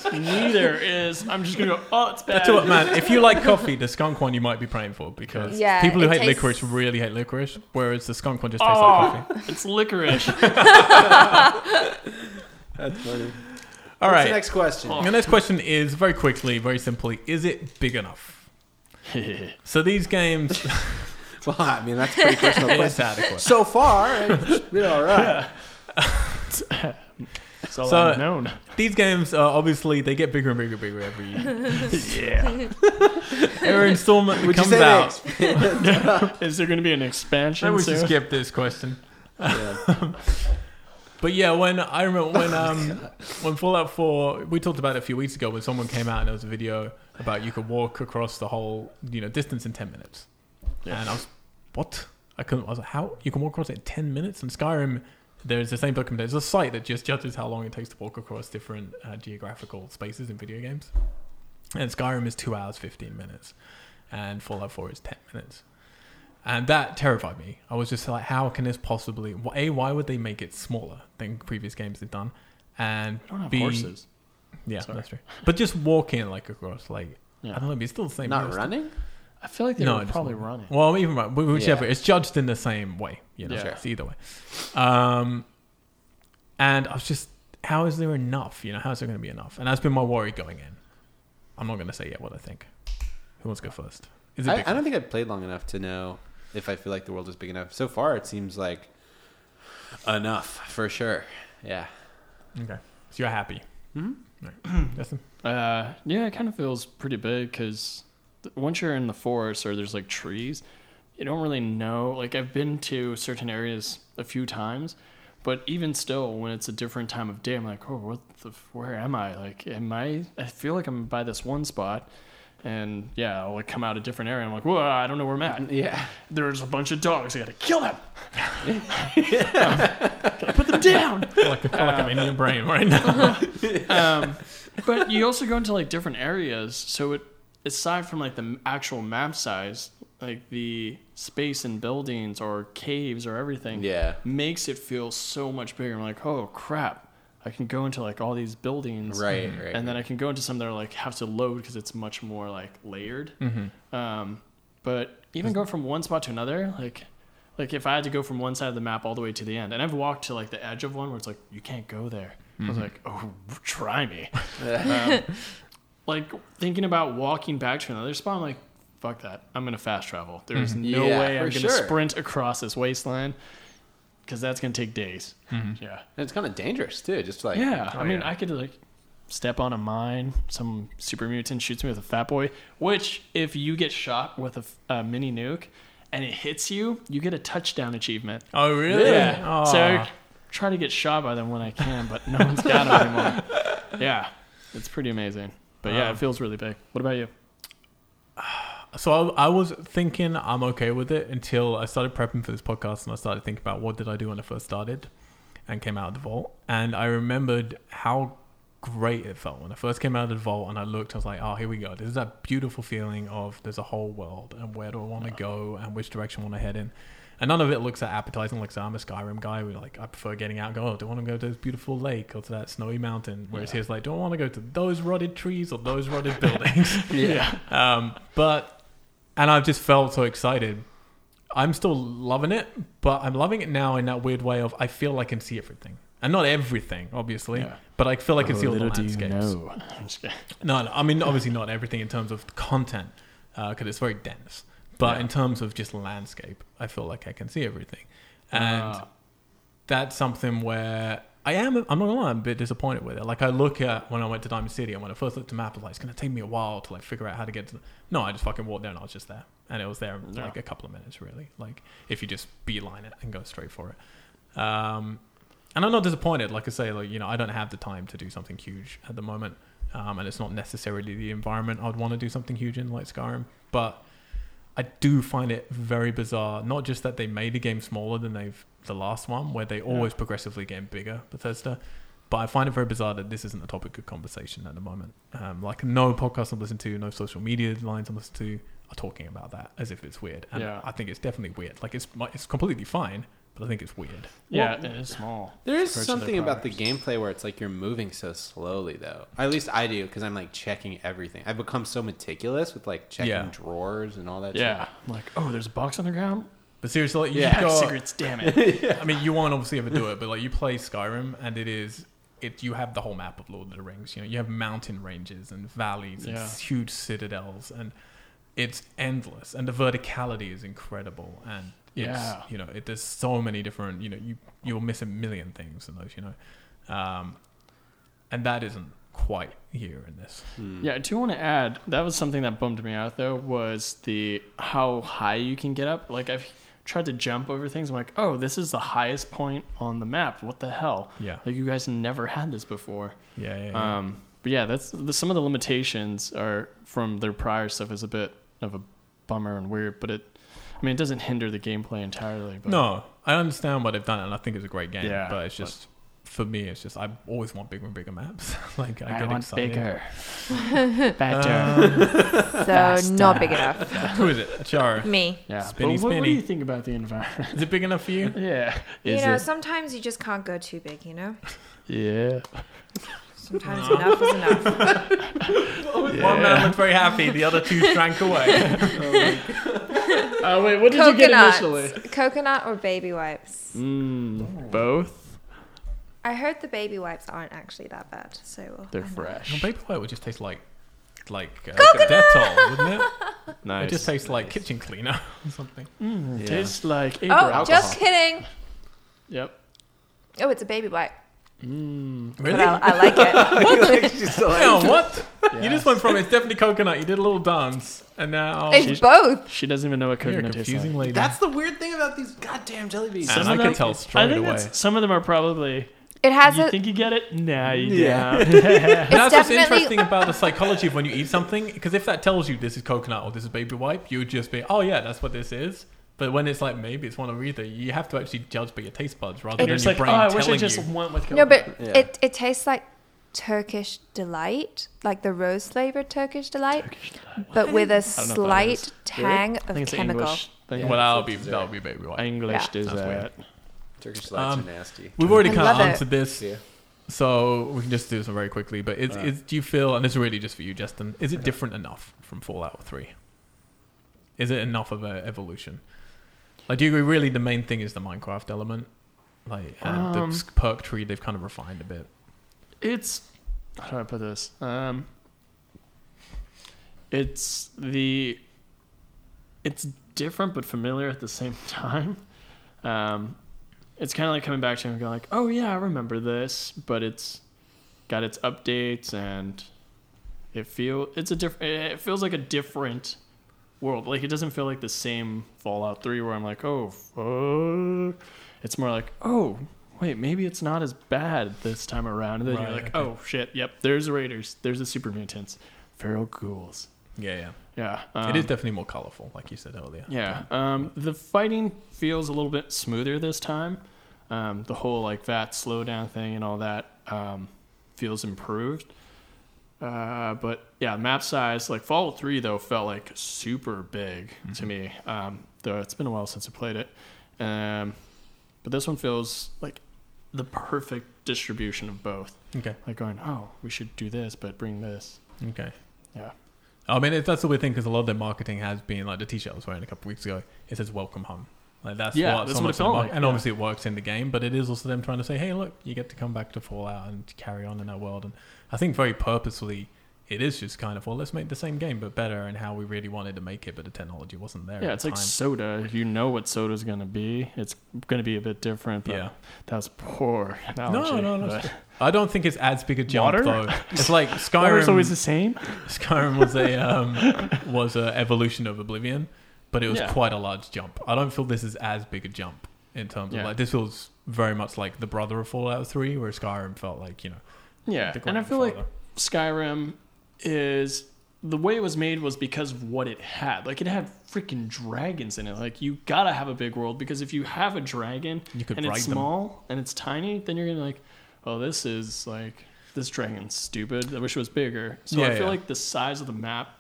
neither is. I'm just gonna go. Oh, it's bad. Tell you what, man, if you like coffee, the skunk one you might be praying for because Yeah, people who it hate tastes- licorice really hate licorice, whereas the skunk one just tastes like Oh, coffee. it's licorice. That's funny. All What's the right. next question? The next question is very quickly, very simply is it big enough? So these games. Well, I mean, that's a pretty personal it's question. adequate. So far, it's been all right. It's all So- I've known. These games are obviously they get bigger and bigger and bigger every year. Yeah. Every installment that Would you comes say they out. exp- Is there gonna be an expansion? I wish soon? you skip this question. But yeah, when I remember when um when Fallout 4, we talked about it a few weeks ago when someone came out and there was a video about you could walk across the whole you know distance in ten minutes, Yeah. and I was what I couldn't. I was like, how you can walk across it in ten minutes? In Skyrim, there's the same document. There's a site that just judges how long it takes to walk across different uh, geographical spaces in video games, and Skyrim is two hours fifteen minutes, and Fallout 4 is ten minutes. And that terrified me. I was just like, how can this possibly? wh- A, why would they make it smaller than previous games they've done? And I don't have B, horses. yeah, Sorry. that's true. But just walking like across, like Yeah. I don't know, but it's still the same. Not most- running? I feel like they No, were it's probably not. running. Well, even right, wh- whichever, Yeah. it's judged in the same way. You know, Yeah. it's either way. Um, and I was just, how is there enough? You know, how is there going to be enough? And that's been my worry going in. I'm not going to say yet what I think. Who wants to go first? Is it I, big? I don't think I've played long enough to know if I feel like the world is big enough. So far, it seems like enough for sure. Yeah. okay, so you're happy. Hmm? Mm-hmm. Right. Justin? Uh, yeah, it kind of feels pretty big because once you're in the forest or there's like trees, you don't really know. Like I've been to certain areas a few times, but even still, when it's a different time of day, I'm like, oh, what the? f- Where am I? Like, am I? I feel like I'm by this one spot, and yeah, I'll like come out a different area. I'm like, whoa, I don't know where I'm at. Yeah. There's a bunch of dogs. I gotta kill them. gotta put them down. I feel like, I feel like I'm in your brain right now. um, but you also go into like different areas so it aside from like the m- actual map size like the space and buildings or caves or everything Yeah. makes it feel so much bigger. I'm like, oh crap, I can go into like all these buildings, Right, right, And then I can go into some that are like have to load because it's much more like layered. Mm-hmm. Um, but even going from one spot to another, like. Like if I had to go from one side of the map all the way to the end, and I've walked to like the edge of one where it's like you can't go there. I was Mm-hmm. like, oh, try me. Um, like thinking about walking back to another spot, I'm like, fuck that. I'm gonna fast travel. There's no Mm-hmm. Yeah, way I'm for gonna sure. sprint across this wasteland because that's gonna take days. Yeah, And it's kind of dangerous too. Just like oh, yeah. I mean, yeah. I could like step on a mine. Some super mutant shoots me with a fat boy. Which, if you get shot with a, f- a mini nuke and it hits you, you get a touchdown achievement. Oh, really? Yeah. Oh. So I try to get shot by them when I can, but no one's got them anymore. Yeah, it's pretty amazing. But yeah, it feels really big. What about you? So I, I was thinking I'm okay with it until I started prepping for this podcast and I started thinking about what did I do when I first started and came out of the vault. And I remembered how great it felt when I first came out of the vault and I looked, I was like, oh, here we go. There's that beautiful feeling of there's a whole world and where do I want to go and which direction I want to head in. And none of it looks that appetizing. Like, so I'm a Skyrim guy. We like, I prefer getting out and go, oh, do I want to go to this beautiful lake or to that snowy mountain? Whereas here's like, do I want to go to those rotted trees or those rotted buildings? Yeah. Um, but and I've just felt so excited. I'm still loving it, but I'm loving it now in that weird way of I feel I can see everything. And not everything, obviously, Yeah. but I feel I can see all the Little do you landscapes. know. I'm just kidding. No, no, I mean obviously not everything in terms of content, because it's very dense. But in terms of just landscape, I feel like I can see everything, and Ah. that's something where I am. I'm not gonna lie, I'm a bit disappointed with it. Like I look at when I went to Diamond City, and when I first looked at the map, I was like, it's gonna take me a while to like figure out how to get to. The... No, I just fucking walked there, and I was just there, and it was there in Yeah. like a couple of minutes, really. Like if you just beeline it and go straight for it. Um, and I'm not disappointed. Like I say, like you know, I don't have the time to do something huge at the moment, um, and it's not necessarily the environment I'd want to do something huge in, like Skyrim. But I do find it very bizarre. Not just that they made the game smaller than they've the last one, where they always progressively get bigger, Bethesda. But I find it very bizarre that this isn't a topic of conversation at the moment. Um, like no podcast I'm listening to, no social media lines I'm listening to are talking about that as if it's weird. And Yeah. I think it's definitely weird. Like it's it's completely fine, but I think it's weird. Yeah, it is small. There is Approach something their about the gameplay where it's like you're moving so slowly, though. At least I do because I'm like checking everything. I've become so meticulous with like checking Yeah. drawers and all that. Yeah. I'm like, oh, there's a box on the ground? But seriously, like, you've Yeah, got- cigarettes, damn it. I mean, you won't obviously ever do it, but like you play Skyrim, and it is it. You have the whole map of Lord of the Rings. You know, you have mountain ranges and valleys and Yeah. huge citadels, and it's endless. And the verticality is incredible. And it's, Yeah. you know, it, there's so many different. You know, you you'll miss a million things in those. You know, um, and that isn't quite here in this. yeah, I do want to add, that was something that bummed me out, though, was the how high you can get up. Like, I've tried to jump over things. I'm like, oh, this is the highest point on the map. What the hell? Yeah. Like, you guys never had this before. Yeah, yeah, yeah. Um, but yeah, that's the, some of the limitations are from their prior stuff is a bit of a bummer and weird, but it, I mean, it doesn't hinder the gameplay entirely. But No, I understand why they've done it, and I think it's a great game. Yeah, but it's just for me, it's just I always want bigger and bigger maps. like I, I, get want excited. bigger, better. Uh, So Faster. not big enough. Who is it? Char. Me. yeah. Spinny, but what, what do spinny. you think about the environment? Is it big enough for you? yeah. you know, sometimes you just can't go too big. You know, yeah. sometimes enough is enough. One man looked very happy. The other two shrank away. Oh wait, what did you get initially? Coconuts, coconut or baby wipes. Mm, both. I heard the baby wipes aren't actually that bad. So They're I know. fresh. Paper white would just taste like like uh, like a Dettol, wouldn't it? Nice. It just tastes like kitchen cleaner or something. Shit. Yeah. tastes like April. Oh, alcohol. just kidding. Yep. Oh, it's a baby wipe. But Really? I, I like it. Like, just like- Hang on, what? You Yeah. just went from it's definitely coconut. You did a little dance, and now It's She's- both. She doesn't even know what you're a coconut tastes like. confusing lady. That's the weird thing about these goddamn jelly beans. and Some I of can them- tell I straight think away. that's, some of them are probably. It has you a. think you get it? Nah, you Yeah. don't. And that's what's definitely- interesting about the psychology of when you eat something, because if that tells you this is coconut or this is baby wipe, you would just be, oh yeah, that's what this is. But when it's like maybe it's one or either, you have to actually judge by your taste buds rather and than you're just your like, oh, brain I wish I telling just you. went with coconut. no, but Yeah. it, it tastes like Turkish delight, like the rose flavored Turkish delight, but with a don't know if that is. slight tang I think of it's an chemical. English thing. well, that'll be it's a that'll be baby white. English uh, Yeah. Sounds dessert. Turkish delights Um, are nasty. We've already I kind of love it. answered this, Yeah. so we can just do this one very quickly. But is, is do you feel, and this is really just for you, Justin, is it different enough from Fallout Three? Is it enough of an evolution? Like, do you agree? Really, the main thing is the Minecraft element, like and the Um, s- perk tree. They've kind of refined a bit. It's how do I put this? Um, it's the it's different but familiar at the same time. Um, it's kind of like coming back to it and going like, oh yeah, I remember this, but it's got its updates and it feel it's a different. It feels like a different world. Like it doesn't feel like the same Fallout Three where I'm like, oh, fuck. it's more like, oh, wait, maybe it's not as bad this time around. And then Right, you're like, okay. oh shit, yep, there's the Raiders, there's the super mutants, feral ghouls. Yeah, yeah. Yeah, um, it is definitely more colorful, like you said earlier. yeah, um, the fighting feels a little bit smoother this time. Um, the whole like that slowdown thing and all that um, feels improved. Uh, but yeah, map size like Fallout Three though felt like super big Mm-hmm. to me. Um, though it's been a while since I played it, um, but this one feels like the perfect distribution of both. Okay. Like going, oh, we should do this, but bring this. Okay. Yeah. I mean, it, that's the weird thing because a lot of their marketing has been like the T-shirt I was wearing a couple weeks ago. It says "Welcome Home." Like that's Yeah, what, that's so what much it of the felt mar- like, and yeah. obviously it works in the game, but it is also them trying to say, "Hey, look, you get to come back to Fallout and carry on in that world." And I think very purposefully, it is just kind of well, let's make the same game but better, and how we really wanted to make it, but the technology wasn't there. Yeah, at it's the like time. soda. You know what soda's gonna be. It's gonna be a bit different. But Yeah. that was poor. Analogy, no, no, no. but- it's- I don't think it's as big a jump Water? though. It's like Skyrim. Water's always the same. Skyrim was a um, was a evolution of Oblivion, but it was Yeah. quite a large jump. I don't feel this is as big a jump in terms Yeah. of like this feels very much like the brother of Fallout Three, where Skyrim felt like you know Yeah, the and I feel like grandfather. Skyrim is the way it was made was because of what it had. Like it had freaking dragons in it. Like you gotta have a big world because if you have a dragon You could and ride it's them. small and it's tiny, then you're gonna be like, oh, this is like this dragon's stupid. I wish it was bigger. So I Yeah, feel yeah. like the size of the map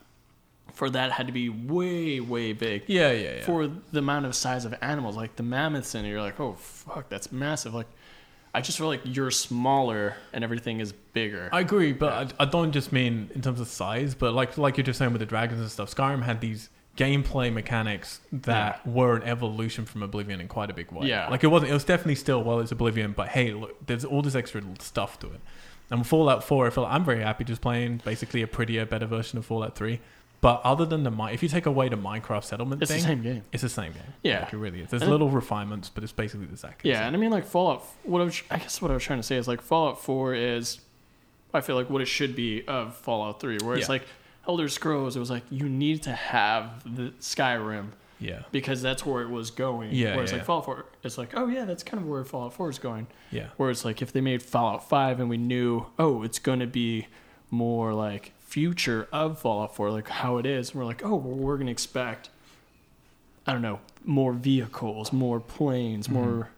for that had to be way way big. yeah yeah yeah for the amount of size of animals, like the mammoths in it, you're like, oh fuck, that's massive. Like, I just feel like you're smaller and everything is bigger. I agree, but I, I don't just mean in terms of size, but like like you're just saying with the dragons and stuff. Skyrim had these gameplay mechanics that were an evolution from Oblivion in quite a big way. Yeah. like it wasn't. It was definitely still well, it's Oblivion, but hey, look, there's all this extra little stuff to it. And with Fallout 4, I feel I'm very happy just playing basically a prettier, better version of Fallout 3. But other than the Mi- if you take away the Minecraft settlement It's the thing, same game. It's the same game. Yeah. like it really is. There's And- little refinements, but it's basically the exact yeah, and I mean like Fallout. What I, was, I guess what I was trying to say is like Fallout Four is, I feel like what it should be of Fallout Three, where it's Yeah. like Elder Scrolls. It was like you need to have the Skyrim yeah, because that's where it was going. Yeah, Whereas yeah, like yeah. Fallout Four, it's like oh yeah, that's kind of where Fallout Four is going. yeah. Where it's like if they made Fallout 5 and we knew, oh, it's going to be more like future of Fallout 4, like how it is, and we're like, oh, well, we're going to expect, I don't know, more vehicles, more planes, more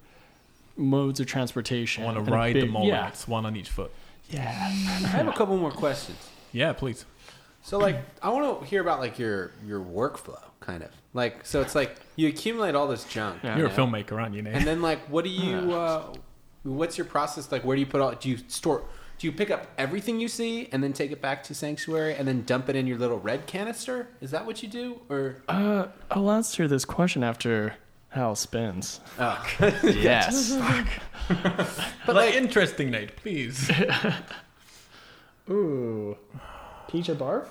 modes of transportation. want to and a Mm-hmm. ride the big- them all? Yeah. It's one on each foot. yeah. I have a couple more questions. Yeah, please. So like I want to hear about like your your workflow kind of. Like so it's like you accumulate all this junk. Yeah. You're you a know? filmmaker, aren't you, Nate? And then like what do you uh, what's your process like where do you put all do you store do you pick up everything you see and then take it back to sanctuary and then dump it in your little red canister? Is that what you do or Uh, I'll answer this question after Hal spins. oh. Yes. but like, like interesting, Nate, please. Ooh. Peach a barf?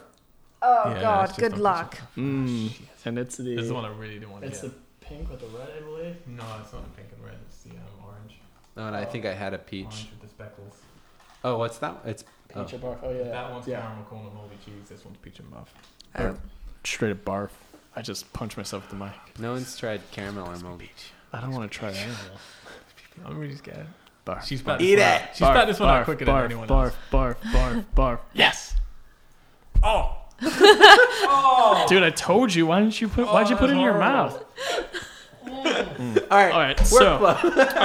Oh Yeah, it's God, just good unfortunate. luck. Mm. And it's the. Oh, This is the one I really didn't want to It's get. the pink with the red, I believe. No, it's not the pink and red. It's the um, orange. No, and I think I had a peach. Orange with the speckles. Oh, what's that? It's oh. Peach a barf. Oh, yeah. That one's yeah. caramel corn and moldy cheese. This one's peach and muff. Oh, Uh, straight up barf. I just punched myself with the mic. no one's tried caramel or moldy. I don't want to try that. I'm really scared. Barf. She's about Eat this one it! out- She's about this one out quicker than anyone barf, else. Barf, barf, barf, Yes. Oh, Dude, I told you. Why didn't you put? why'd you put it that's in your horrible. mouth? All right. All right. So,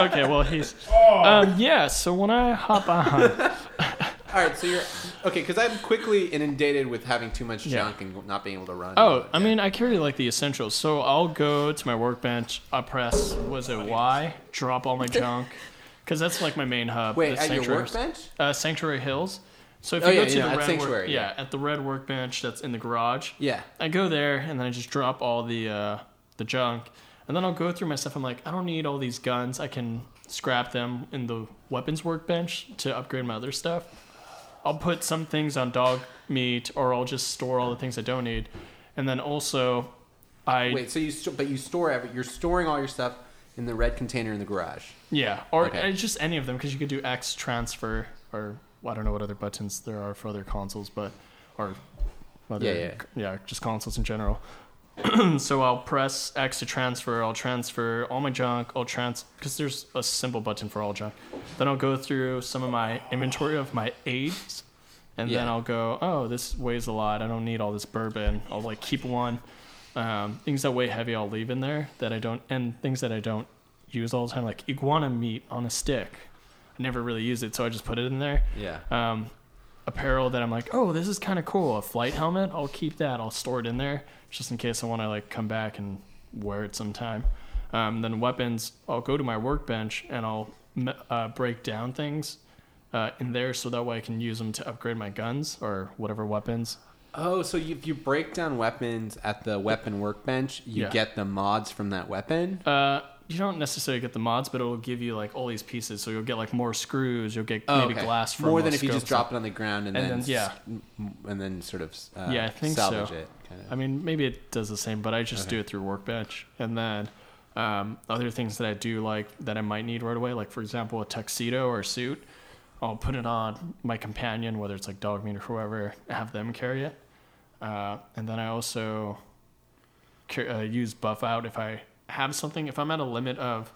okay. Well, he's. Um, yeah. So when I hop on, All right, so you're okay because I'm quickly inundated with having too much Yeah. junk and not being able to run. Oh, I mean, I carry like the essentials. So I'll go to my workbench. I press was it Y? Drop all my junk, because that's like my main hub. wait, the at your sanctuaries. workbench? Uh, Sanctuary Hills. So if Oh, you yeah, go to yeah, the at red work, Sanctuary, yeah, at the red workbench that's in the garage. Yeah. I go there and then I just drop all the uh, the junk, and then I'll go through my stuff. I'm like, I don't need all these guns. I can scrap them in the weapons workbench to upgrade my other stuff. I'll put some things on dog meat, or I'll just store all the things I don't need, and then also, I Wait, so you st- but you store every you're storing all your stuff in the red container in the garage. yeah, or Okay. uh, just any of them because you could do X transfer or well, I don't know what other buttons there are for other consoles, but or other, Yeah, yeah. just consoles in general. so I'll press X to transfer. I'll transfer all my junk. I'll trans because there's a simple button for all junk. Then I'll go through some of my inventory of my aids, and then Yeah. I'll go, oh, this weighs a lot. I don't need all this bourbon. I'll like keep one. Um, things that weigh heavy, I'll leave in there that I don't, and things that I don't use all the time, like iguana meat on a stick. I never really use it, so I just put it in there Yeah. um, apparel that I'm like, oh, this is kind of cool. A flight helmet, I'll keep that. I'll store it in there just in case I want to like come back and wear it sometime. Um, then weapons, I'll go to my workbench and I'll me- uh, break down things uh, in there so that way I can use them to upgrade my guns or whatever weapons. Oh, so you, if you break down weapons at the weapon workbench, you Yeah. get the mods from that weapon. Uh, you don't necessarily get the mods, but it'll give you like all these pieces. So you'll get like more screws. You'll get Oh, maybe okay. glass from more a than if you just scope, drop it on the ground and, And then, then- yeah. s- m- and then sort of s- uh, Yeah, I think so. salvage it. Kind of. I mean, maybe it does the same, but I just do it through Workbench. And then um, other things that I do like that I might need right away, like for example, a tuxedo or a suit, I'll put it on my companion, whether it's like dog meat or whoever, have them carry it. Uh, and then I also ca- uh, use buff out if I have something. If I'm at a limit of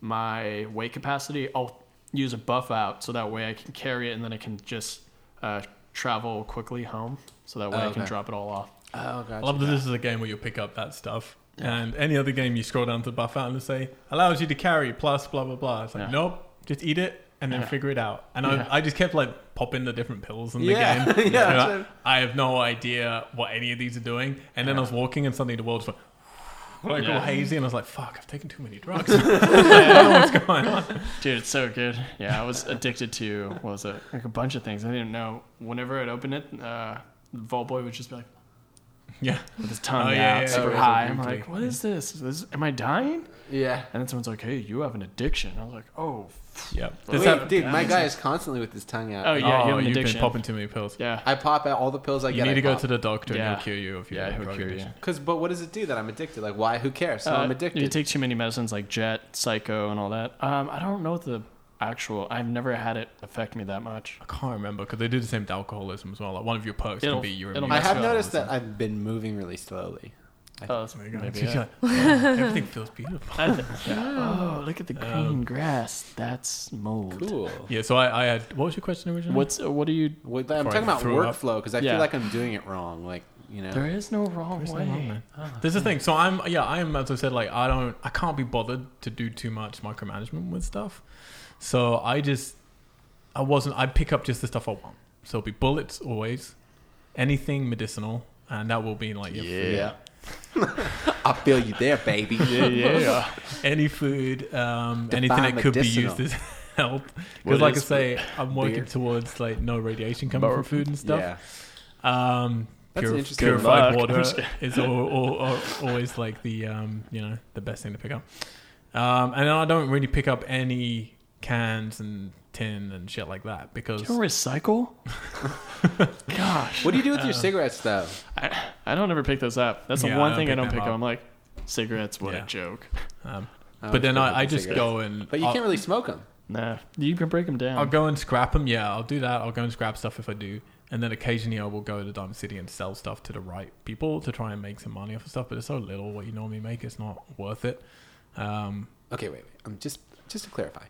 my weight capacity, I'll use a buff out so that way I can carry it and then I can just uh, travel quickly home. So that way Oh, I can okay. drop it all off. oh I god. love that this is a game where you'll pick up that stuff. And any other game you scroll down to buff out and it'll say, allows you to carry plus blah, blah, blah. It's like, Yeah. nope, just eat it and then Yeah. figure it out. And Yeah. I, I just kept like popping the different pills in the Yeah. game. Yeah. And I- I have no idea what any of these are doing. And then I was walking and suddenly the world's like, like all Yeah. hazy. And I was like, fuck, I've taken too many drugs. I don't know what's going on. Dude, it's so good. Yeah, I was addicted to what was it? Like a bunch of things. I didn't know. Whenever I'd open it, uh, Vault Boy would just be like Yeah. with his tongue Oh, out, yeah, yeah, super yeah. high. I'm Absolutely. like, what is this? Is this? Am I dying? yeah. And then someone's like, hey, you have an addiction. I was like, oh, Yep. Wait, This happened- dude, my guy is constantly with his tongue out. Oh, yeah, you have oh, an you've addiction. been popping too many pills. yeah, I pop out all the pills I You get. need I to go pop. to the doctor and Yeah. he'll cure you if you yeah, have he'll drug cure you. addiction. Cause, but what does it do that I'm addicted? Like, why? Who cares? So Uh, I'm addicted. You take too many medicines like Jet, Psycho, and all that. Um, I don't know what the actual. I've never had it affect me that much. I can't remember because they do the same to alcoholism as well. Like one of your perks It'll- can be you're it'll immune. I mess to have with alcoholism. noticed that I've been moving really slowly. Oh, There you go. maybe She's it. like, "Wow, everything feels beautiful. I th- Oh, look at the green grass. That's mold. Cool. Yeah. So I, I had. What was your question originally? What's uh, what do you? Well, I'm Before I talking about threw up. workflow because I Yeah. feel like I'm doing it wrong. Like, you know. There is no wrong way. There's the thing. So I'm. Yeah. I'm. As I said, like I don't. I can't be bothered to do too much micromanagement with stuff. So I just. I wasn't. I pick up just the stuff I want. So it'll be bullets always, anything medicinal, and that will be like your food. I feel you there, baby. yeah, yeah. any food, um, anything Define that could be medicinal. used as help. Because, What like I is say, I'm working Beer. towards like no radiation coming from food and stuff. Yeah. Um, That's an purif- interesting purified luck. I'm water just kidding. is al al- al- always like the um, you know the best thing to pick up. Um, and I don't really pick up any cans and tin and shit like that because Don't recycle. Gosh, What do you do with your cigarettes, though? I, I don't ever pick those up. That's the Yeah, I one don't thing I pick don't them pick up. up. I'm like, cigarettes. What Yeah. a joke. um, I but then always pick up I, I the just cigarettes. go uh, and But you I'll- can't really smoke them. Nah, you can break them down. I'll go and scrap them. Yeah, I'll do that. I'll go and scrap stuff if I do. And then occasionally I will go to Diamond City and sell stuff to the right people to try and make some money off of stuff. But it's so little what you normally make, it's not worth it. Um, Okay, wait, wait. I'm just just to clarify,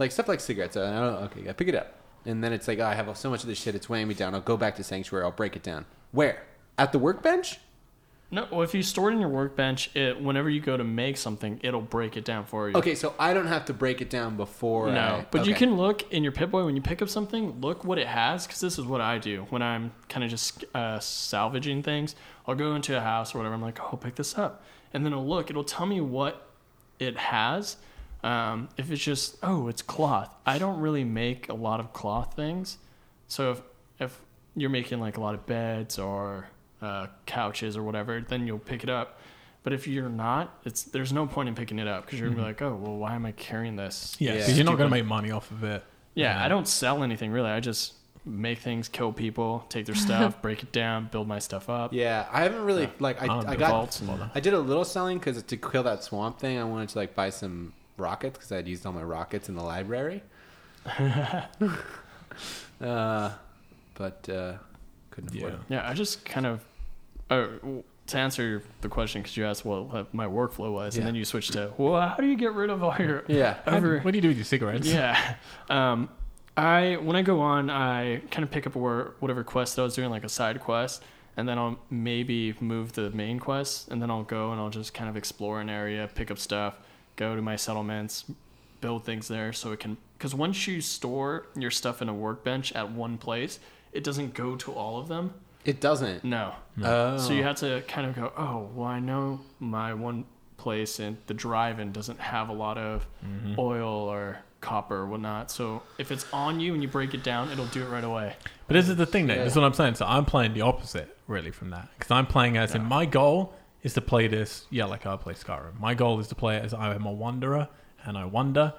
like stuff like cigarettes. I don't know, okay, I pick it up, and then it's like oh, I have so much of this shit. It's weighing me down. I'll go back to sanctuary. I'll break it down. Where? At the workbench? No, well, if you store it in your workbench, it whenever you go to make something, it'll break it down for you. Okay, so I don't have to break it down before. No, I- but you okay. can look in your Pip-Boy when you pick up something. Look what it has, because this is what I do when I'm kind of just uh, salvaging things. I'll go into a house or whatever. I'm like, oh, pick this up, and then I'll look. It'll tell me what it has. Um, if it's just oh, it's cloth. I don't really make a lot of cloth things, so if if you're making like a lot of beds or uh, couches or whatever, then you'll pick it up. But if you're not, it's there's no point in picking it up because you're gonna be like, oh, well, why am I carrying this? Yeah, Yeah. 'cause you're not going Stupid. to make money off of it. Yeah, I don't sell anything really. I just make things, kill people, take their stuff, break it down, build my stuff up. Yeah, I haven't really like I, I don't I do got vaults and all that. I did a little selling because to kill that swamp thing, I wanted to like buy some rockets because I'd used all my rockets in the library. uh, but uh, couldn't Yeah. afford them. Yeah, I just kind of uh, to answer the question because you asked what my workflow was, Yeah. and then you switched to well, how do you get rid of all your Yeah. How- over What do you do with your cigarettes? Yeah. Um, I when I go on, I kind of pick up where whatever quest that I was doing, like a side quest, and then I'll maybe move the main quest, and then I'll go and I'll just kind of explore an area, pick up stuff, go to my settlements, build things there, so it can. Because once you store your stuff in a workbench at one place, it doesn't go to all of them. It doesn't. No. Oh. Mm. So you had to kind of go, oh, well, I know my one place in the drive-in doesn't have a lot of Mm-hmm. oil or copper or whatnot. So if it's on you and you break it down, it'll do it right away. But this is the thing, though. This is what I'm saying. So I'm playing the opposite, really, from that. Because I'm playing as in my goal is to play this, yeah, like I play Skyrim. My goal is to play it as I am a wanderer and I wander.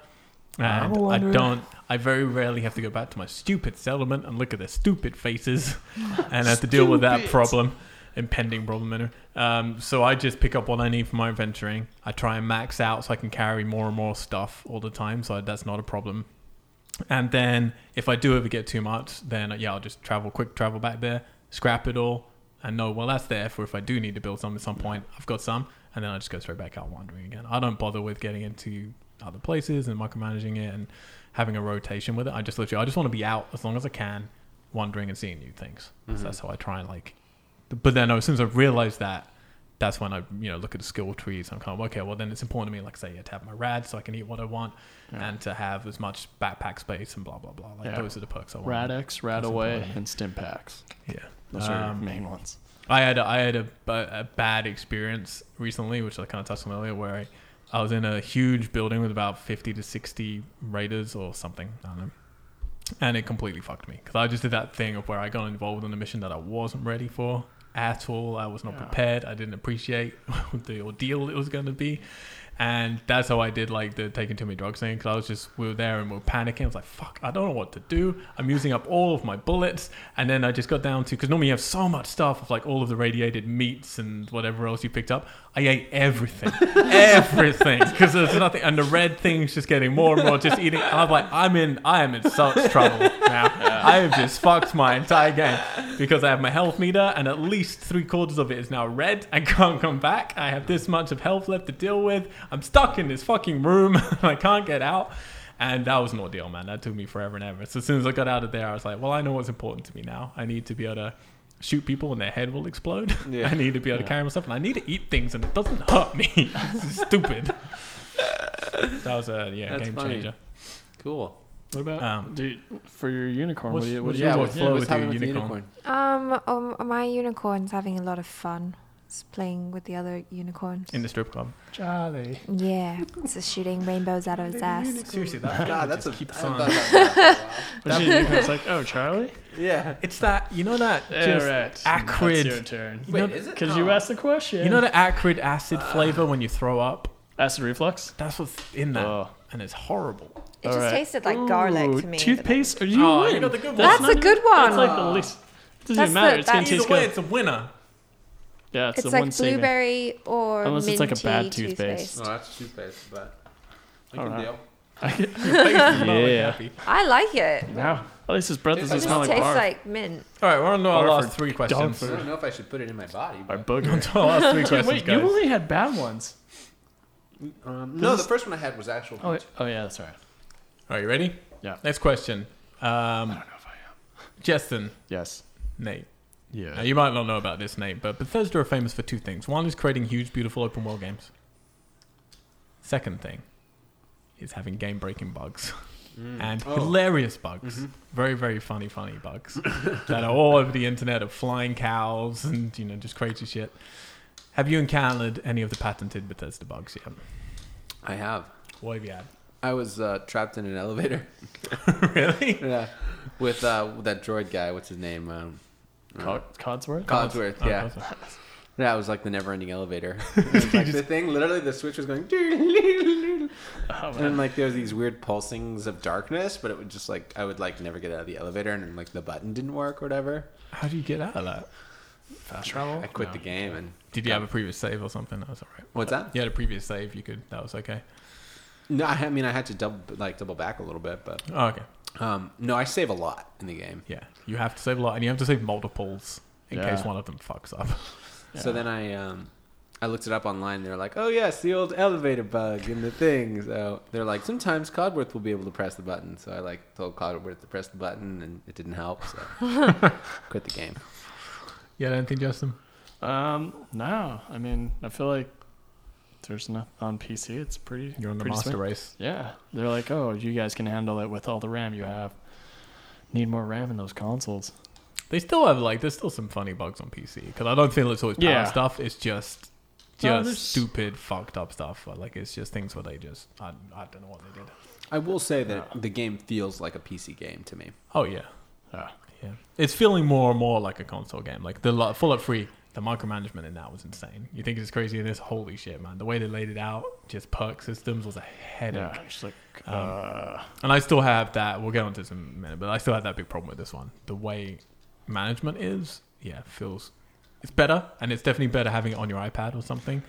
And a I wanderer. don't, I very rarely have to go back to my stupid settlement and look at their stupid faces and have to deal with that Stupid. problem, impending problem. you know. Um, so I just pick up what I need for my adventuring. I try and max out so I can carry more and more stuff all the time. So that's not a problem. And then if I do ever get too much, then yeah, I'll just travel quick, travel back there, scrap it all, and know well that's there for if I do need to build some at some point, I've got some, and then I just go straight back out wandering again. I don't bother with getting into other places and micromanaging it and having a rotation with it. I just literally I just want to be out as long as I can, wandering and seeing new things. So that's how I try and like. But then as soon as I realized that, that's when I you know look at the skill trees. I'm kind of okay. Well, then it's important to me, like say, yeah, to have my rad so I can eat what I want, and to have as much backpack space and blah blah blah. Like Yeah. those are the perks I want. Radix, Radaway, and Stimpaks. Yeah. Those are Um, your main ones. I had a, I had a, a, a bad experience recently, which I kind of touched on earlier, where I, I was in a huge building with about fifty to sixty raiders or something. I don't know. And it completely fucked me because I just did that thing of where I got involved in a mission that I wasn't ready for at all. I was not prepared. I didn't appreciate the ordeal it was going to be, and that's how I did like the taking too many drugs thing. Because I was just we were there and we were panicking. I was like, "Fuck, I don't know what to do. I'm using up all of my bullets." And then I just got down to because normally you have so much stuff of like all of the radiated meats and whatever else you picked up. I ate everything, everything because there's nothing, and the red thing's just getting more and more, just eating. And I'm like, I'm in, I am in such trouble now. I have just fucked my entire game because I have my health meter, and at least three quarters of it is now red. I can't come back. I have this much of health left to deal with. I'm stuck in this fucking room. I can't get out. And that was an ordeal, man. That took me forever and ever. So as soon as I got out of there, I was like, well, I know what's important to me now. I need to be able to shoot people and their head will explode. Yeah. I need to be able to carry myself and I need to eat things and it doesn't hurt me. This is stupid. that was a yeah, That's game funny. changer. Cool. What about Um, dude, for your unicorn? What what's- do you, what what's do you yours? Yeah, what what do? flow flow with was the happening with the unicorn? unicorn? Um, um, my unicorn's having a lot of fun. It's playing with the other unicorns. In the strip club. Charlie. yeah, it's just shooting rainbows out of his ass. Seriously, that God, that's a. just keeps I haven't on. thought about that What's your unicorn? It's like, oh, Charlie. for a while. yeah. It's that you know that just All right, acrid- That's your turn. You know- Wait, is it? Because you Oh. asked the question. you know the acrid acid flavor when you throw up? acid reflux. That's what's in that. Oh. And it's horrible. It just Alright. tasted like garlic Ooh, to me. Toothpaste? Are you Oh, you win. got the good one. That's not a good even- That's one. like the least. Doesn't That's matter. the- it's gonna that- taste Either way, good. it's a winner. Yeah, it's, It's the like one saving. blueberry or Unless it's like a minty bad toothpaste. Oh, that's toothpaste, but I All can right. deal. Yeah. I like it. Now, at least his breath It It doesn't It's just smell like tastes barf. like mint. All right, we're on to our Barf last or three dog questions. food. I don't know if I should put it in my body. Our But, On booger. to our last three Dude, questions, wait, guys. you only had bad ones. um, no, the first one I had was actual. Oh, oh yeah, that's right. Are you ready? Yeah. Next question. Um, I don't know if I am. Justin, Yes. Nate, Now, Yeah. you might not know about this, Nate, but Bethesda are famous for two things. One is creating huge, beautiful open world games. Second thing is having game breaking bugs Mm. and hilarious bugs. Mm-hmm. Very, very funny, funny bugs that are all over the internet of flying cows and, you know, just crazy shit. Have you encountered any of the patented Bethesda bugs yet? I have. What have you had? I was uh, trapped in an elevator. really? Yeah. With uh, that droid guy. What's his name? Um, Cod- Codsworth? Codsworth. Oh, yeah. Codsworth. Yeah, it was like the never-ending elevator. It was like the thing, literally, the switch was going, and Oh, then, like there was these weird pulsings of darkness, but it would just like I would like never get out of the elevator, and like the button didn't work or whatever. How do you get out of that? Fast travel? I quit No. the game, and Did you have a previous save or something? That was all right. what's that? Um, You had a previous save. You could. That was okay. No, I I mean I had to double like double back a little bit, but Oh, okay. um, no, I save a lot in the game. Yeah, you have to save a lot, and you have to save multiples in Yeah. case one of them fucks up. So then I um, I looked it up online. They're like, oh yes, the old elevator bug in the thing. So they're like, sometimes Codworth will be able to press the button. So I like told Codworth to press the button, and it didn't help. So quit the game. Yeah, anything, Justin? Um, no. I mean, I feel like there's nothing on PC. It's pretty. You're on the pretty master smooth. race. Yeah. They're like, oh, you guys can handle it with all the RAM you have. Need more RAM in those consoles. They still have like there's still some funny bugs on PC because I don't feel it's always power Yeah. stuff. It's just No, just there's- stupid fucked up stuff. Like it's just things where they just I, I don't know what they did. I will say that the game feels like a PC game to me. Oh yeah, Ah. yeah. It's feeling more and more like a console game. Like the lo- Fallout Three, the micromanagement in that was insane. You think it's crazy in this? Holy shit, man! The way they laid it out, just perk systems was a headache. Yeah. Just like, uh, And I still have that. We'll get onto this in a minute, but I still have that big problem with this one. The way management is, yeah, feels it's better, and it's definitely better having it on your iPad or something.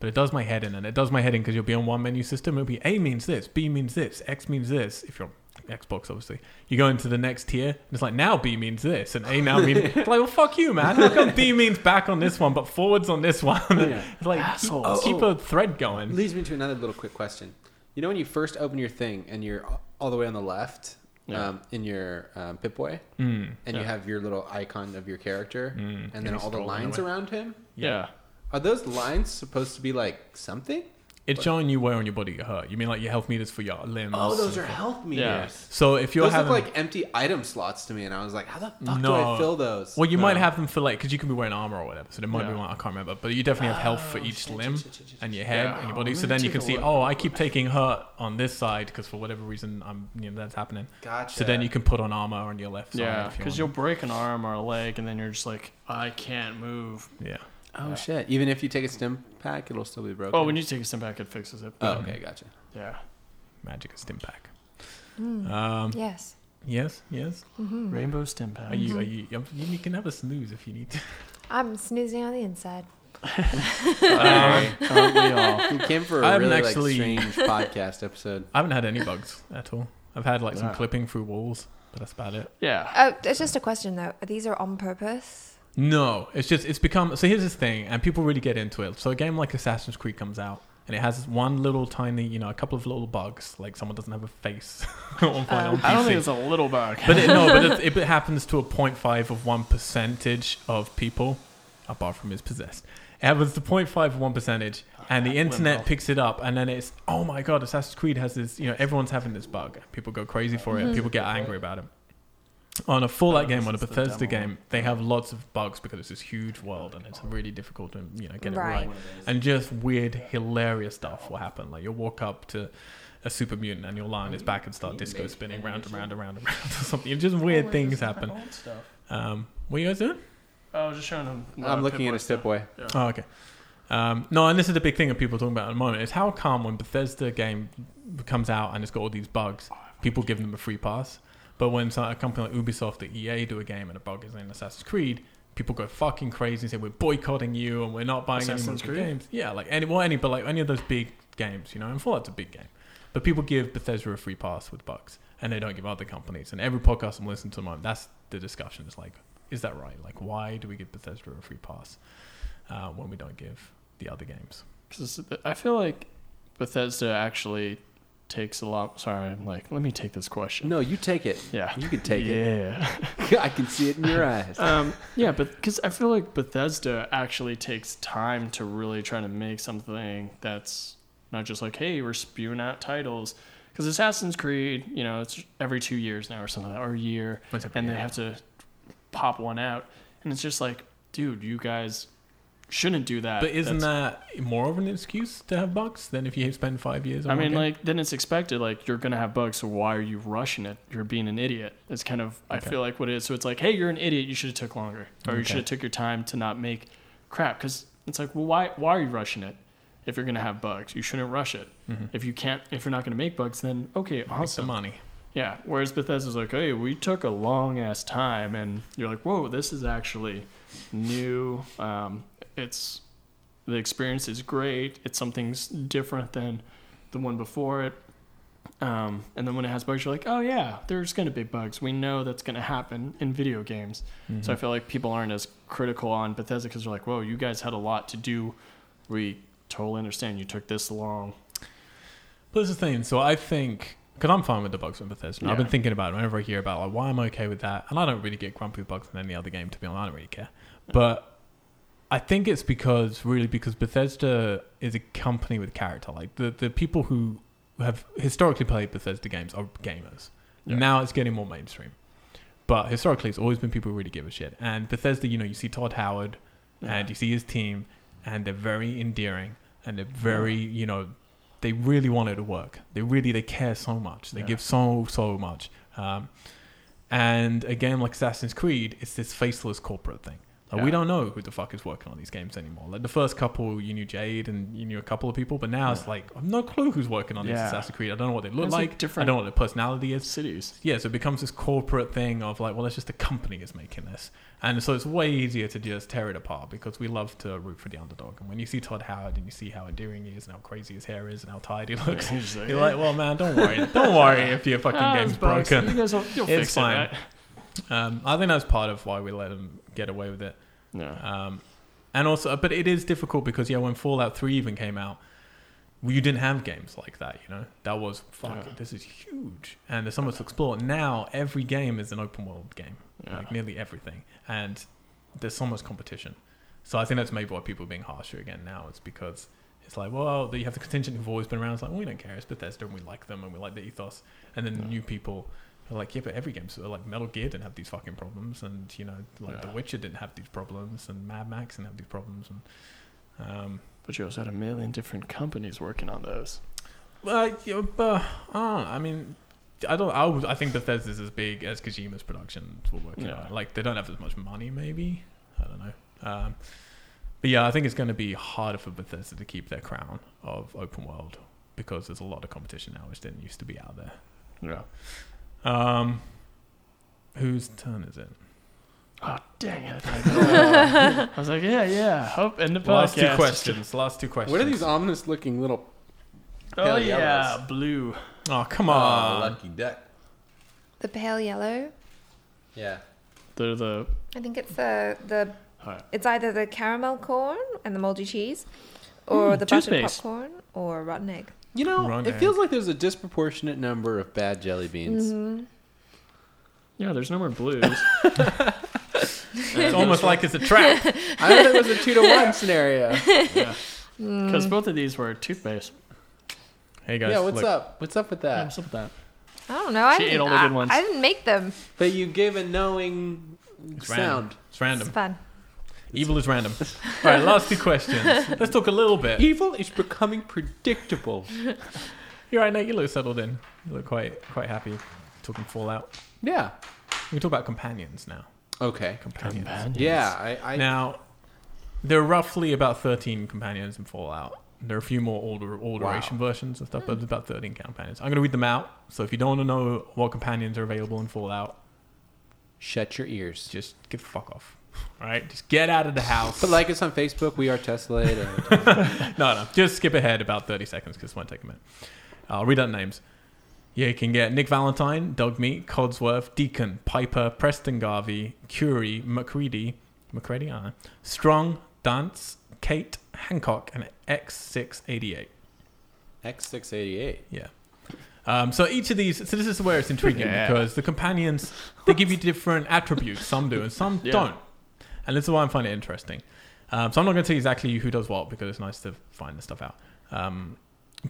But it does my head in, and it does my head in because you'll be on one menu system. It'll be A means this, B means this, X means this. If you're on Xbox, obviously, you go into the next tier, and it's like now B means this, and A now means. It's like, well, fuck you, man. How come B means back on this one, but forwards on this one? it's like keep, Assholes. keep a Oh. thread going. Leads me to another little quick question. You know when you first open your thing and you're all the way on the left Yeah. um, in your um, Pip-Boy, and you have your little icon of your character, and then he's all the scrolling lines away. around him. yeah. Are those lines supposed to be like something? It's showing you where on your body you hurt. You mean like your health meters for your limbs? Oh, those and- are health Yeah. meters. So if you're those having look like empty item slots to me, and I was like, how the fuck do No. I fill those? well, you might No. have them for like because you can be wearing armor or whatever. So there might be Yeah. Ah, one I can't remember, but you definitely have health for each limb and your head Yeah. and your body. Oh, So let me then you take can a see, look. oh, I keep taking hurt on this side because for whatever reason I'm you know that's happening. Gotcha. So then you can put on armor on your left side. Yeah. if you Because you'll want. break an arm or a leg, and then you're just like, I can't move. yeah. Oh shit! Even if you take a stim pack, it'll still be broken. Oh, when you take a stim pack, it fixes it. Oh, okay, gotcha. Yeah. Magic is stim pack. Um, Yes. yes, yes. Rainbow stim pack. Are you? Are you? You you can have a snooze if you need to. I'm snoozing on the inside. Aren't we all? You came for I a haven't really actually- like strange podcast episode. I haven't had any bugs at all. I've had like some Wow. clipping through walls, but that's about it. Yeah. Oh, it's just a question though. These are on purpose. No, it's just it's become. So here's this thing, and people really get into it. So a game like Assassin's Creed comes out, and it has one little tiny, you know, a couple of little bugs, like someone doesn't have a face on, on Um, I don't think PC. it's a little bug. But it, no, but it, it happens to a 0.5 of one percentage of people, apart from is possessed. It happens to 0.5 of one percentage, and the internet out. picks it up, and then it's oh my god, Assassin's Creed has this. You know, everyone's having this bug. People go crazy for it. People get angry about it on a Fallout Oh, game Mm-hmm. on a this is the Bethesda demo. game, they have lots of bugs because it's this huge world and it's really difficult to you know get Right. it right. And just weird, hilarious stuff will happen. Like you'll walk up to a super mutant and you'll lie on his back and start disco spinning round and round and round and round or something. Just weird things happen. Um, what are you guys doing? I was just showing him. I'm looking at a stip way. Oh, okay. Um, no, and this is the big thing that people are talking about at the moment is how come when Bethesda game comes out and it's got all these bugs, people give them a free pass, but when some, a company like Ubisoft or EA do a game and a bug is in Assassin's Creed, people go fucking crazy and say we're boycotting you and we're not buying any more of Assassin's your Creed? games. Yeah, like any well any but like any of those big games, you know, and Fallout's a big game, but people give Bethesda a free pass with bugs and they don't give other companies. And every podcast I'm listening to, at the moment, that's the discussion. It's like, is that right? Like, why do we give Bethesda a free pass? uh, when we don't give the other games. Cause I feel like Bethesda actually takes a lot. Sorry, I'm like, let me take this question. No, you take it. Yeah. You can take it. Yeah. I can see it in your eyes. Uh, um, yeah, but because I feel like Bethesda actually takes time to really try to make something that's not just like, hey, we're spewing out titles. Because Assassin's Creed, you know, it's every two years now or something, or a year, It's every and they year. have to pop one out, and it's just like, dude, you guys shouldn't do that. But isn't That's- that more of an excuse to have bugs than if you spend five years? On I one mean, game? like then it's expected. Like you're gonna have bugs, so why are you rushing it? You're being an idiot. It's kind of I Okay. feel like what it is. So it's like, hey, you're an idiot. You should have took longer, or you Okay. should have took your time to not make crap. Because it's like, well, why why are you rushing it? If you're gonna have bugs, you shouldn't rush it. Mm-hmm. If you can't, if you're not gonna make bugs, then okay, It's the awesome. money. Yeah. Whereas Bethesda's like, hey, we took a long ass time, and you're like, whoa, this is actually new. Um, it's the experience is great. It's something's different than the one before it. Um, and then when it has bugs, you're like, oh yeah, there's gonna be bugs. We know that's gonna happen in video games. Mm-hmm. So I feel like people aren't as critical on Bethesda because they're like, whoa, you guys had a lot to do. We totally understand you took this long. But that's the thing. So I think because I'm fine with the bugs in Bethesda. I've Yeah. been thinking about it whenever I hear about like why I'm okay with that, and I don't really get grumpy with bugs in any other game. To be honest, I don't really care. But I think it's because really because Bethesda is a company with character. Like the the people who have historically played Bethesda games are gamers. Yeah. Now it's getting more mainstream. But historically, it's always been people who really give a shit. And Bethesda, you know, you see Todd Howard, and you see his team, and they're very endearing, and they're very, you know, they really want it to work. They really they care so much. They Yeah. give so so much. Um, and a game like Assassin's Creed, it's this faceless corporate thing. Like we Yeah. don't know who the fuck is working on these games anymore. Like the first couple, you knew Jade and you knew a couple of people, but now it's like I've no clue who's working on this Yeah. Assassin's Creed. I don't know what they look It's, like, like. I different- don't know what their personality is Cities. yeah, so it becomes this corporate thing of like, well, that's just the company is making this, and so it's way easier to just tear it apart because we love to root for the underdog. And when you see Todd Howard and you see how endearing he is and how crazy his hair is and how tired he looks, He's like, you're like, well, man, don't worry, don't worry if your fucking "Ah, game's it's bugs. You broken. guys will, you'll It's fix fine. it. Right? Um, I think that's part of why we let him get away with it. Yeah. Um, and also, but it is difficult because yeah, when Fallout Three even came out, well, you didn't have games like that. You know, that was fuck. Yeah. This is huge, and there's so much to explore. Now every game is an open world game, Yeah. like nearly everything, and there's so much competition. So I think that's maybe why people are being harsher again now. It's because it's like, well, you have the contingent who've always been around. It's like, well, we don't care. It's Bethesda, and we like them, and we like the ethos. And then the new people are like, yeah, but every game, so like Metal Gear didn't have these fucking problems, and you know, like The Yeah. Witcher didn't have these problems, and Mad Max didn't have these problems, and um, But you also had a million different companies working on those. well, yeah, but I don't know. I mean, I don't. I, would- I think Bethesda's as big as Kojima's productions were working Yeah. on. Like they don't have as much money, maybe. I don't know. Um, but yeah, I think it's going to be harder for Bethesda to keep their crown of open world because there's a lot of competition now, which didn't used to be out there. Yeah. Um, whose turn is it? Oh dang it! I was like, yeah, yeah. Hope in the podcast. Last two questions. Last two questions. what are these ominous looking little. Oh Hell yeah, yeah, let's- blue. Oh come on! lucky duck. The pale yellow. Yeah. They're the. I think it's the the Alright. it's either the caramel corn and the moldy cheese, or Mm, the buttered toothpaste. popcorn, or rotten egg. You know, Wrong it egg. feels like there's a disproportionate number of bad jelly beans. Yeah, there's no more blues. it's almost like it's a trap. I thought it was a two to one scenario. Because both of these were toothpaste. Hey guys, yeah, what's look. up? What's up with Yeah, that? what's up with that? I don't know. I She ate didn't, all the good I- ones. I didn't make them. But you gave a knowing It's sound. random. It's random. It's fun. Evil is random. All right, last two questions. Let's talk a little bit. Evil is becoming predictable. You're right, Nate. You look settled in. You look quite quite happy. Talking Fallout. Yeah. We talk about companions now. Okay. Companions. Yeah, I, I Now, there are roughly about 13 companions in Fallout. There are a few more older alteration versions and stuff, but Hmm. there's about 13 companions. I'm going to read them out. So if you don't want to know what companions are available in Fallout, shut your ears. just get the fuck off. All right, just get out of the house. But like us on Facebook, we are Tesla. no, no. Just skip ahead about 30 seconds because it won't take a minute. I'll read out names. Yeah, you can get Nick Valentine, Doug Meat, Codsworth, Deacon, Piper, Preston Garvey, Curie, McCready, McCready, I don't know, Strong, Dance, Kate, Hancock, and X688. X six eighty eight. Yeah. Um, so each of these, so this is where it's intriguing Yeah. because the companions they give you different attributes. Some do and some Yeah. don't, and this is why I find it interesting. Um, so I'm not going to tell you exactly who does what because it's nice to find this stuff out. Um,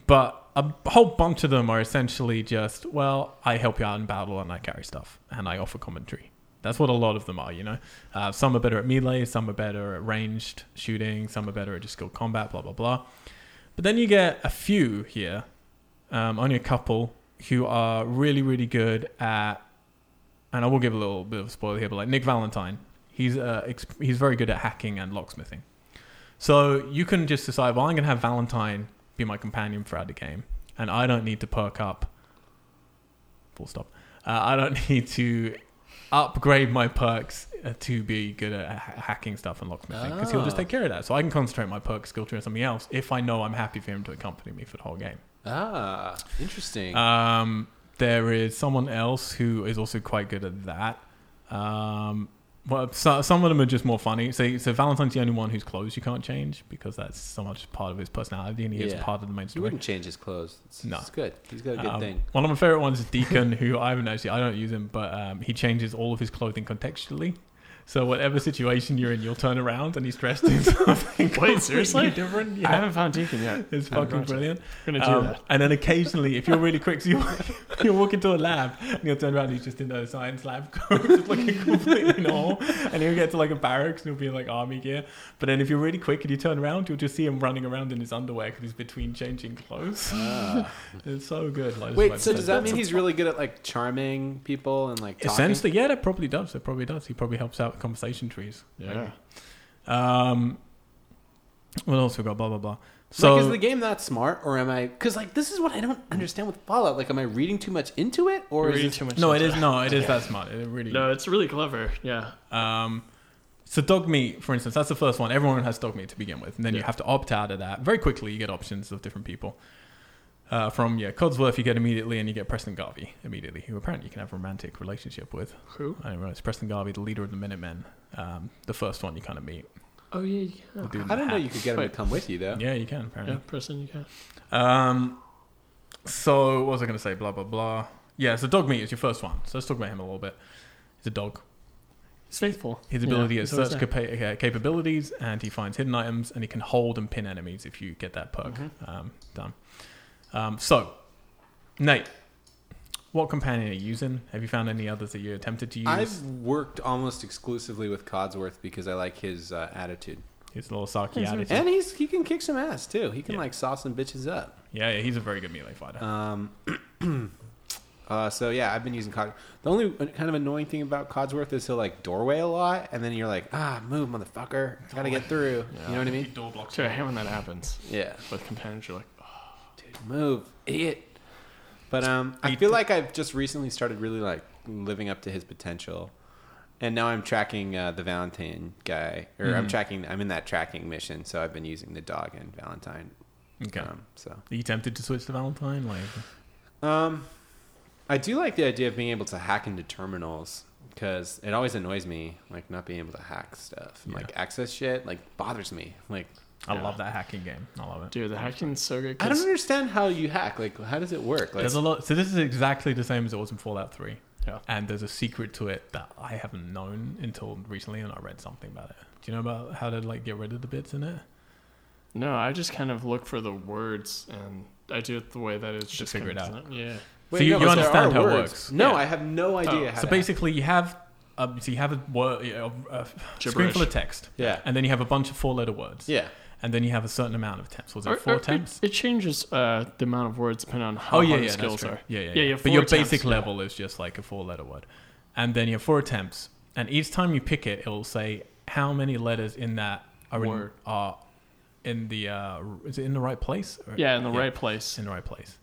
but a whole bunch of them are essentially just, well, I help you out in battle and I carry stuff and I offer commentary. That's what a lot of them are, you know. Uh, some are better at melee, some are better at ranged shooting, some are better at just skilled combat, blah blah blah. But then you get a few here um, only a couple who are really, really good at, and I will give a little bit of a spoiler here, but like Nick Valentine, he's uh, ex- he's very good at hacking and locksmithing. So you can just decide, well, I'm going to have Valentine be my companion throughout the game, and I don't need to perk up. Full stop. Uh, I don't need to upgrade my perks uh, to be good at ha- hacking stuff and locksmithing because he'll just take care of that. So I can concentrate my perk skill tree on something else if I know I'm happy for him to accompany me for the whole game. Ah, interesting. Um, there is someone else who is also quite good at that. Um, well, so, some of them are just more funny. So, so Valentine's the only one whose clothes you can't change because that's so much part of his personality, and he is Yeah. part of the main he story. wouldn't change his clothes. It's, No. it's good. He's got a good Um, thing. One of my favorite ones is Deacon, who I haven't actually. I don't use him, but um, he changes all of his clothing contextually. So whatever situation you're in, you'll turn around and he's dressed in something. completely seriously? Different. I Yeah. haven't found Deacon yet. It's I haven't fucking watched it. brilliant. I'm gonna do Um, that. and then occasionally, if you're really quick, so you, you walk into a lab and you'll turn around and he's just in those science lab coats, just looking completely normal. And he'll get to like a barracks and he'll be in like army gear. But then if you're really quick and you turn around, you'll just see him running around in his underwear because he's between changing clothes. it's so good. Like, Ah. Wait, like- so does that mean he's really good at like charming people and like talking? Essentially, yeah, that probably does. It probably does. He probably helps out with conversation trees. Yeah. Um, what else we got? Blah blah blah. So So like, is the game that smart, or am I? Because like this is what I don't understand with Fallout. Like, am I reading too much into it, or You're is reading this too much. no, it into is no, it is that smart. It really No, it's really clever. Yeah. Um, so dog meat, for instance, that's the first one. Everyone has dog meat to begin with, and then you Yeah. have to opt out of that very quickly. You get options of different people. Uh, from yeah, Codsworth you get immediately, and you get Preston Garvey immediately, who apparently you can have a romantic relationship with. Who? I don't know. It's Preston Garvey, the leader of the Minutemen. Um, the first one you kind of meet. Oh yeah. The Yeah. dude in I the don't know. hat. You could get him to Wait. come with you though. Yeah, you can apparently. yeah person you can. Um, so what was I going to say? Blah blah blah. Yeah, so dog meat is your first one. So let's talk about him a little bit. He's a dog. He's faithful. His Yeah, ability at he's always search there. capa- uh, capabilities, and he finds hidden items, and he can hold and pin enemies if you get that perk Mm-hmm. um, done. Um, so, Nate, what companion are you using? Have you found any others that you're tempted to use? I've worked almost exclusively with Codsworth because I like his uh, attitude, His little Saki attitude. and he's he can kick some ass too. He can Yeah. like saw some bitches up. Yeah, yeah, he's a very good melee fighter. Um, uh, so yeah, I've been using Codsworth. The only uh, kind of annoying thing about Codsworth is he'll like doorway a lot, and then you're like, ah, move, motherfucker, I gotta get through. You know what I He mean? door blocks. Sure, I hate when that happens. Yeah. With companions, you're like, oh, move, idiot. But um, I feel like I've just recently started really like living up to his potential, and now I'm tracking uh, the Valentine guy, or Mm-hmm. I'm tracking. I'm in that tracking mission, so I've been using the dog and Valentine. Okay. Um, so are you tempted to switch to Valentine? Like, um, I do like the idea of being able to hack into terminals because it always annoys me, like not being able to hack stuff, and, Yeah. like access shit, like bothers me. Like I Yeah. love that hacking game. I love it. dude, the hacking's so good. I 'cause- don't understand how you hack. Like how does it work? Like There's a lot. So this is exactly the same as it was in Fallout 3. Yeah. And there's a secret to it that I haven't known until recently, and I read something about it. Do you know about how to like get rid of the bits in it? No, I just kind of look for the words and I do it the way that it's just figure it kind of- Yeah. So you- you but there understand are how it words. works. No, Yeah. I have no idea. Oh. how So to hack. basically, you have um, so you have a, word, a, a screen Gibberish. full of text, Yeah. and then you have a bunch of four-letter words, Yeah. and then you have a certain amount of temps. Was Or- it four or it- temps? It, changes uh, the amount of words depending on how oh yeah, hard yeah, the that's skills true. are. Yeah, yeah, yeah. yeah. you have But your four attempts, basic yeah. level is just like a four-letter word, and then you have four attempts, and each time you pick it, it will say how many letters in that are in, Word. are in the uh, is it in the right place? Or- Yeah, in the right place. It's in the right place.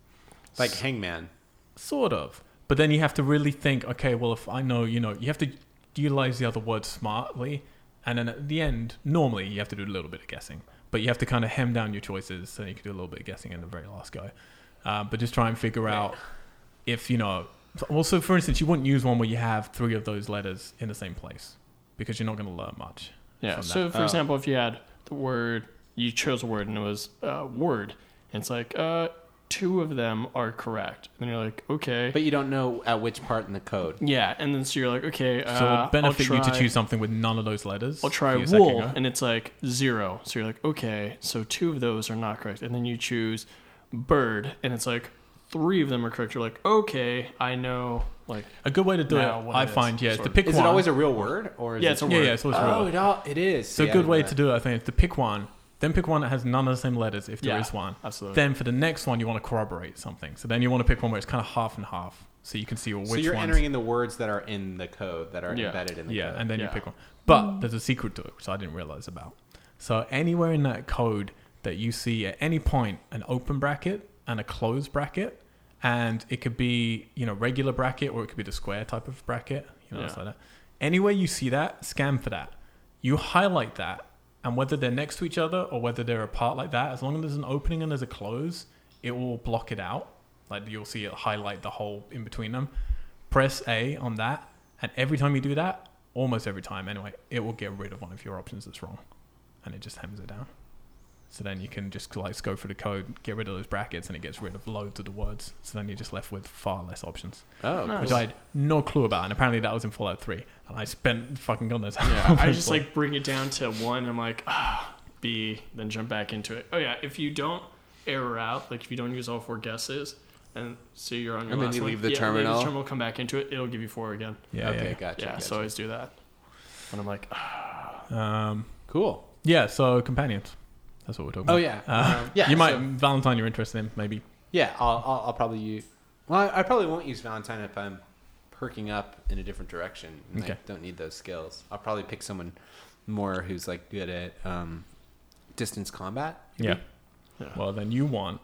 Like Hangman. Sort of. But then you have to really think, okay, well, if I know, you know, you have to utilize the other word smartly. And then at the end, normally you have to do a little bit of guessing, but you have to kind of hem down your choices so you can do a little bit of guessing in the very last go. Uh, but just try and figure out if, you know, also, for instance, you wouldn't use one where you have three of those letters in the same place because you're not going to learn much. Yeah. from that. Oh. So, for example, if you had the word, you chose a word and it was uh, word, and it's like, uh, two of them are correct. And you're like, okay. But you don't know at which part in the code. yeah, and then so you're like, okay. So uh, it'll benefit I'll you to try- choose something with none of those letters. I'll try for your second wool, go. and it's like zero. So you're like, okay, so two of those are not correct. And then you choose bird, and it's like three of them are correct. You're like, okay, I know. Like, A good way to do Now, it, what I it is, find, yeah, is to sort of. pick Is one. it always a real word or is yeah, it it's a yeah, word. yeah, it's always a Oh, word. it, all, it is. So a good way to do it, I think, is to pick one, then pick one that has none of the same letters if there is Yeah, one. absolutely. Then for the next one, you want to corroborate something. So then you want to pick one where it's kind of half and half, so you can see well, which So you're ones. entering in the words that are in the code that are Yeah. embedded in the yeah, code. and then you Yeah. pick one. But there's a secret to it, which I didn't realize about. So anywhere in that code that you see at any point an open bracket and a closed bracket, and it could be you know regular bracket or it could be the square type of bracket, you know, Yeah. it's like that. Anywhere you see that, scan for that. You highlight that, and whether they're next to each other or whether they're apart like that, as long as there's an opening and there's a close, it will block it out. Like you'll see it highlight the whole in between them. Press A on that, and every time you do that, almost every time anyway, it will get rid of one of your options that's wrong, and it just hems it down. So then you can just like go through the code, get rid of those brackets, and it gets rid of loads of the words. So then you're just left with far less options, Oh, Nice. which I had no clue about. And apparently that was in Fallout 3, and I spent fucking goodness. Yeah, I just like bring it down to one. I'm like, ah, B, then jump back into it. Oh yeah, if you don't error out, like if you don't use all four guesses, and so you're on your And then last you one, leave the yeah, terminal. terminal, come back into it. It'll give you four again. yeah, okay, yeah. gotcha. yeah, gotcha. so I always do that. And I'm like, ah, cool. Yeah, so companions. That's what we're talking Oh about. yeah, Uh, Um, yeah. you might so- Valentine you're interested in, maybe. yeah, I'll, I'll, I'll probably use. Well, I, I probably won't use Valentine if I'm perking up in a different direction. And I Okay. don't need those skills. I'll probably pick someone more who's like good at um, distance combat. Yeah. Yeah. Well, then you want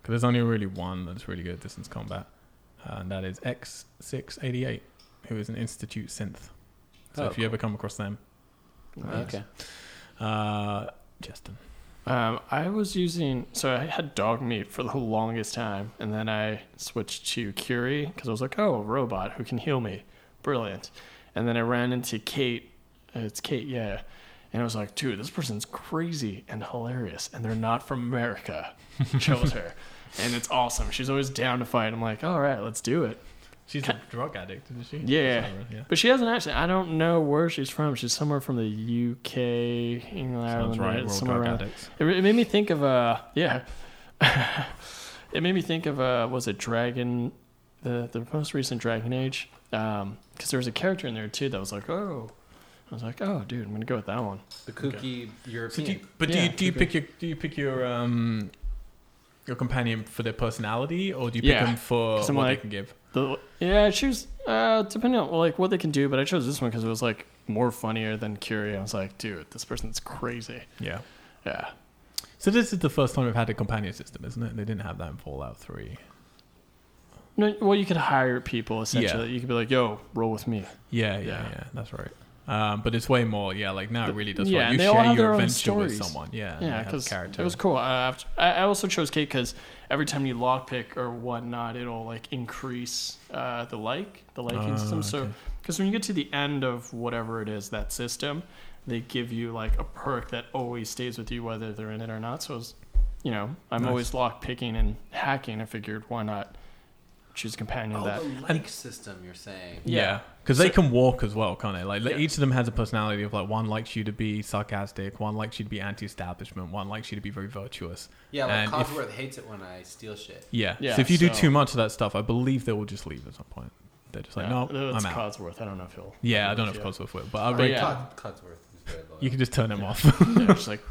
because there's only really one that's really good at distance combat, uh, and that is X688, who is an Institute synth. So Oh, if you ever come across them, Okay. uh, Justin. Um, I was using so I had dog meat for the longest time, and then I switched to Curie because I was like, oh, a robot who can heal me, brilliant. And then I ran into Kate. uh, It's Kate, yeah. And I was like, dude, this person's crazy and hilarious, and they're not from America. Chose her, and it's awesome. She's always down to fight. I'm like, all right, let's do it. She's a drug addict, isn't she? Yeah. yeah. But she has an accent. I don't know where she's from. She's somewhere from the UK, England, Ireland, right, right? we're all Somewhere drug around. addicts. It, it made me think of uh yeah. it made me think of uh was it Dragon, the the most recent Dragon Age, because there was a character in there too that was like oh, I was like oh dude I'm gonna go with that one. The kooky So European. do you, but do Yeah. you do you pick your do you pick your um your companion for their personality or do you pick Yeah. them for what 'Cause I'm they like- can give? The yeah I choose uh depending on like what they can do, but I chose this one because it was like more funnier than Curie. I was like dude this person's crazy. Yeah. Yeah. So this is the first time we've had a companion system, isn't it? They didn't have that in Fallout Three. No, well, you could hire people essentially. You could be like, "Yo, roll with me." Yeah, yeah, yeah. Yeah. that's right. Um, but it's way more, yeah. Like now, it really does. yeah, Yeah, and you they all share have your their own adventure with stories. someone. Yeah, and Yeah, they have because it character. was cool. Uh, after- I I also chose Kate because every time you lockpick or whatnot, it'll like increase uh, the like the liking Ah, system. So okay. because when you get to the end of whatever it is that system, they give you like a perk that always stays with you whether they're in it or not. So, it's, you know, I'm Nice. always lock picking and hacking. I figured why not choose a companion oh, that. the like system you're saying. yeah, yeah. because they So- can walk as well, can't they? Like like, Yeah. each of them has a personality of like one likes you to be sarcastic, one likes you to be anti-establishment, one likes you to be very virtuous. Yeah, like And if- Cosworth hates it when I steal shit. yeah. Yeah, So if you do so- too much of that stuff, I believe they will just leave at some point. They're just like, Yeah, no, that's I'm out. Cosworth. I don't know if he'll. yeah, I don't know if Yeah. Cosworth will, but I But read Oh, yeah. Cos- Cosworth is very loyal. you can just turn them off. yeah, just like,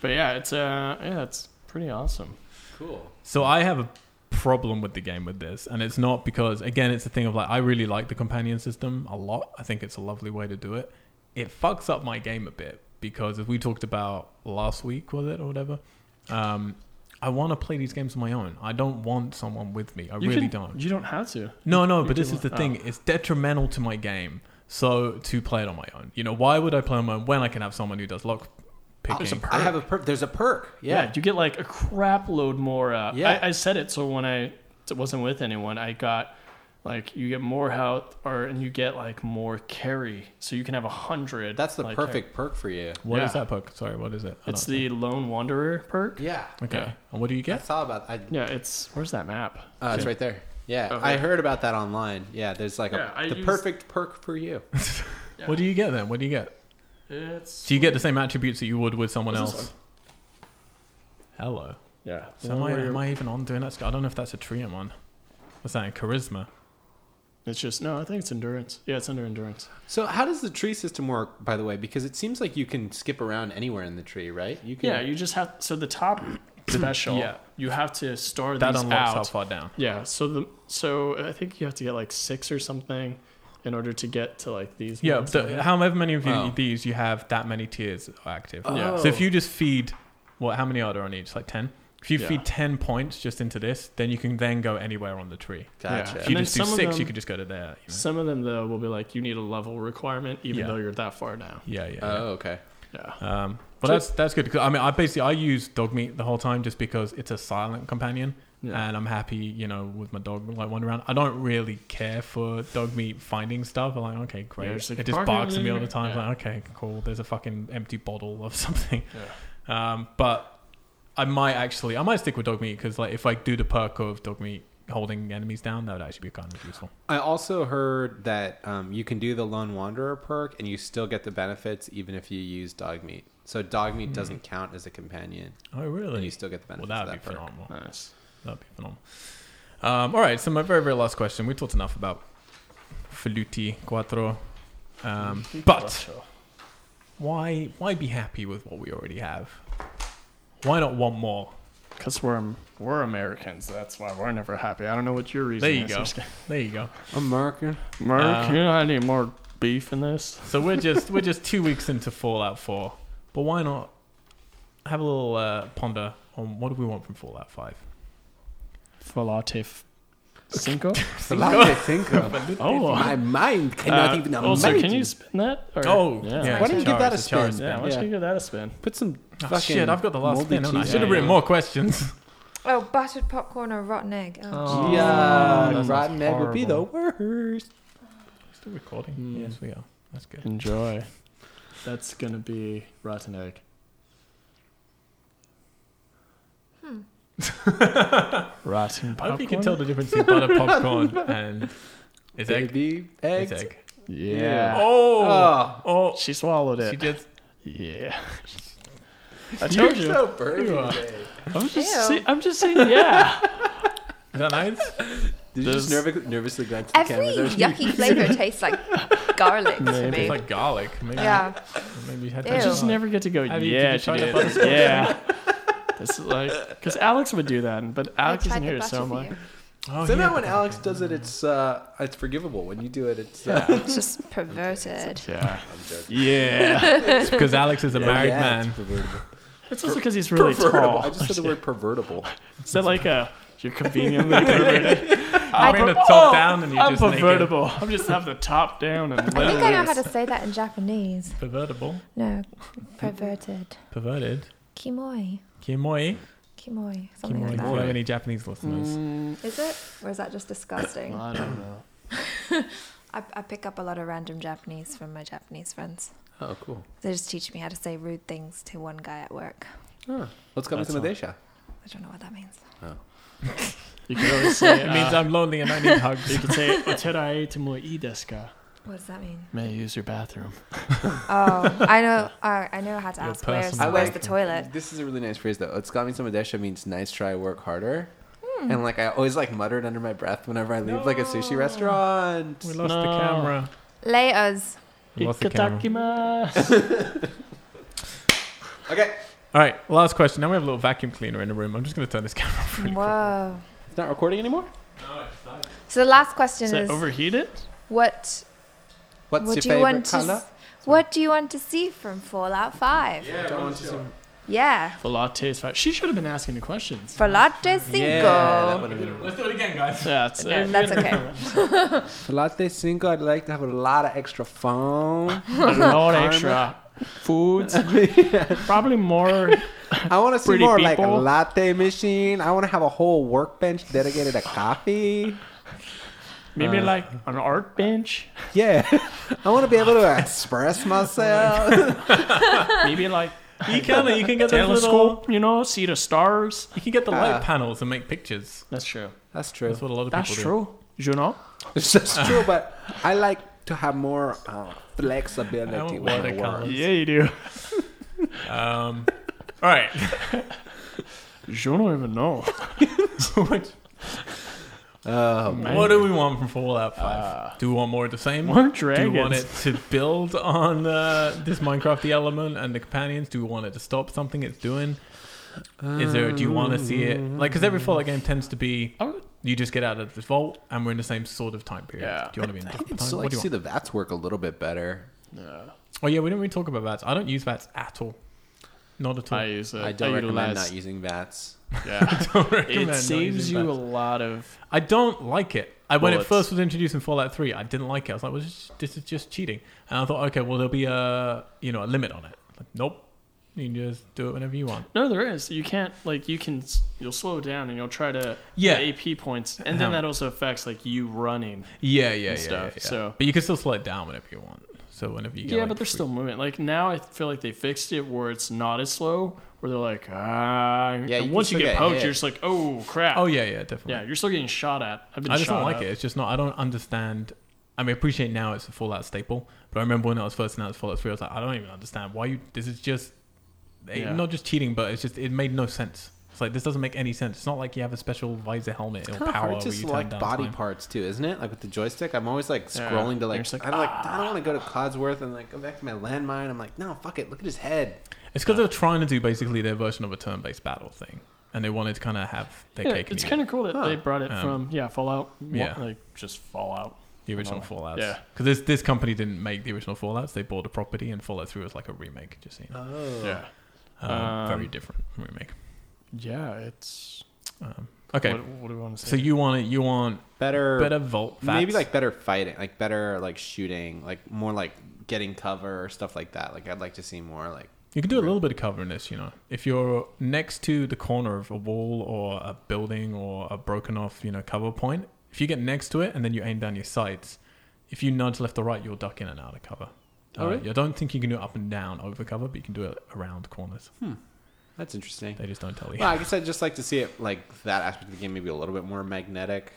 but yeah, it's uh, yeah, it's pretty awesome. cool. So I have a problem with the game with this, and it's not because again, it's a thing of like I really like the companion system a lot. I think it's a lovely way to do it. It fucks up my game a bit because as we talked about last week, was it or whatever? Um, I want to play these games on my own. I don't want someone with me. I You really can- don't. You don't have to. No, no, you but do this is the want- Ah. thing. It's detrimental to my game. So to play it on my own, you know, why would I play on my own when I can have someone who does lock picking? There's a perk. I have a perk. There's a perk. yeah. Yeah. you get like a crap load more. Uh, Yeah. I, I said it so when I t- wasn't with anyone, I got Like you get more health, or and you get like more carry, so you can have a hundred. That's the like, perfect perk for you. What is Yeah. that perk? Sorry, what is it? I carry. It's don't the lone wanderer perk. Yeah. know. okay. And what do you I get? saw about. I, Yeah, it's where's that map? uh, it's right there. Yeah, Oh, I right. heard about that online. Yeah, there's like Yeah, a, I the used- perfect perk for you. What do you get then? What do you get? It's Do you get the same attributes that you would with someone What's this else? Hello. yeah. So am I, am I even on doing that? I don't know if that's a tree I'm on. What's that? Charisma. It's just no. I think it's endurance. Yeah, it's under endurance. So how does the tree system work, by the way? Because it seems like you can skip around anywhere in the tree, right? You can. Yeah, you just have so the top special. Yeah. you have to store That these unlocks out. how far down. Yeah, so the so I think you have to get like six or something in order to get to like these. Yeah, ones. so however many of you Wow. these you have, that many tiers are active. Yeah. So if you just feed, what? How many are there on each? Like ten. If you Yeah. feed ten points just into this, then you can then go anywhere on the tree. gotcha. Yeah. If you And then just do some of six, them- you could just go to there. You know? some of them though will be like you need a level requirement even Yeah. though you're that far down. Yeah, yeah. yeah. Oh, okay. Yeah. Um, but that's that's good. 'cause, I mean, I basically I use dog meat the whole time just because it's a silent companion, Yeah. and I'm happy, you know, with my dog like wandering around. I don't really care for dog meat finding stuff. I'm like, okay, great. Yeah, just like, it just "Park barks over at me all the there." time. Yeah. Like, okay, cool. There's a fucking empty bottle of something. Yeah. Um, but I might actually I might stick with dog meat because like if I do the perk of dog meat holding enemies down, that would actually be kind of useful. I also heard that um, you can do the Lone Wanderer perk and you still get the benefits even if you use dog meat. So dog meat doesn't count as a companion, Oh, really? and you still get the well, benefits that of would be that perk. phenomenal. Nice. That'd be phenomenal. Um, all right, so my very, very last question. We talked enough about Feluti Quattro. Um, but why why be happy with what we already have? Why not want more? Because we're um, we're Americans, that's why we're never happy. I don't know what your reason There you is. go. There you go. American. Mark, Uh, you know I need more beef in this. So we're just we're just two weeks into Fallout 4, but why not have a little uh, ponder on what do we want from Fallout 5? Falatif Cinco. It's a lot to think of. oh. My mind cannot even uh, imagine. also, can you spin that? Or, Oh, yeah. yeah, Why it's don't you give that Charizard, a it's spin? Charizard. Yeah, why don't Yeah. you give that a spin? Put some Oh, fucking. shit, I've got the last moldy spin. haven't I cheese should have on written it. more questions. Oh, buttered popcorn or rotten egg. Oh, Yeah, that's rotten egg would be the horrible. worst. Still recording? Hmm. Yes, we are. That's good. Mm. Enjoy. That's gonna be rotten egg. Hmm. rotten I popcorn. hope you can tell the difference in butter popcorn and is egg. Baby It's eggs. egg. Yeah. Oh, Oh, oh, She swallowed it. she just. Yeah. I told you. you're so burning. are. today. I'm just. Ew. See, I'm just saying. Yeah. Is that nice? Did you just nerv- nervously glance at the Every camera? there? yucky flavor tastes like garlic to Maybe. uh, It's me. like garlic. Maybe, yeah. Maybe you had Ew. that. I just never get to go. Have you- yeah, did she you try the did. butter Yeah. This is like because Alex would do that, but I Alex tried isn't the here so butter for much. you. Oh, So yeah. now when Alex does it, it's uh, it's forgivable. When you do it, it's uh, Yeah. It's just perverted. Yeah. Yeah. It's because Alex is a married yeah, man. It's pervertible. It's also because he's really Pervertible. tall. I just said the word pervertible. Is that like a you're conveniently perverted? I'm in the perver- top Oh, down and you're I'm just naked. pervertible. I'm just have the top down and I let think I know loose. how to say that in Japanese. Pervertible. No, perverted. Perverted. Kimoi. Kimoi. Kimoi. Kimoi. Something like If that. you have any Japanese listeners. Is it? Or is that just disgusting? I don't know. I, I pick up a lot of random Japanese from my Japanese friends. Oh, cool. They just teach me how to say rude things to one guy at work. Let's go That's into Madesha. I don't know what that means. You can always say It means uh, I'm lonely and I need you hugs. can say "Oterai to moi deska." What does that mean? May I use your bathroom? Oh, I know. Uh, I know how to Your ask where's, personal where's I like- the toilet. This is a really nice phrase though. Otsukami Samadesha means nice try, work harder. Hmm. And like I always like muttered under my breath whenever I leave like a sushi restaurant. We lost the No. camera. Layers. We lost the camera. Ikatakimasu. Okay, All right, last question. Now we have a little vacuum cleaner in the room. I'm just going to turn this camera off. Really Whoa. it's not recording anymore. So the last question Is that is overheated? what what What's your do you favorite want to color? s- what do you want to see from Fallout 5? Yeah. I want to see- The lattes. fi- She should have been asking the questions. For Latte Cinco. Yeah, that would have been. quick. Let's do it again, guys. That's No, that's okay. For latte cinco, I'd like to have a lot of extra foam. Not extra foods. Probably more. I want to see Pretty more like a people. latte machine. I want to have a whole workbench dedicated to coffee. Uh. Maybe like an art bench. Yeah, I want to be able to express myself. Maybe like You can you can get those little telescope. You know, see the stars. you can get the Ah. light panels and make pictures. That's true. That's true. That's what a lot of That's people true. You know. It's just true, but I like to have more uh, flexibility. I want with my watercolors. words. Yeah, you do. do. Um, all right. You don't even know. What- Oh, what do we want from Fallout 5? do we want more of the same? More Do we want dragons. it to build on uh, this Minecrafty element and the companions? Do we want it to stop something it's doing? Is there? Do you want to see it? Like, because every Fallout game tends to be I would- you just get out of this vault and we're in the same sort of time period. Yeah. Do you want to be in time? I would time? still What like do to you see want? the Vats work a little bit better. Oh yeah, we didn't really talk about VATS. I don't use VATS at all. Not at all. I use it. I don't recommend utilize, not using Vats. Yeah. don't recommend it not saves using you a VATS. lot of. I don't like it. I, when it Bullets. first was introduced in Fallout 3, I didn't like it. I was like, well, this, this is just cheating. And I thought, okay, well, there'll be a you know a limit on it. Like, nope, you can just do it whenever you want. No, there is. You can't like you can. s- You'll slow down and you'll try to Yeah. get AP points, and then Um, that also affects like you running. Yeah, yeah, yeah, stuff, yeah, yeah. so- but you can still slow it down whenever you want. So whenever you get, Yeah, like, but they're free- still moving. Like now, I feel like they fixed it where it's not as slow. Where they're like, ah, you and can once you still get get poked, hit. you're just like, oh crap. Oh yeah, yeah, definitely. yeah, you're still getting shot at. I've been I just shot don't like at. it. It's just not. I don't understand. I mean, I appreciate now it's a Fallout staple, but I remember when I was first announced Fallout Three, I was like, I don't even understand why you. This is just eh, Yeah. not just cheating, but it's just it made no sense. It's like this doesn't make any sense. It's not like you have a special visor helmet or Kind of power hard where to you turn select down body time. parts too, isn't it? Like with the joystick, I'm always like Yeah. scrolling to You're like, just like, I don't like, I "Ah." don't want to go to Codsworth and like go back to my landmine. I'm like, no, fuck it, look at his head. It's because they're trying to do basically their version of a turn-based battle thing, and they wanted to kind of have their Yeah, cake. it's and eat kind of cool that they brought it Um, from yeah Fallout. yeah. Yeah, like just Fallout. it, the original Fallout. Yeah. because this this company didn't make the original Fallout's. They bought a property, and Fallout Three was like a remake. Just so you know, Oh, Yeah, um, Uh, Um, very different remake. yeah. It's Um, okay, What, what do we want to say? So you want it? You want better, better vault? Vats. maybe like better fighting, like better like shooting, like more like getting cover or stuff like that. Like I'd like to see more like you can do a little bit of cover in this. You know, if you're next to the corner of a wall or a building or a broken off, you know, cover point, if you get next to it and then you aim down your sights, if you nudge left or right, you'll duck in and out of cover. Oh, Uh, really? I don't think you can do it up and down over cover, but you can do it around corners. that's interesting. They just don't tell you. Well, I guess I'd just like to see it like that aspect of the game maybe a little bit more magnetic.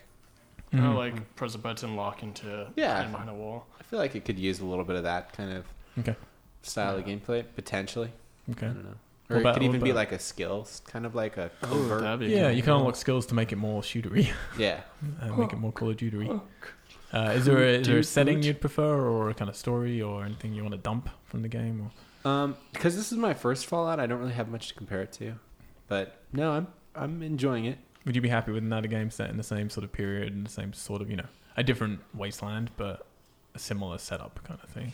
mm-hmm. oh, like press a button, lock into Yeah. hide behind a wall. I feel like it could use a little bit of that kind of Okay. style of gameplay potentially. I Okay. Hmm. don't know. What Or about- it could what even be about- like a skill, s- kind of like a Oh, Oh, covert. That'd be Yeah, kinda you can cool. unlock skills to make it more shootery, yeah. uh, make it more Call of Duty. Uh, is there a, is there a setting you'd prefer, or a kind of story, or anything you want to dump from the game? Or? Um, because this is my first Fallout, I don't really have much to compare it to. But no, I'm I'm enjoying it. Would you be happy with another game set in the same sort of period and the same sort of, you know, a different wasteland, but a similar setup kind of thing?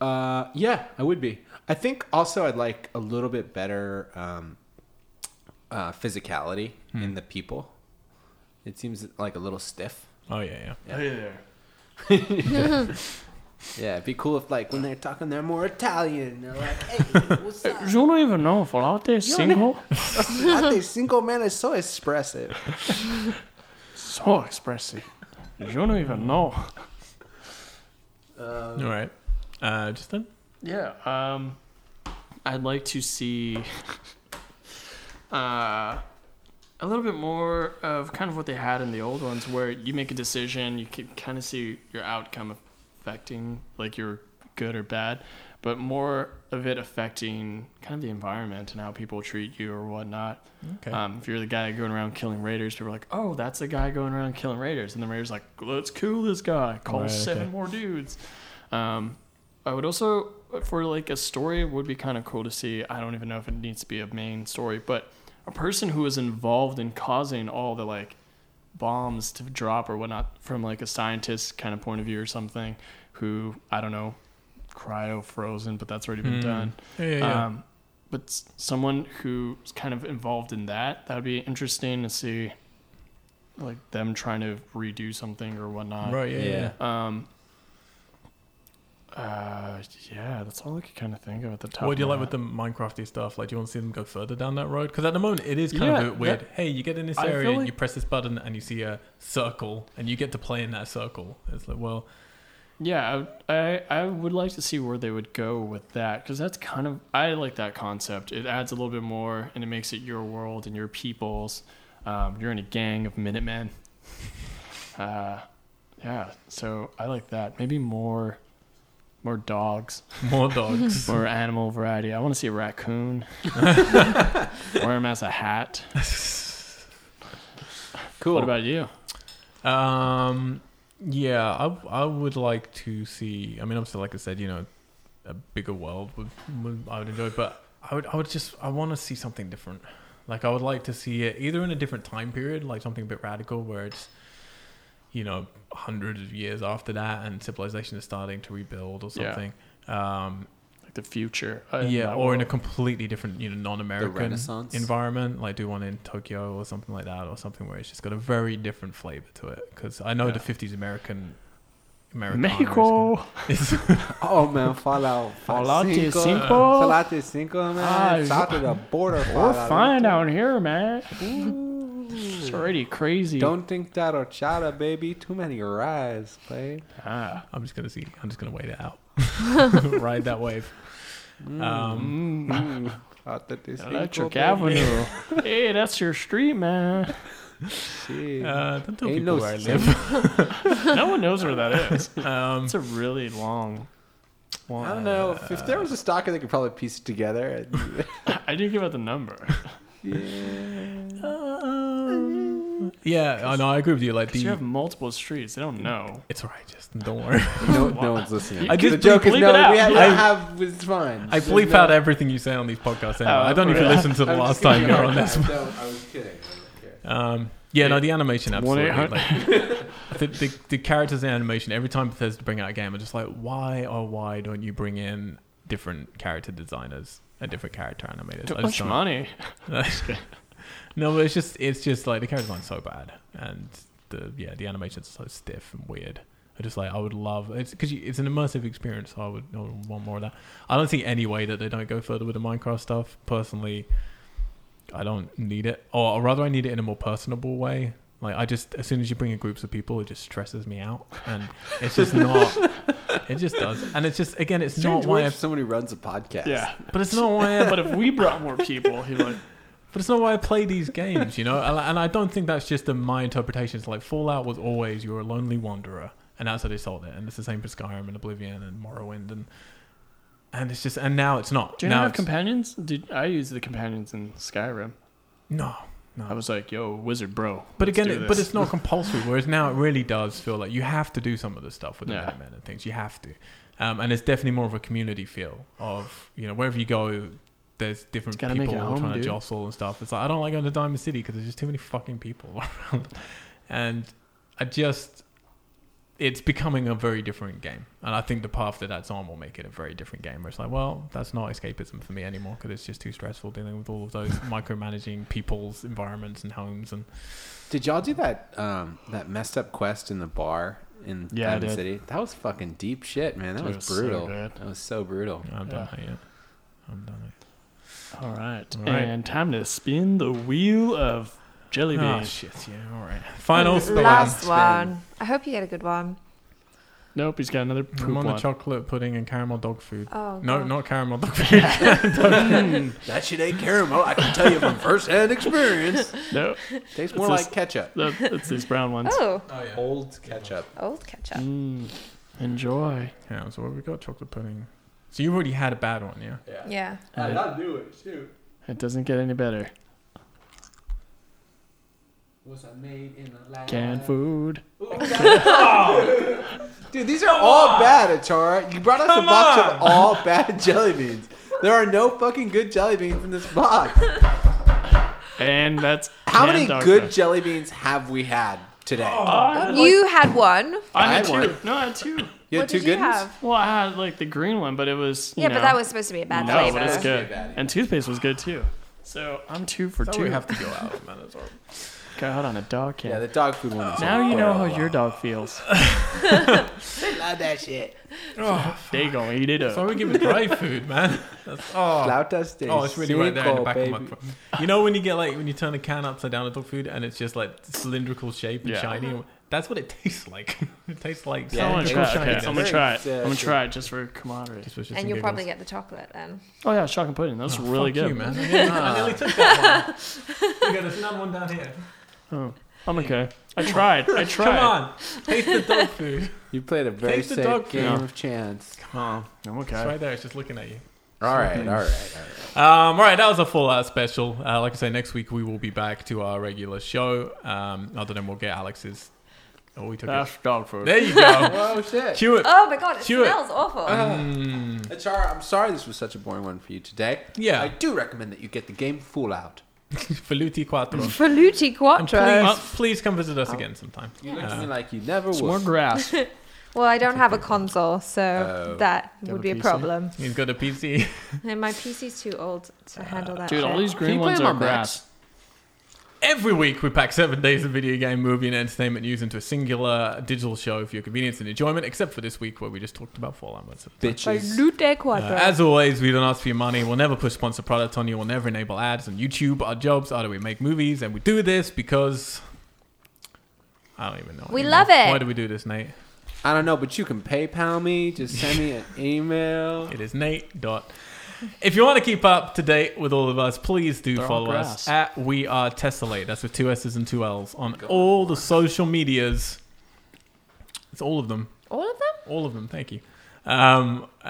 Uh, yeah, I would be. I think also I'd like a little bit better um, uh, physicality Hmm. in the people. It seems like a little stiff. Oh, yeah, yeah. Hey there. Yeah, it'd be cool if like when they're talking, they're more Italian. They're like, "Hey, what's up? You don't even know Fallout is single. Latte single man is so expressive." so expressive. You don't even know. All right. Uh, just then? Yeah. Um, I'd like to see uh, a little bit more of kind of what they had in the old ones, where you make a decision, you can kind of see your outcome affecting like your good or bad, but more of it affecting kind of the environment and how people treat you or whatnot. Okay. Um, if you're the guy going around killing raiders, people are like, "Oh, that's the guy going around killing raiders," and the raiders like, "Let's kill this guy. Call Right, seven okay. more dudes." Um, I would also, for like a story, it would be kind of cool to see. I don't even know if it needs to be a main story, but a person who is involved in causing all the like bombs to drop or whatnot from like a scientist kind of point of view or something. Who I don't know, cryo frozen, but that's already been Mm. done. Yeah, yeah, yeah. Um, but s- someone who's kind of involved in that, that would be interesting to see, like um, them trying to redo something or whatnot. right, yeah, yeah. yeah. yeah. Um, Uh, yeah, that's all I could kind of think of at the top. What do you of like my with the Minecrafty stuff? Like, do you want to see them go further down that road? Because at the moment, it is kind Yeah, of a weird. Hey, you get in this I area, feel and like- you press this button, and you see a circle, and you get to play in that circle. It's like, well, Yeah, I, I I would like to see where they would go with that because that's kind of I like that concept. It adds a little bit more and it makes it your world and your people's. Um, you're in a gang of Minutemen. Uh, yeah, so I like that. Maybe more, more dogs, more dogs. more animal variety. I want to see a raccoon. Wear him as a hat. Cool. What about you? Um, yeah, I, I would like to see. I mean, obviously, like I said, you know, a bigger world would, would I would enjoy, but I would I would just I want to see something different. Like I would like to see it either in a different time period, like something a bit radical, where it's you know hundreds of years after that, and civilization is starting to rebuild or Yeah. something. Um, Like the future. uh, yeah, that or in a world. completely different, you know, non-American Renaissance? environment, like do one in Tokyo or something like that, or something where it's just got a very different flavor to it. Because I know Yeah. the '50s American, American Mexico. is, Oh man, Fallout. Fallout cinco. cinco. Fallout cinco, Ah, man. It's out of the border. We're Fallout. fine down here, man. Ooh. It's already crazy. Don't think that horchata, baby. Too many rides, play. Ah. I'm just gonna see. I'm just gonna wait it out, ride that wave. Um, Mm. Fallout cinco, Electric baby. Avenue. hey, that's your street, man. Shit. uh, don't tell Ain't people no where I s- live. No one knows where that is. um, It's a really long. long I don't know. If, if there was a stalker, they could probably piece it together. I didn't give out the number. Uh, yeah, I know. I agree with you. Like 'Cause you have the, multiple streets. They don't know. it's alright. Just don't worry. no, no one's listening. I the just joke is bleep no. it out. We have, I- I have. It's fine. I bleep out everything you say on these podcasts. Anyway. Oh, I don't even yeah. listen to the last time you're on this. I was kidding. Um, yeah, no, the animation absolutely. 1-800. Like, the, the, the characters in animation. Every time Bethesda bring out a game, I'm just like, why or why don't you bring in different character designers and different character animators? Too I much just money. don't- no, but it's just it's just like the character design's so bad, and the yeah the animation's so stiff and weird. I just like I would love it's because it's an immersive experience. So I would, I would want more of that. I don't see any way that they don't go further with the Minecraft stuff. Personally, I don't need it, or rather, I need it in a more personable way. Like I just, as soon as you bring in groups of people, it just stresses me out, and it's just not. it just does, and it's just again, it's Strange not why. word I, if somebody runs a podcast. Yeah. but it's not why. I, But if we brought more people, he'd be like, but it's not why I play these games, you know. And I- and I don't think that's just a, my interpretation. It's like Fallout was always you're a lonely wanderer, and that's how they sold it. And it's the same for Skyrim and Oblivion and Morrowind, and and it's just and now it's not. Do you now not have it's- companions? Did I use the companions in Skyrim? No, I was like, yo, wizard bro. But let's again, do it, but this. it's not compulsory. Whereas now it really does feel like you have to do some of the stuff with the Yeah. Minutemen and things. You have to, um, and it's definitely more of a community feel of you know wherever you go, there's different Gotta people make it home, trying dude. to jostle and stuff. It's like I don't like going to Diamond City because there's just too many fucking people around, and I just it's becoming a very different game. And I think the path that that's on will make it a very different game. Where it's like, well, that's not escapism for me anymore because it's just too stressful dealing with all of those micromanaging people's environments and homes and. Did y'all do that um, that messed up quest in the bar in Yeah, I Diamond did. City? That was fucking deep shit, man. That It was, was so brutal. good. that was so brutal. I'm Yeah. done it. Yeah. I'm done it. All right. All right. And time to spin the wheel of jelly Oh, beans. shit. Yeah. All right. Finals. The last. Last last one. one. I hope you get a good one. nope, he's got another poop I'm on one. the chocolate pudding and caramel dog food. Oh, no, God. not caramel dog food. That shit ain't caramel. I can tell you from firsthand experience. no, Tastes more It's like ketchup. that- it's these brown ones. Oh, oh yeah. Old ketchup. old ketchup. Mm, enjoy. Yeah. So what have we got? Chocolate pudding. So you already had a bad one, yeah? Yeah. It- do it. Shoot. It doesn't get any better. Was I made in a lab? Canned food. Dude, these are all bad, Achara. You brought us a box of all bad jelly beans. There are no fucking good jelly beans in this box. And that's How canned Oh, many dog good food. jelly beans have we had today? Oh. You had one. I had I two. want- No, I had two. you what had two did good you have? Well, I had like the green one, but it was. You yeah, know, but that was supposed to be a bad no, flavor. but it's That was good. a bad And toothpaste was good too. So I'm two for So two. we have to go out, man. It's all right. God, on a dog can. Yeah, the dog food one. is now you know how horrible. your dog feels. Love that shit. they gonna eat it So up. we give it dry food, man. That's, oh, Flautas de Oh, it's really right there in the cinco, back baby. of my throat. You know when you get like when you turn a can upside down to dog food and it's just like cylindrical shape and Yeah. shiny. That's what it tastes like. it tastes like Yeah, I'm gonna cylindrical try it. shiny. Okay, I'm gonna Very try it. sad. I'm gonna try it just for camaraderie. This was just and some you'll probably giggles. get the chocolate then. Oh yeah, chocolate pudding. That's really Fuck good. you, man. I nearly- I nearly took that one. Okay, there's another one down here. Oh, I'm okay. I tried. I tried. Come on, taste the dog food. You played a very Taste the dog safe food. game Yeah. of chance. Come on, I'm it's okay. right there. It's just looking at you. All right, all right, all right. Um, all right, that was a full out special. Uh, like I say, next week we will be back to our regular show. Um, other than we'll get Alex's. Oh, we took it. That's dog food. There you go. Oh shit. Chew it. Oh my god, it Chew it. Uh-huh. smells awful. Mm. Achara, I'm sorry this was such a boring one for you today. Yeah. I do recommend that you get the game Fool Out. Faluti quattro. Faluti And Quattro. please, uh, please come visit us again sometime. You look to me like you never It's would. more grass. Well, I don't have a console, so Oh. that You have would a be a PC? problem. He's got a PC. And my PC's too old to handle that. Dude, all shit. these Can green you play ones them are on Macs? grass. Every week, we pack seven days of video game, movie, and entertainment news into a singular digital show for your convenience and enjoyment, except for this week where we just talked about Fallout. Once. Bitches. Salute Uh, Quattro. as always, we don't ask for your money. We'll never push sponsored products on you. We'll never enable ads on YouTube. Our jobs are that we make movies, and we do this because. I don't even know. We love it. Why do we do this, Nate? I don't know, but you can PayPal me. Just send me an email. It is Nate. Dot. If you want to keep up to date with all of us, please do They're all follow us grass. at We Are Tessellate. That's with two S's and two L's on all the social medias. It's all of them. all of them? All of them. Thank you. Um, uh,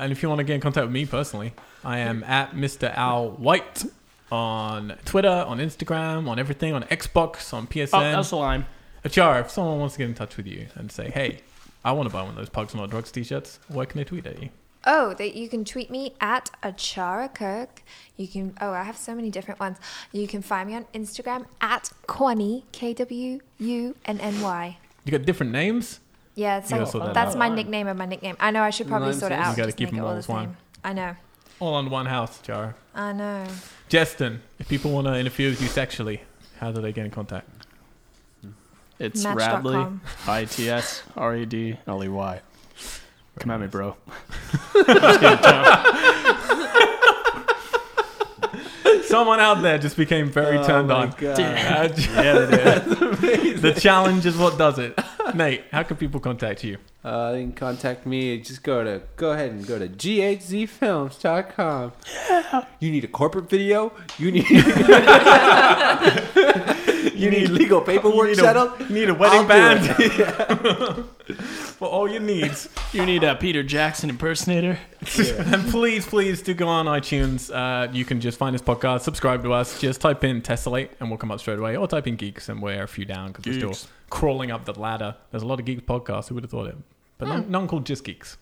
and if you want to get in contact with me personally, I am at Mr. Al White on Twitter, on Instagram, on everything, on Xbox, on PSN. Oh, that's the lime. Achara, if someone wants to get in touch with you and say, hey, I want to buy one of those Pugs Not Drugs t shirts, where can they tweet at you? Oh, that you can tweet me at Achara Kirk. You can oh, I have so many different ones. You can find me on Instagram at Kwani K W U N N Y. You got different names? Yeah, it's You like gotta sort that that's out. my nickname and my nickname. I know I should probably Rhymes sort it is- out. You gotta just keep make them it all all the as one. same. I know. All under one house, Jara. I know. Justin, if people want to interfere with you sexually, how do they get in contact? It's Match dot Radley. com. I T S R E D L E Y. Come at me, bro. Someone out there just became very turned on. Uh, the challenge is what does it. Nate, how can people contact you? Uh, you can contact me. Just go to go ahead and go to ghzfilms.com. You need a corporate video. You need you need legal paperwork you need settled. A, you need a wedding I'll do band. For all your needs. You need a Peter Jackson impersonator. and please, please do go on iTunes. Uh, you can just find this podcast, subscribe to us. Just type in Tessellate and we'll come up straight away. Or type in Geeks and we're a few down because we're Geeks. still crawling up the ladder. There's a lot of Geeks podcasts. Who would have thought it? But none, none called just Geeks.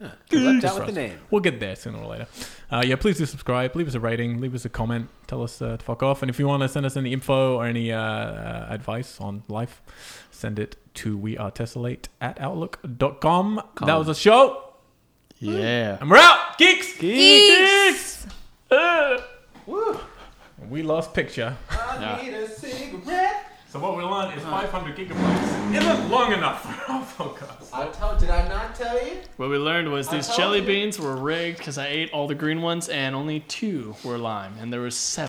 Left Just out with the for us. name. We'll get there sooner or later. Uh, yeah, please do subscribe. Leave us a rating. Leave us a comment. Tell us uh, to fuck off. And if you want to send us any info or any uh, uh, advice on life, send it to we are tessellate at outlook.com. That was a show. Yeah. And we're out. Geeks. Uh, Geeks! We lost picture. Yeah. need a cigarette. So what we learned is 500 gigabytes isn't long enough for our podcast. I told. Did I not tell you? What we learned was these told jelly you. beans were rigged because I ate all the green ones and only two were lime, and there were seven.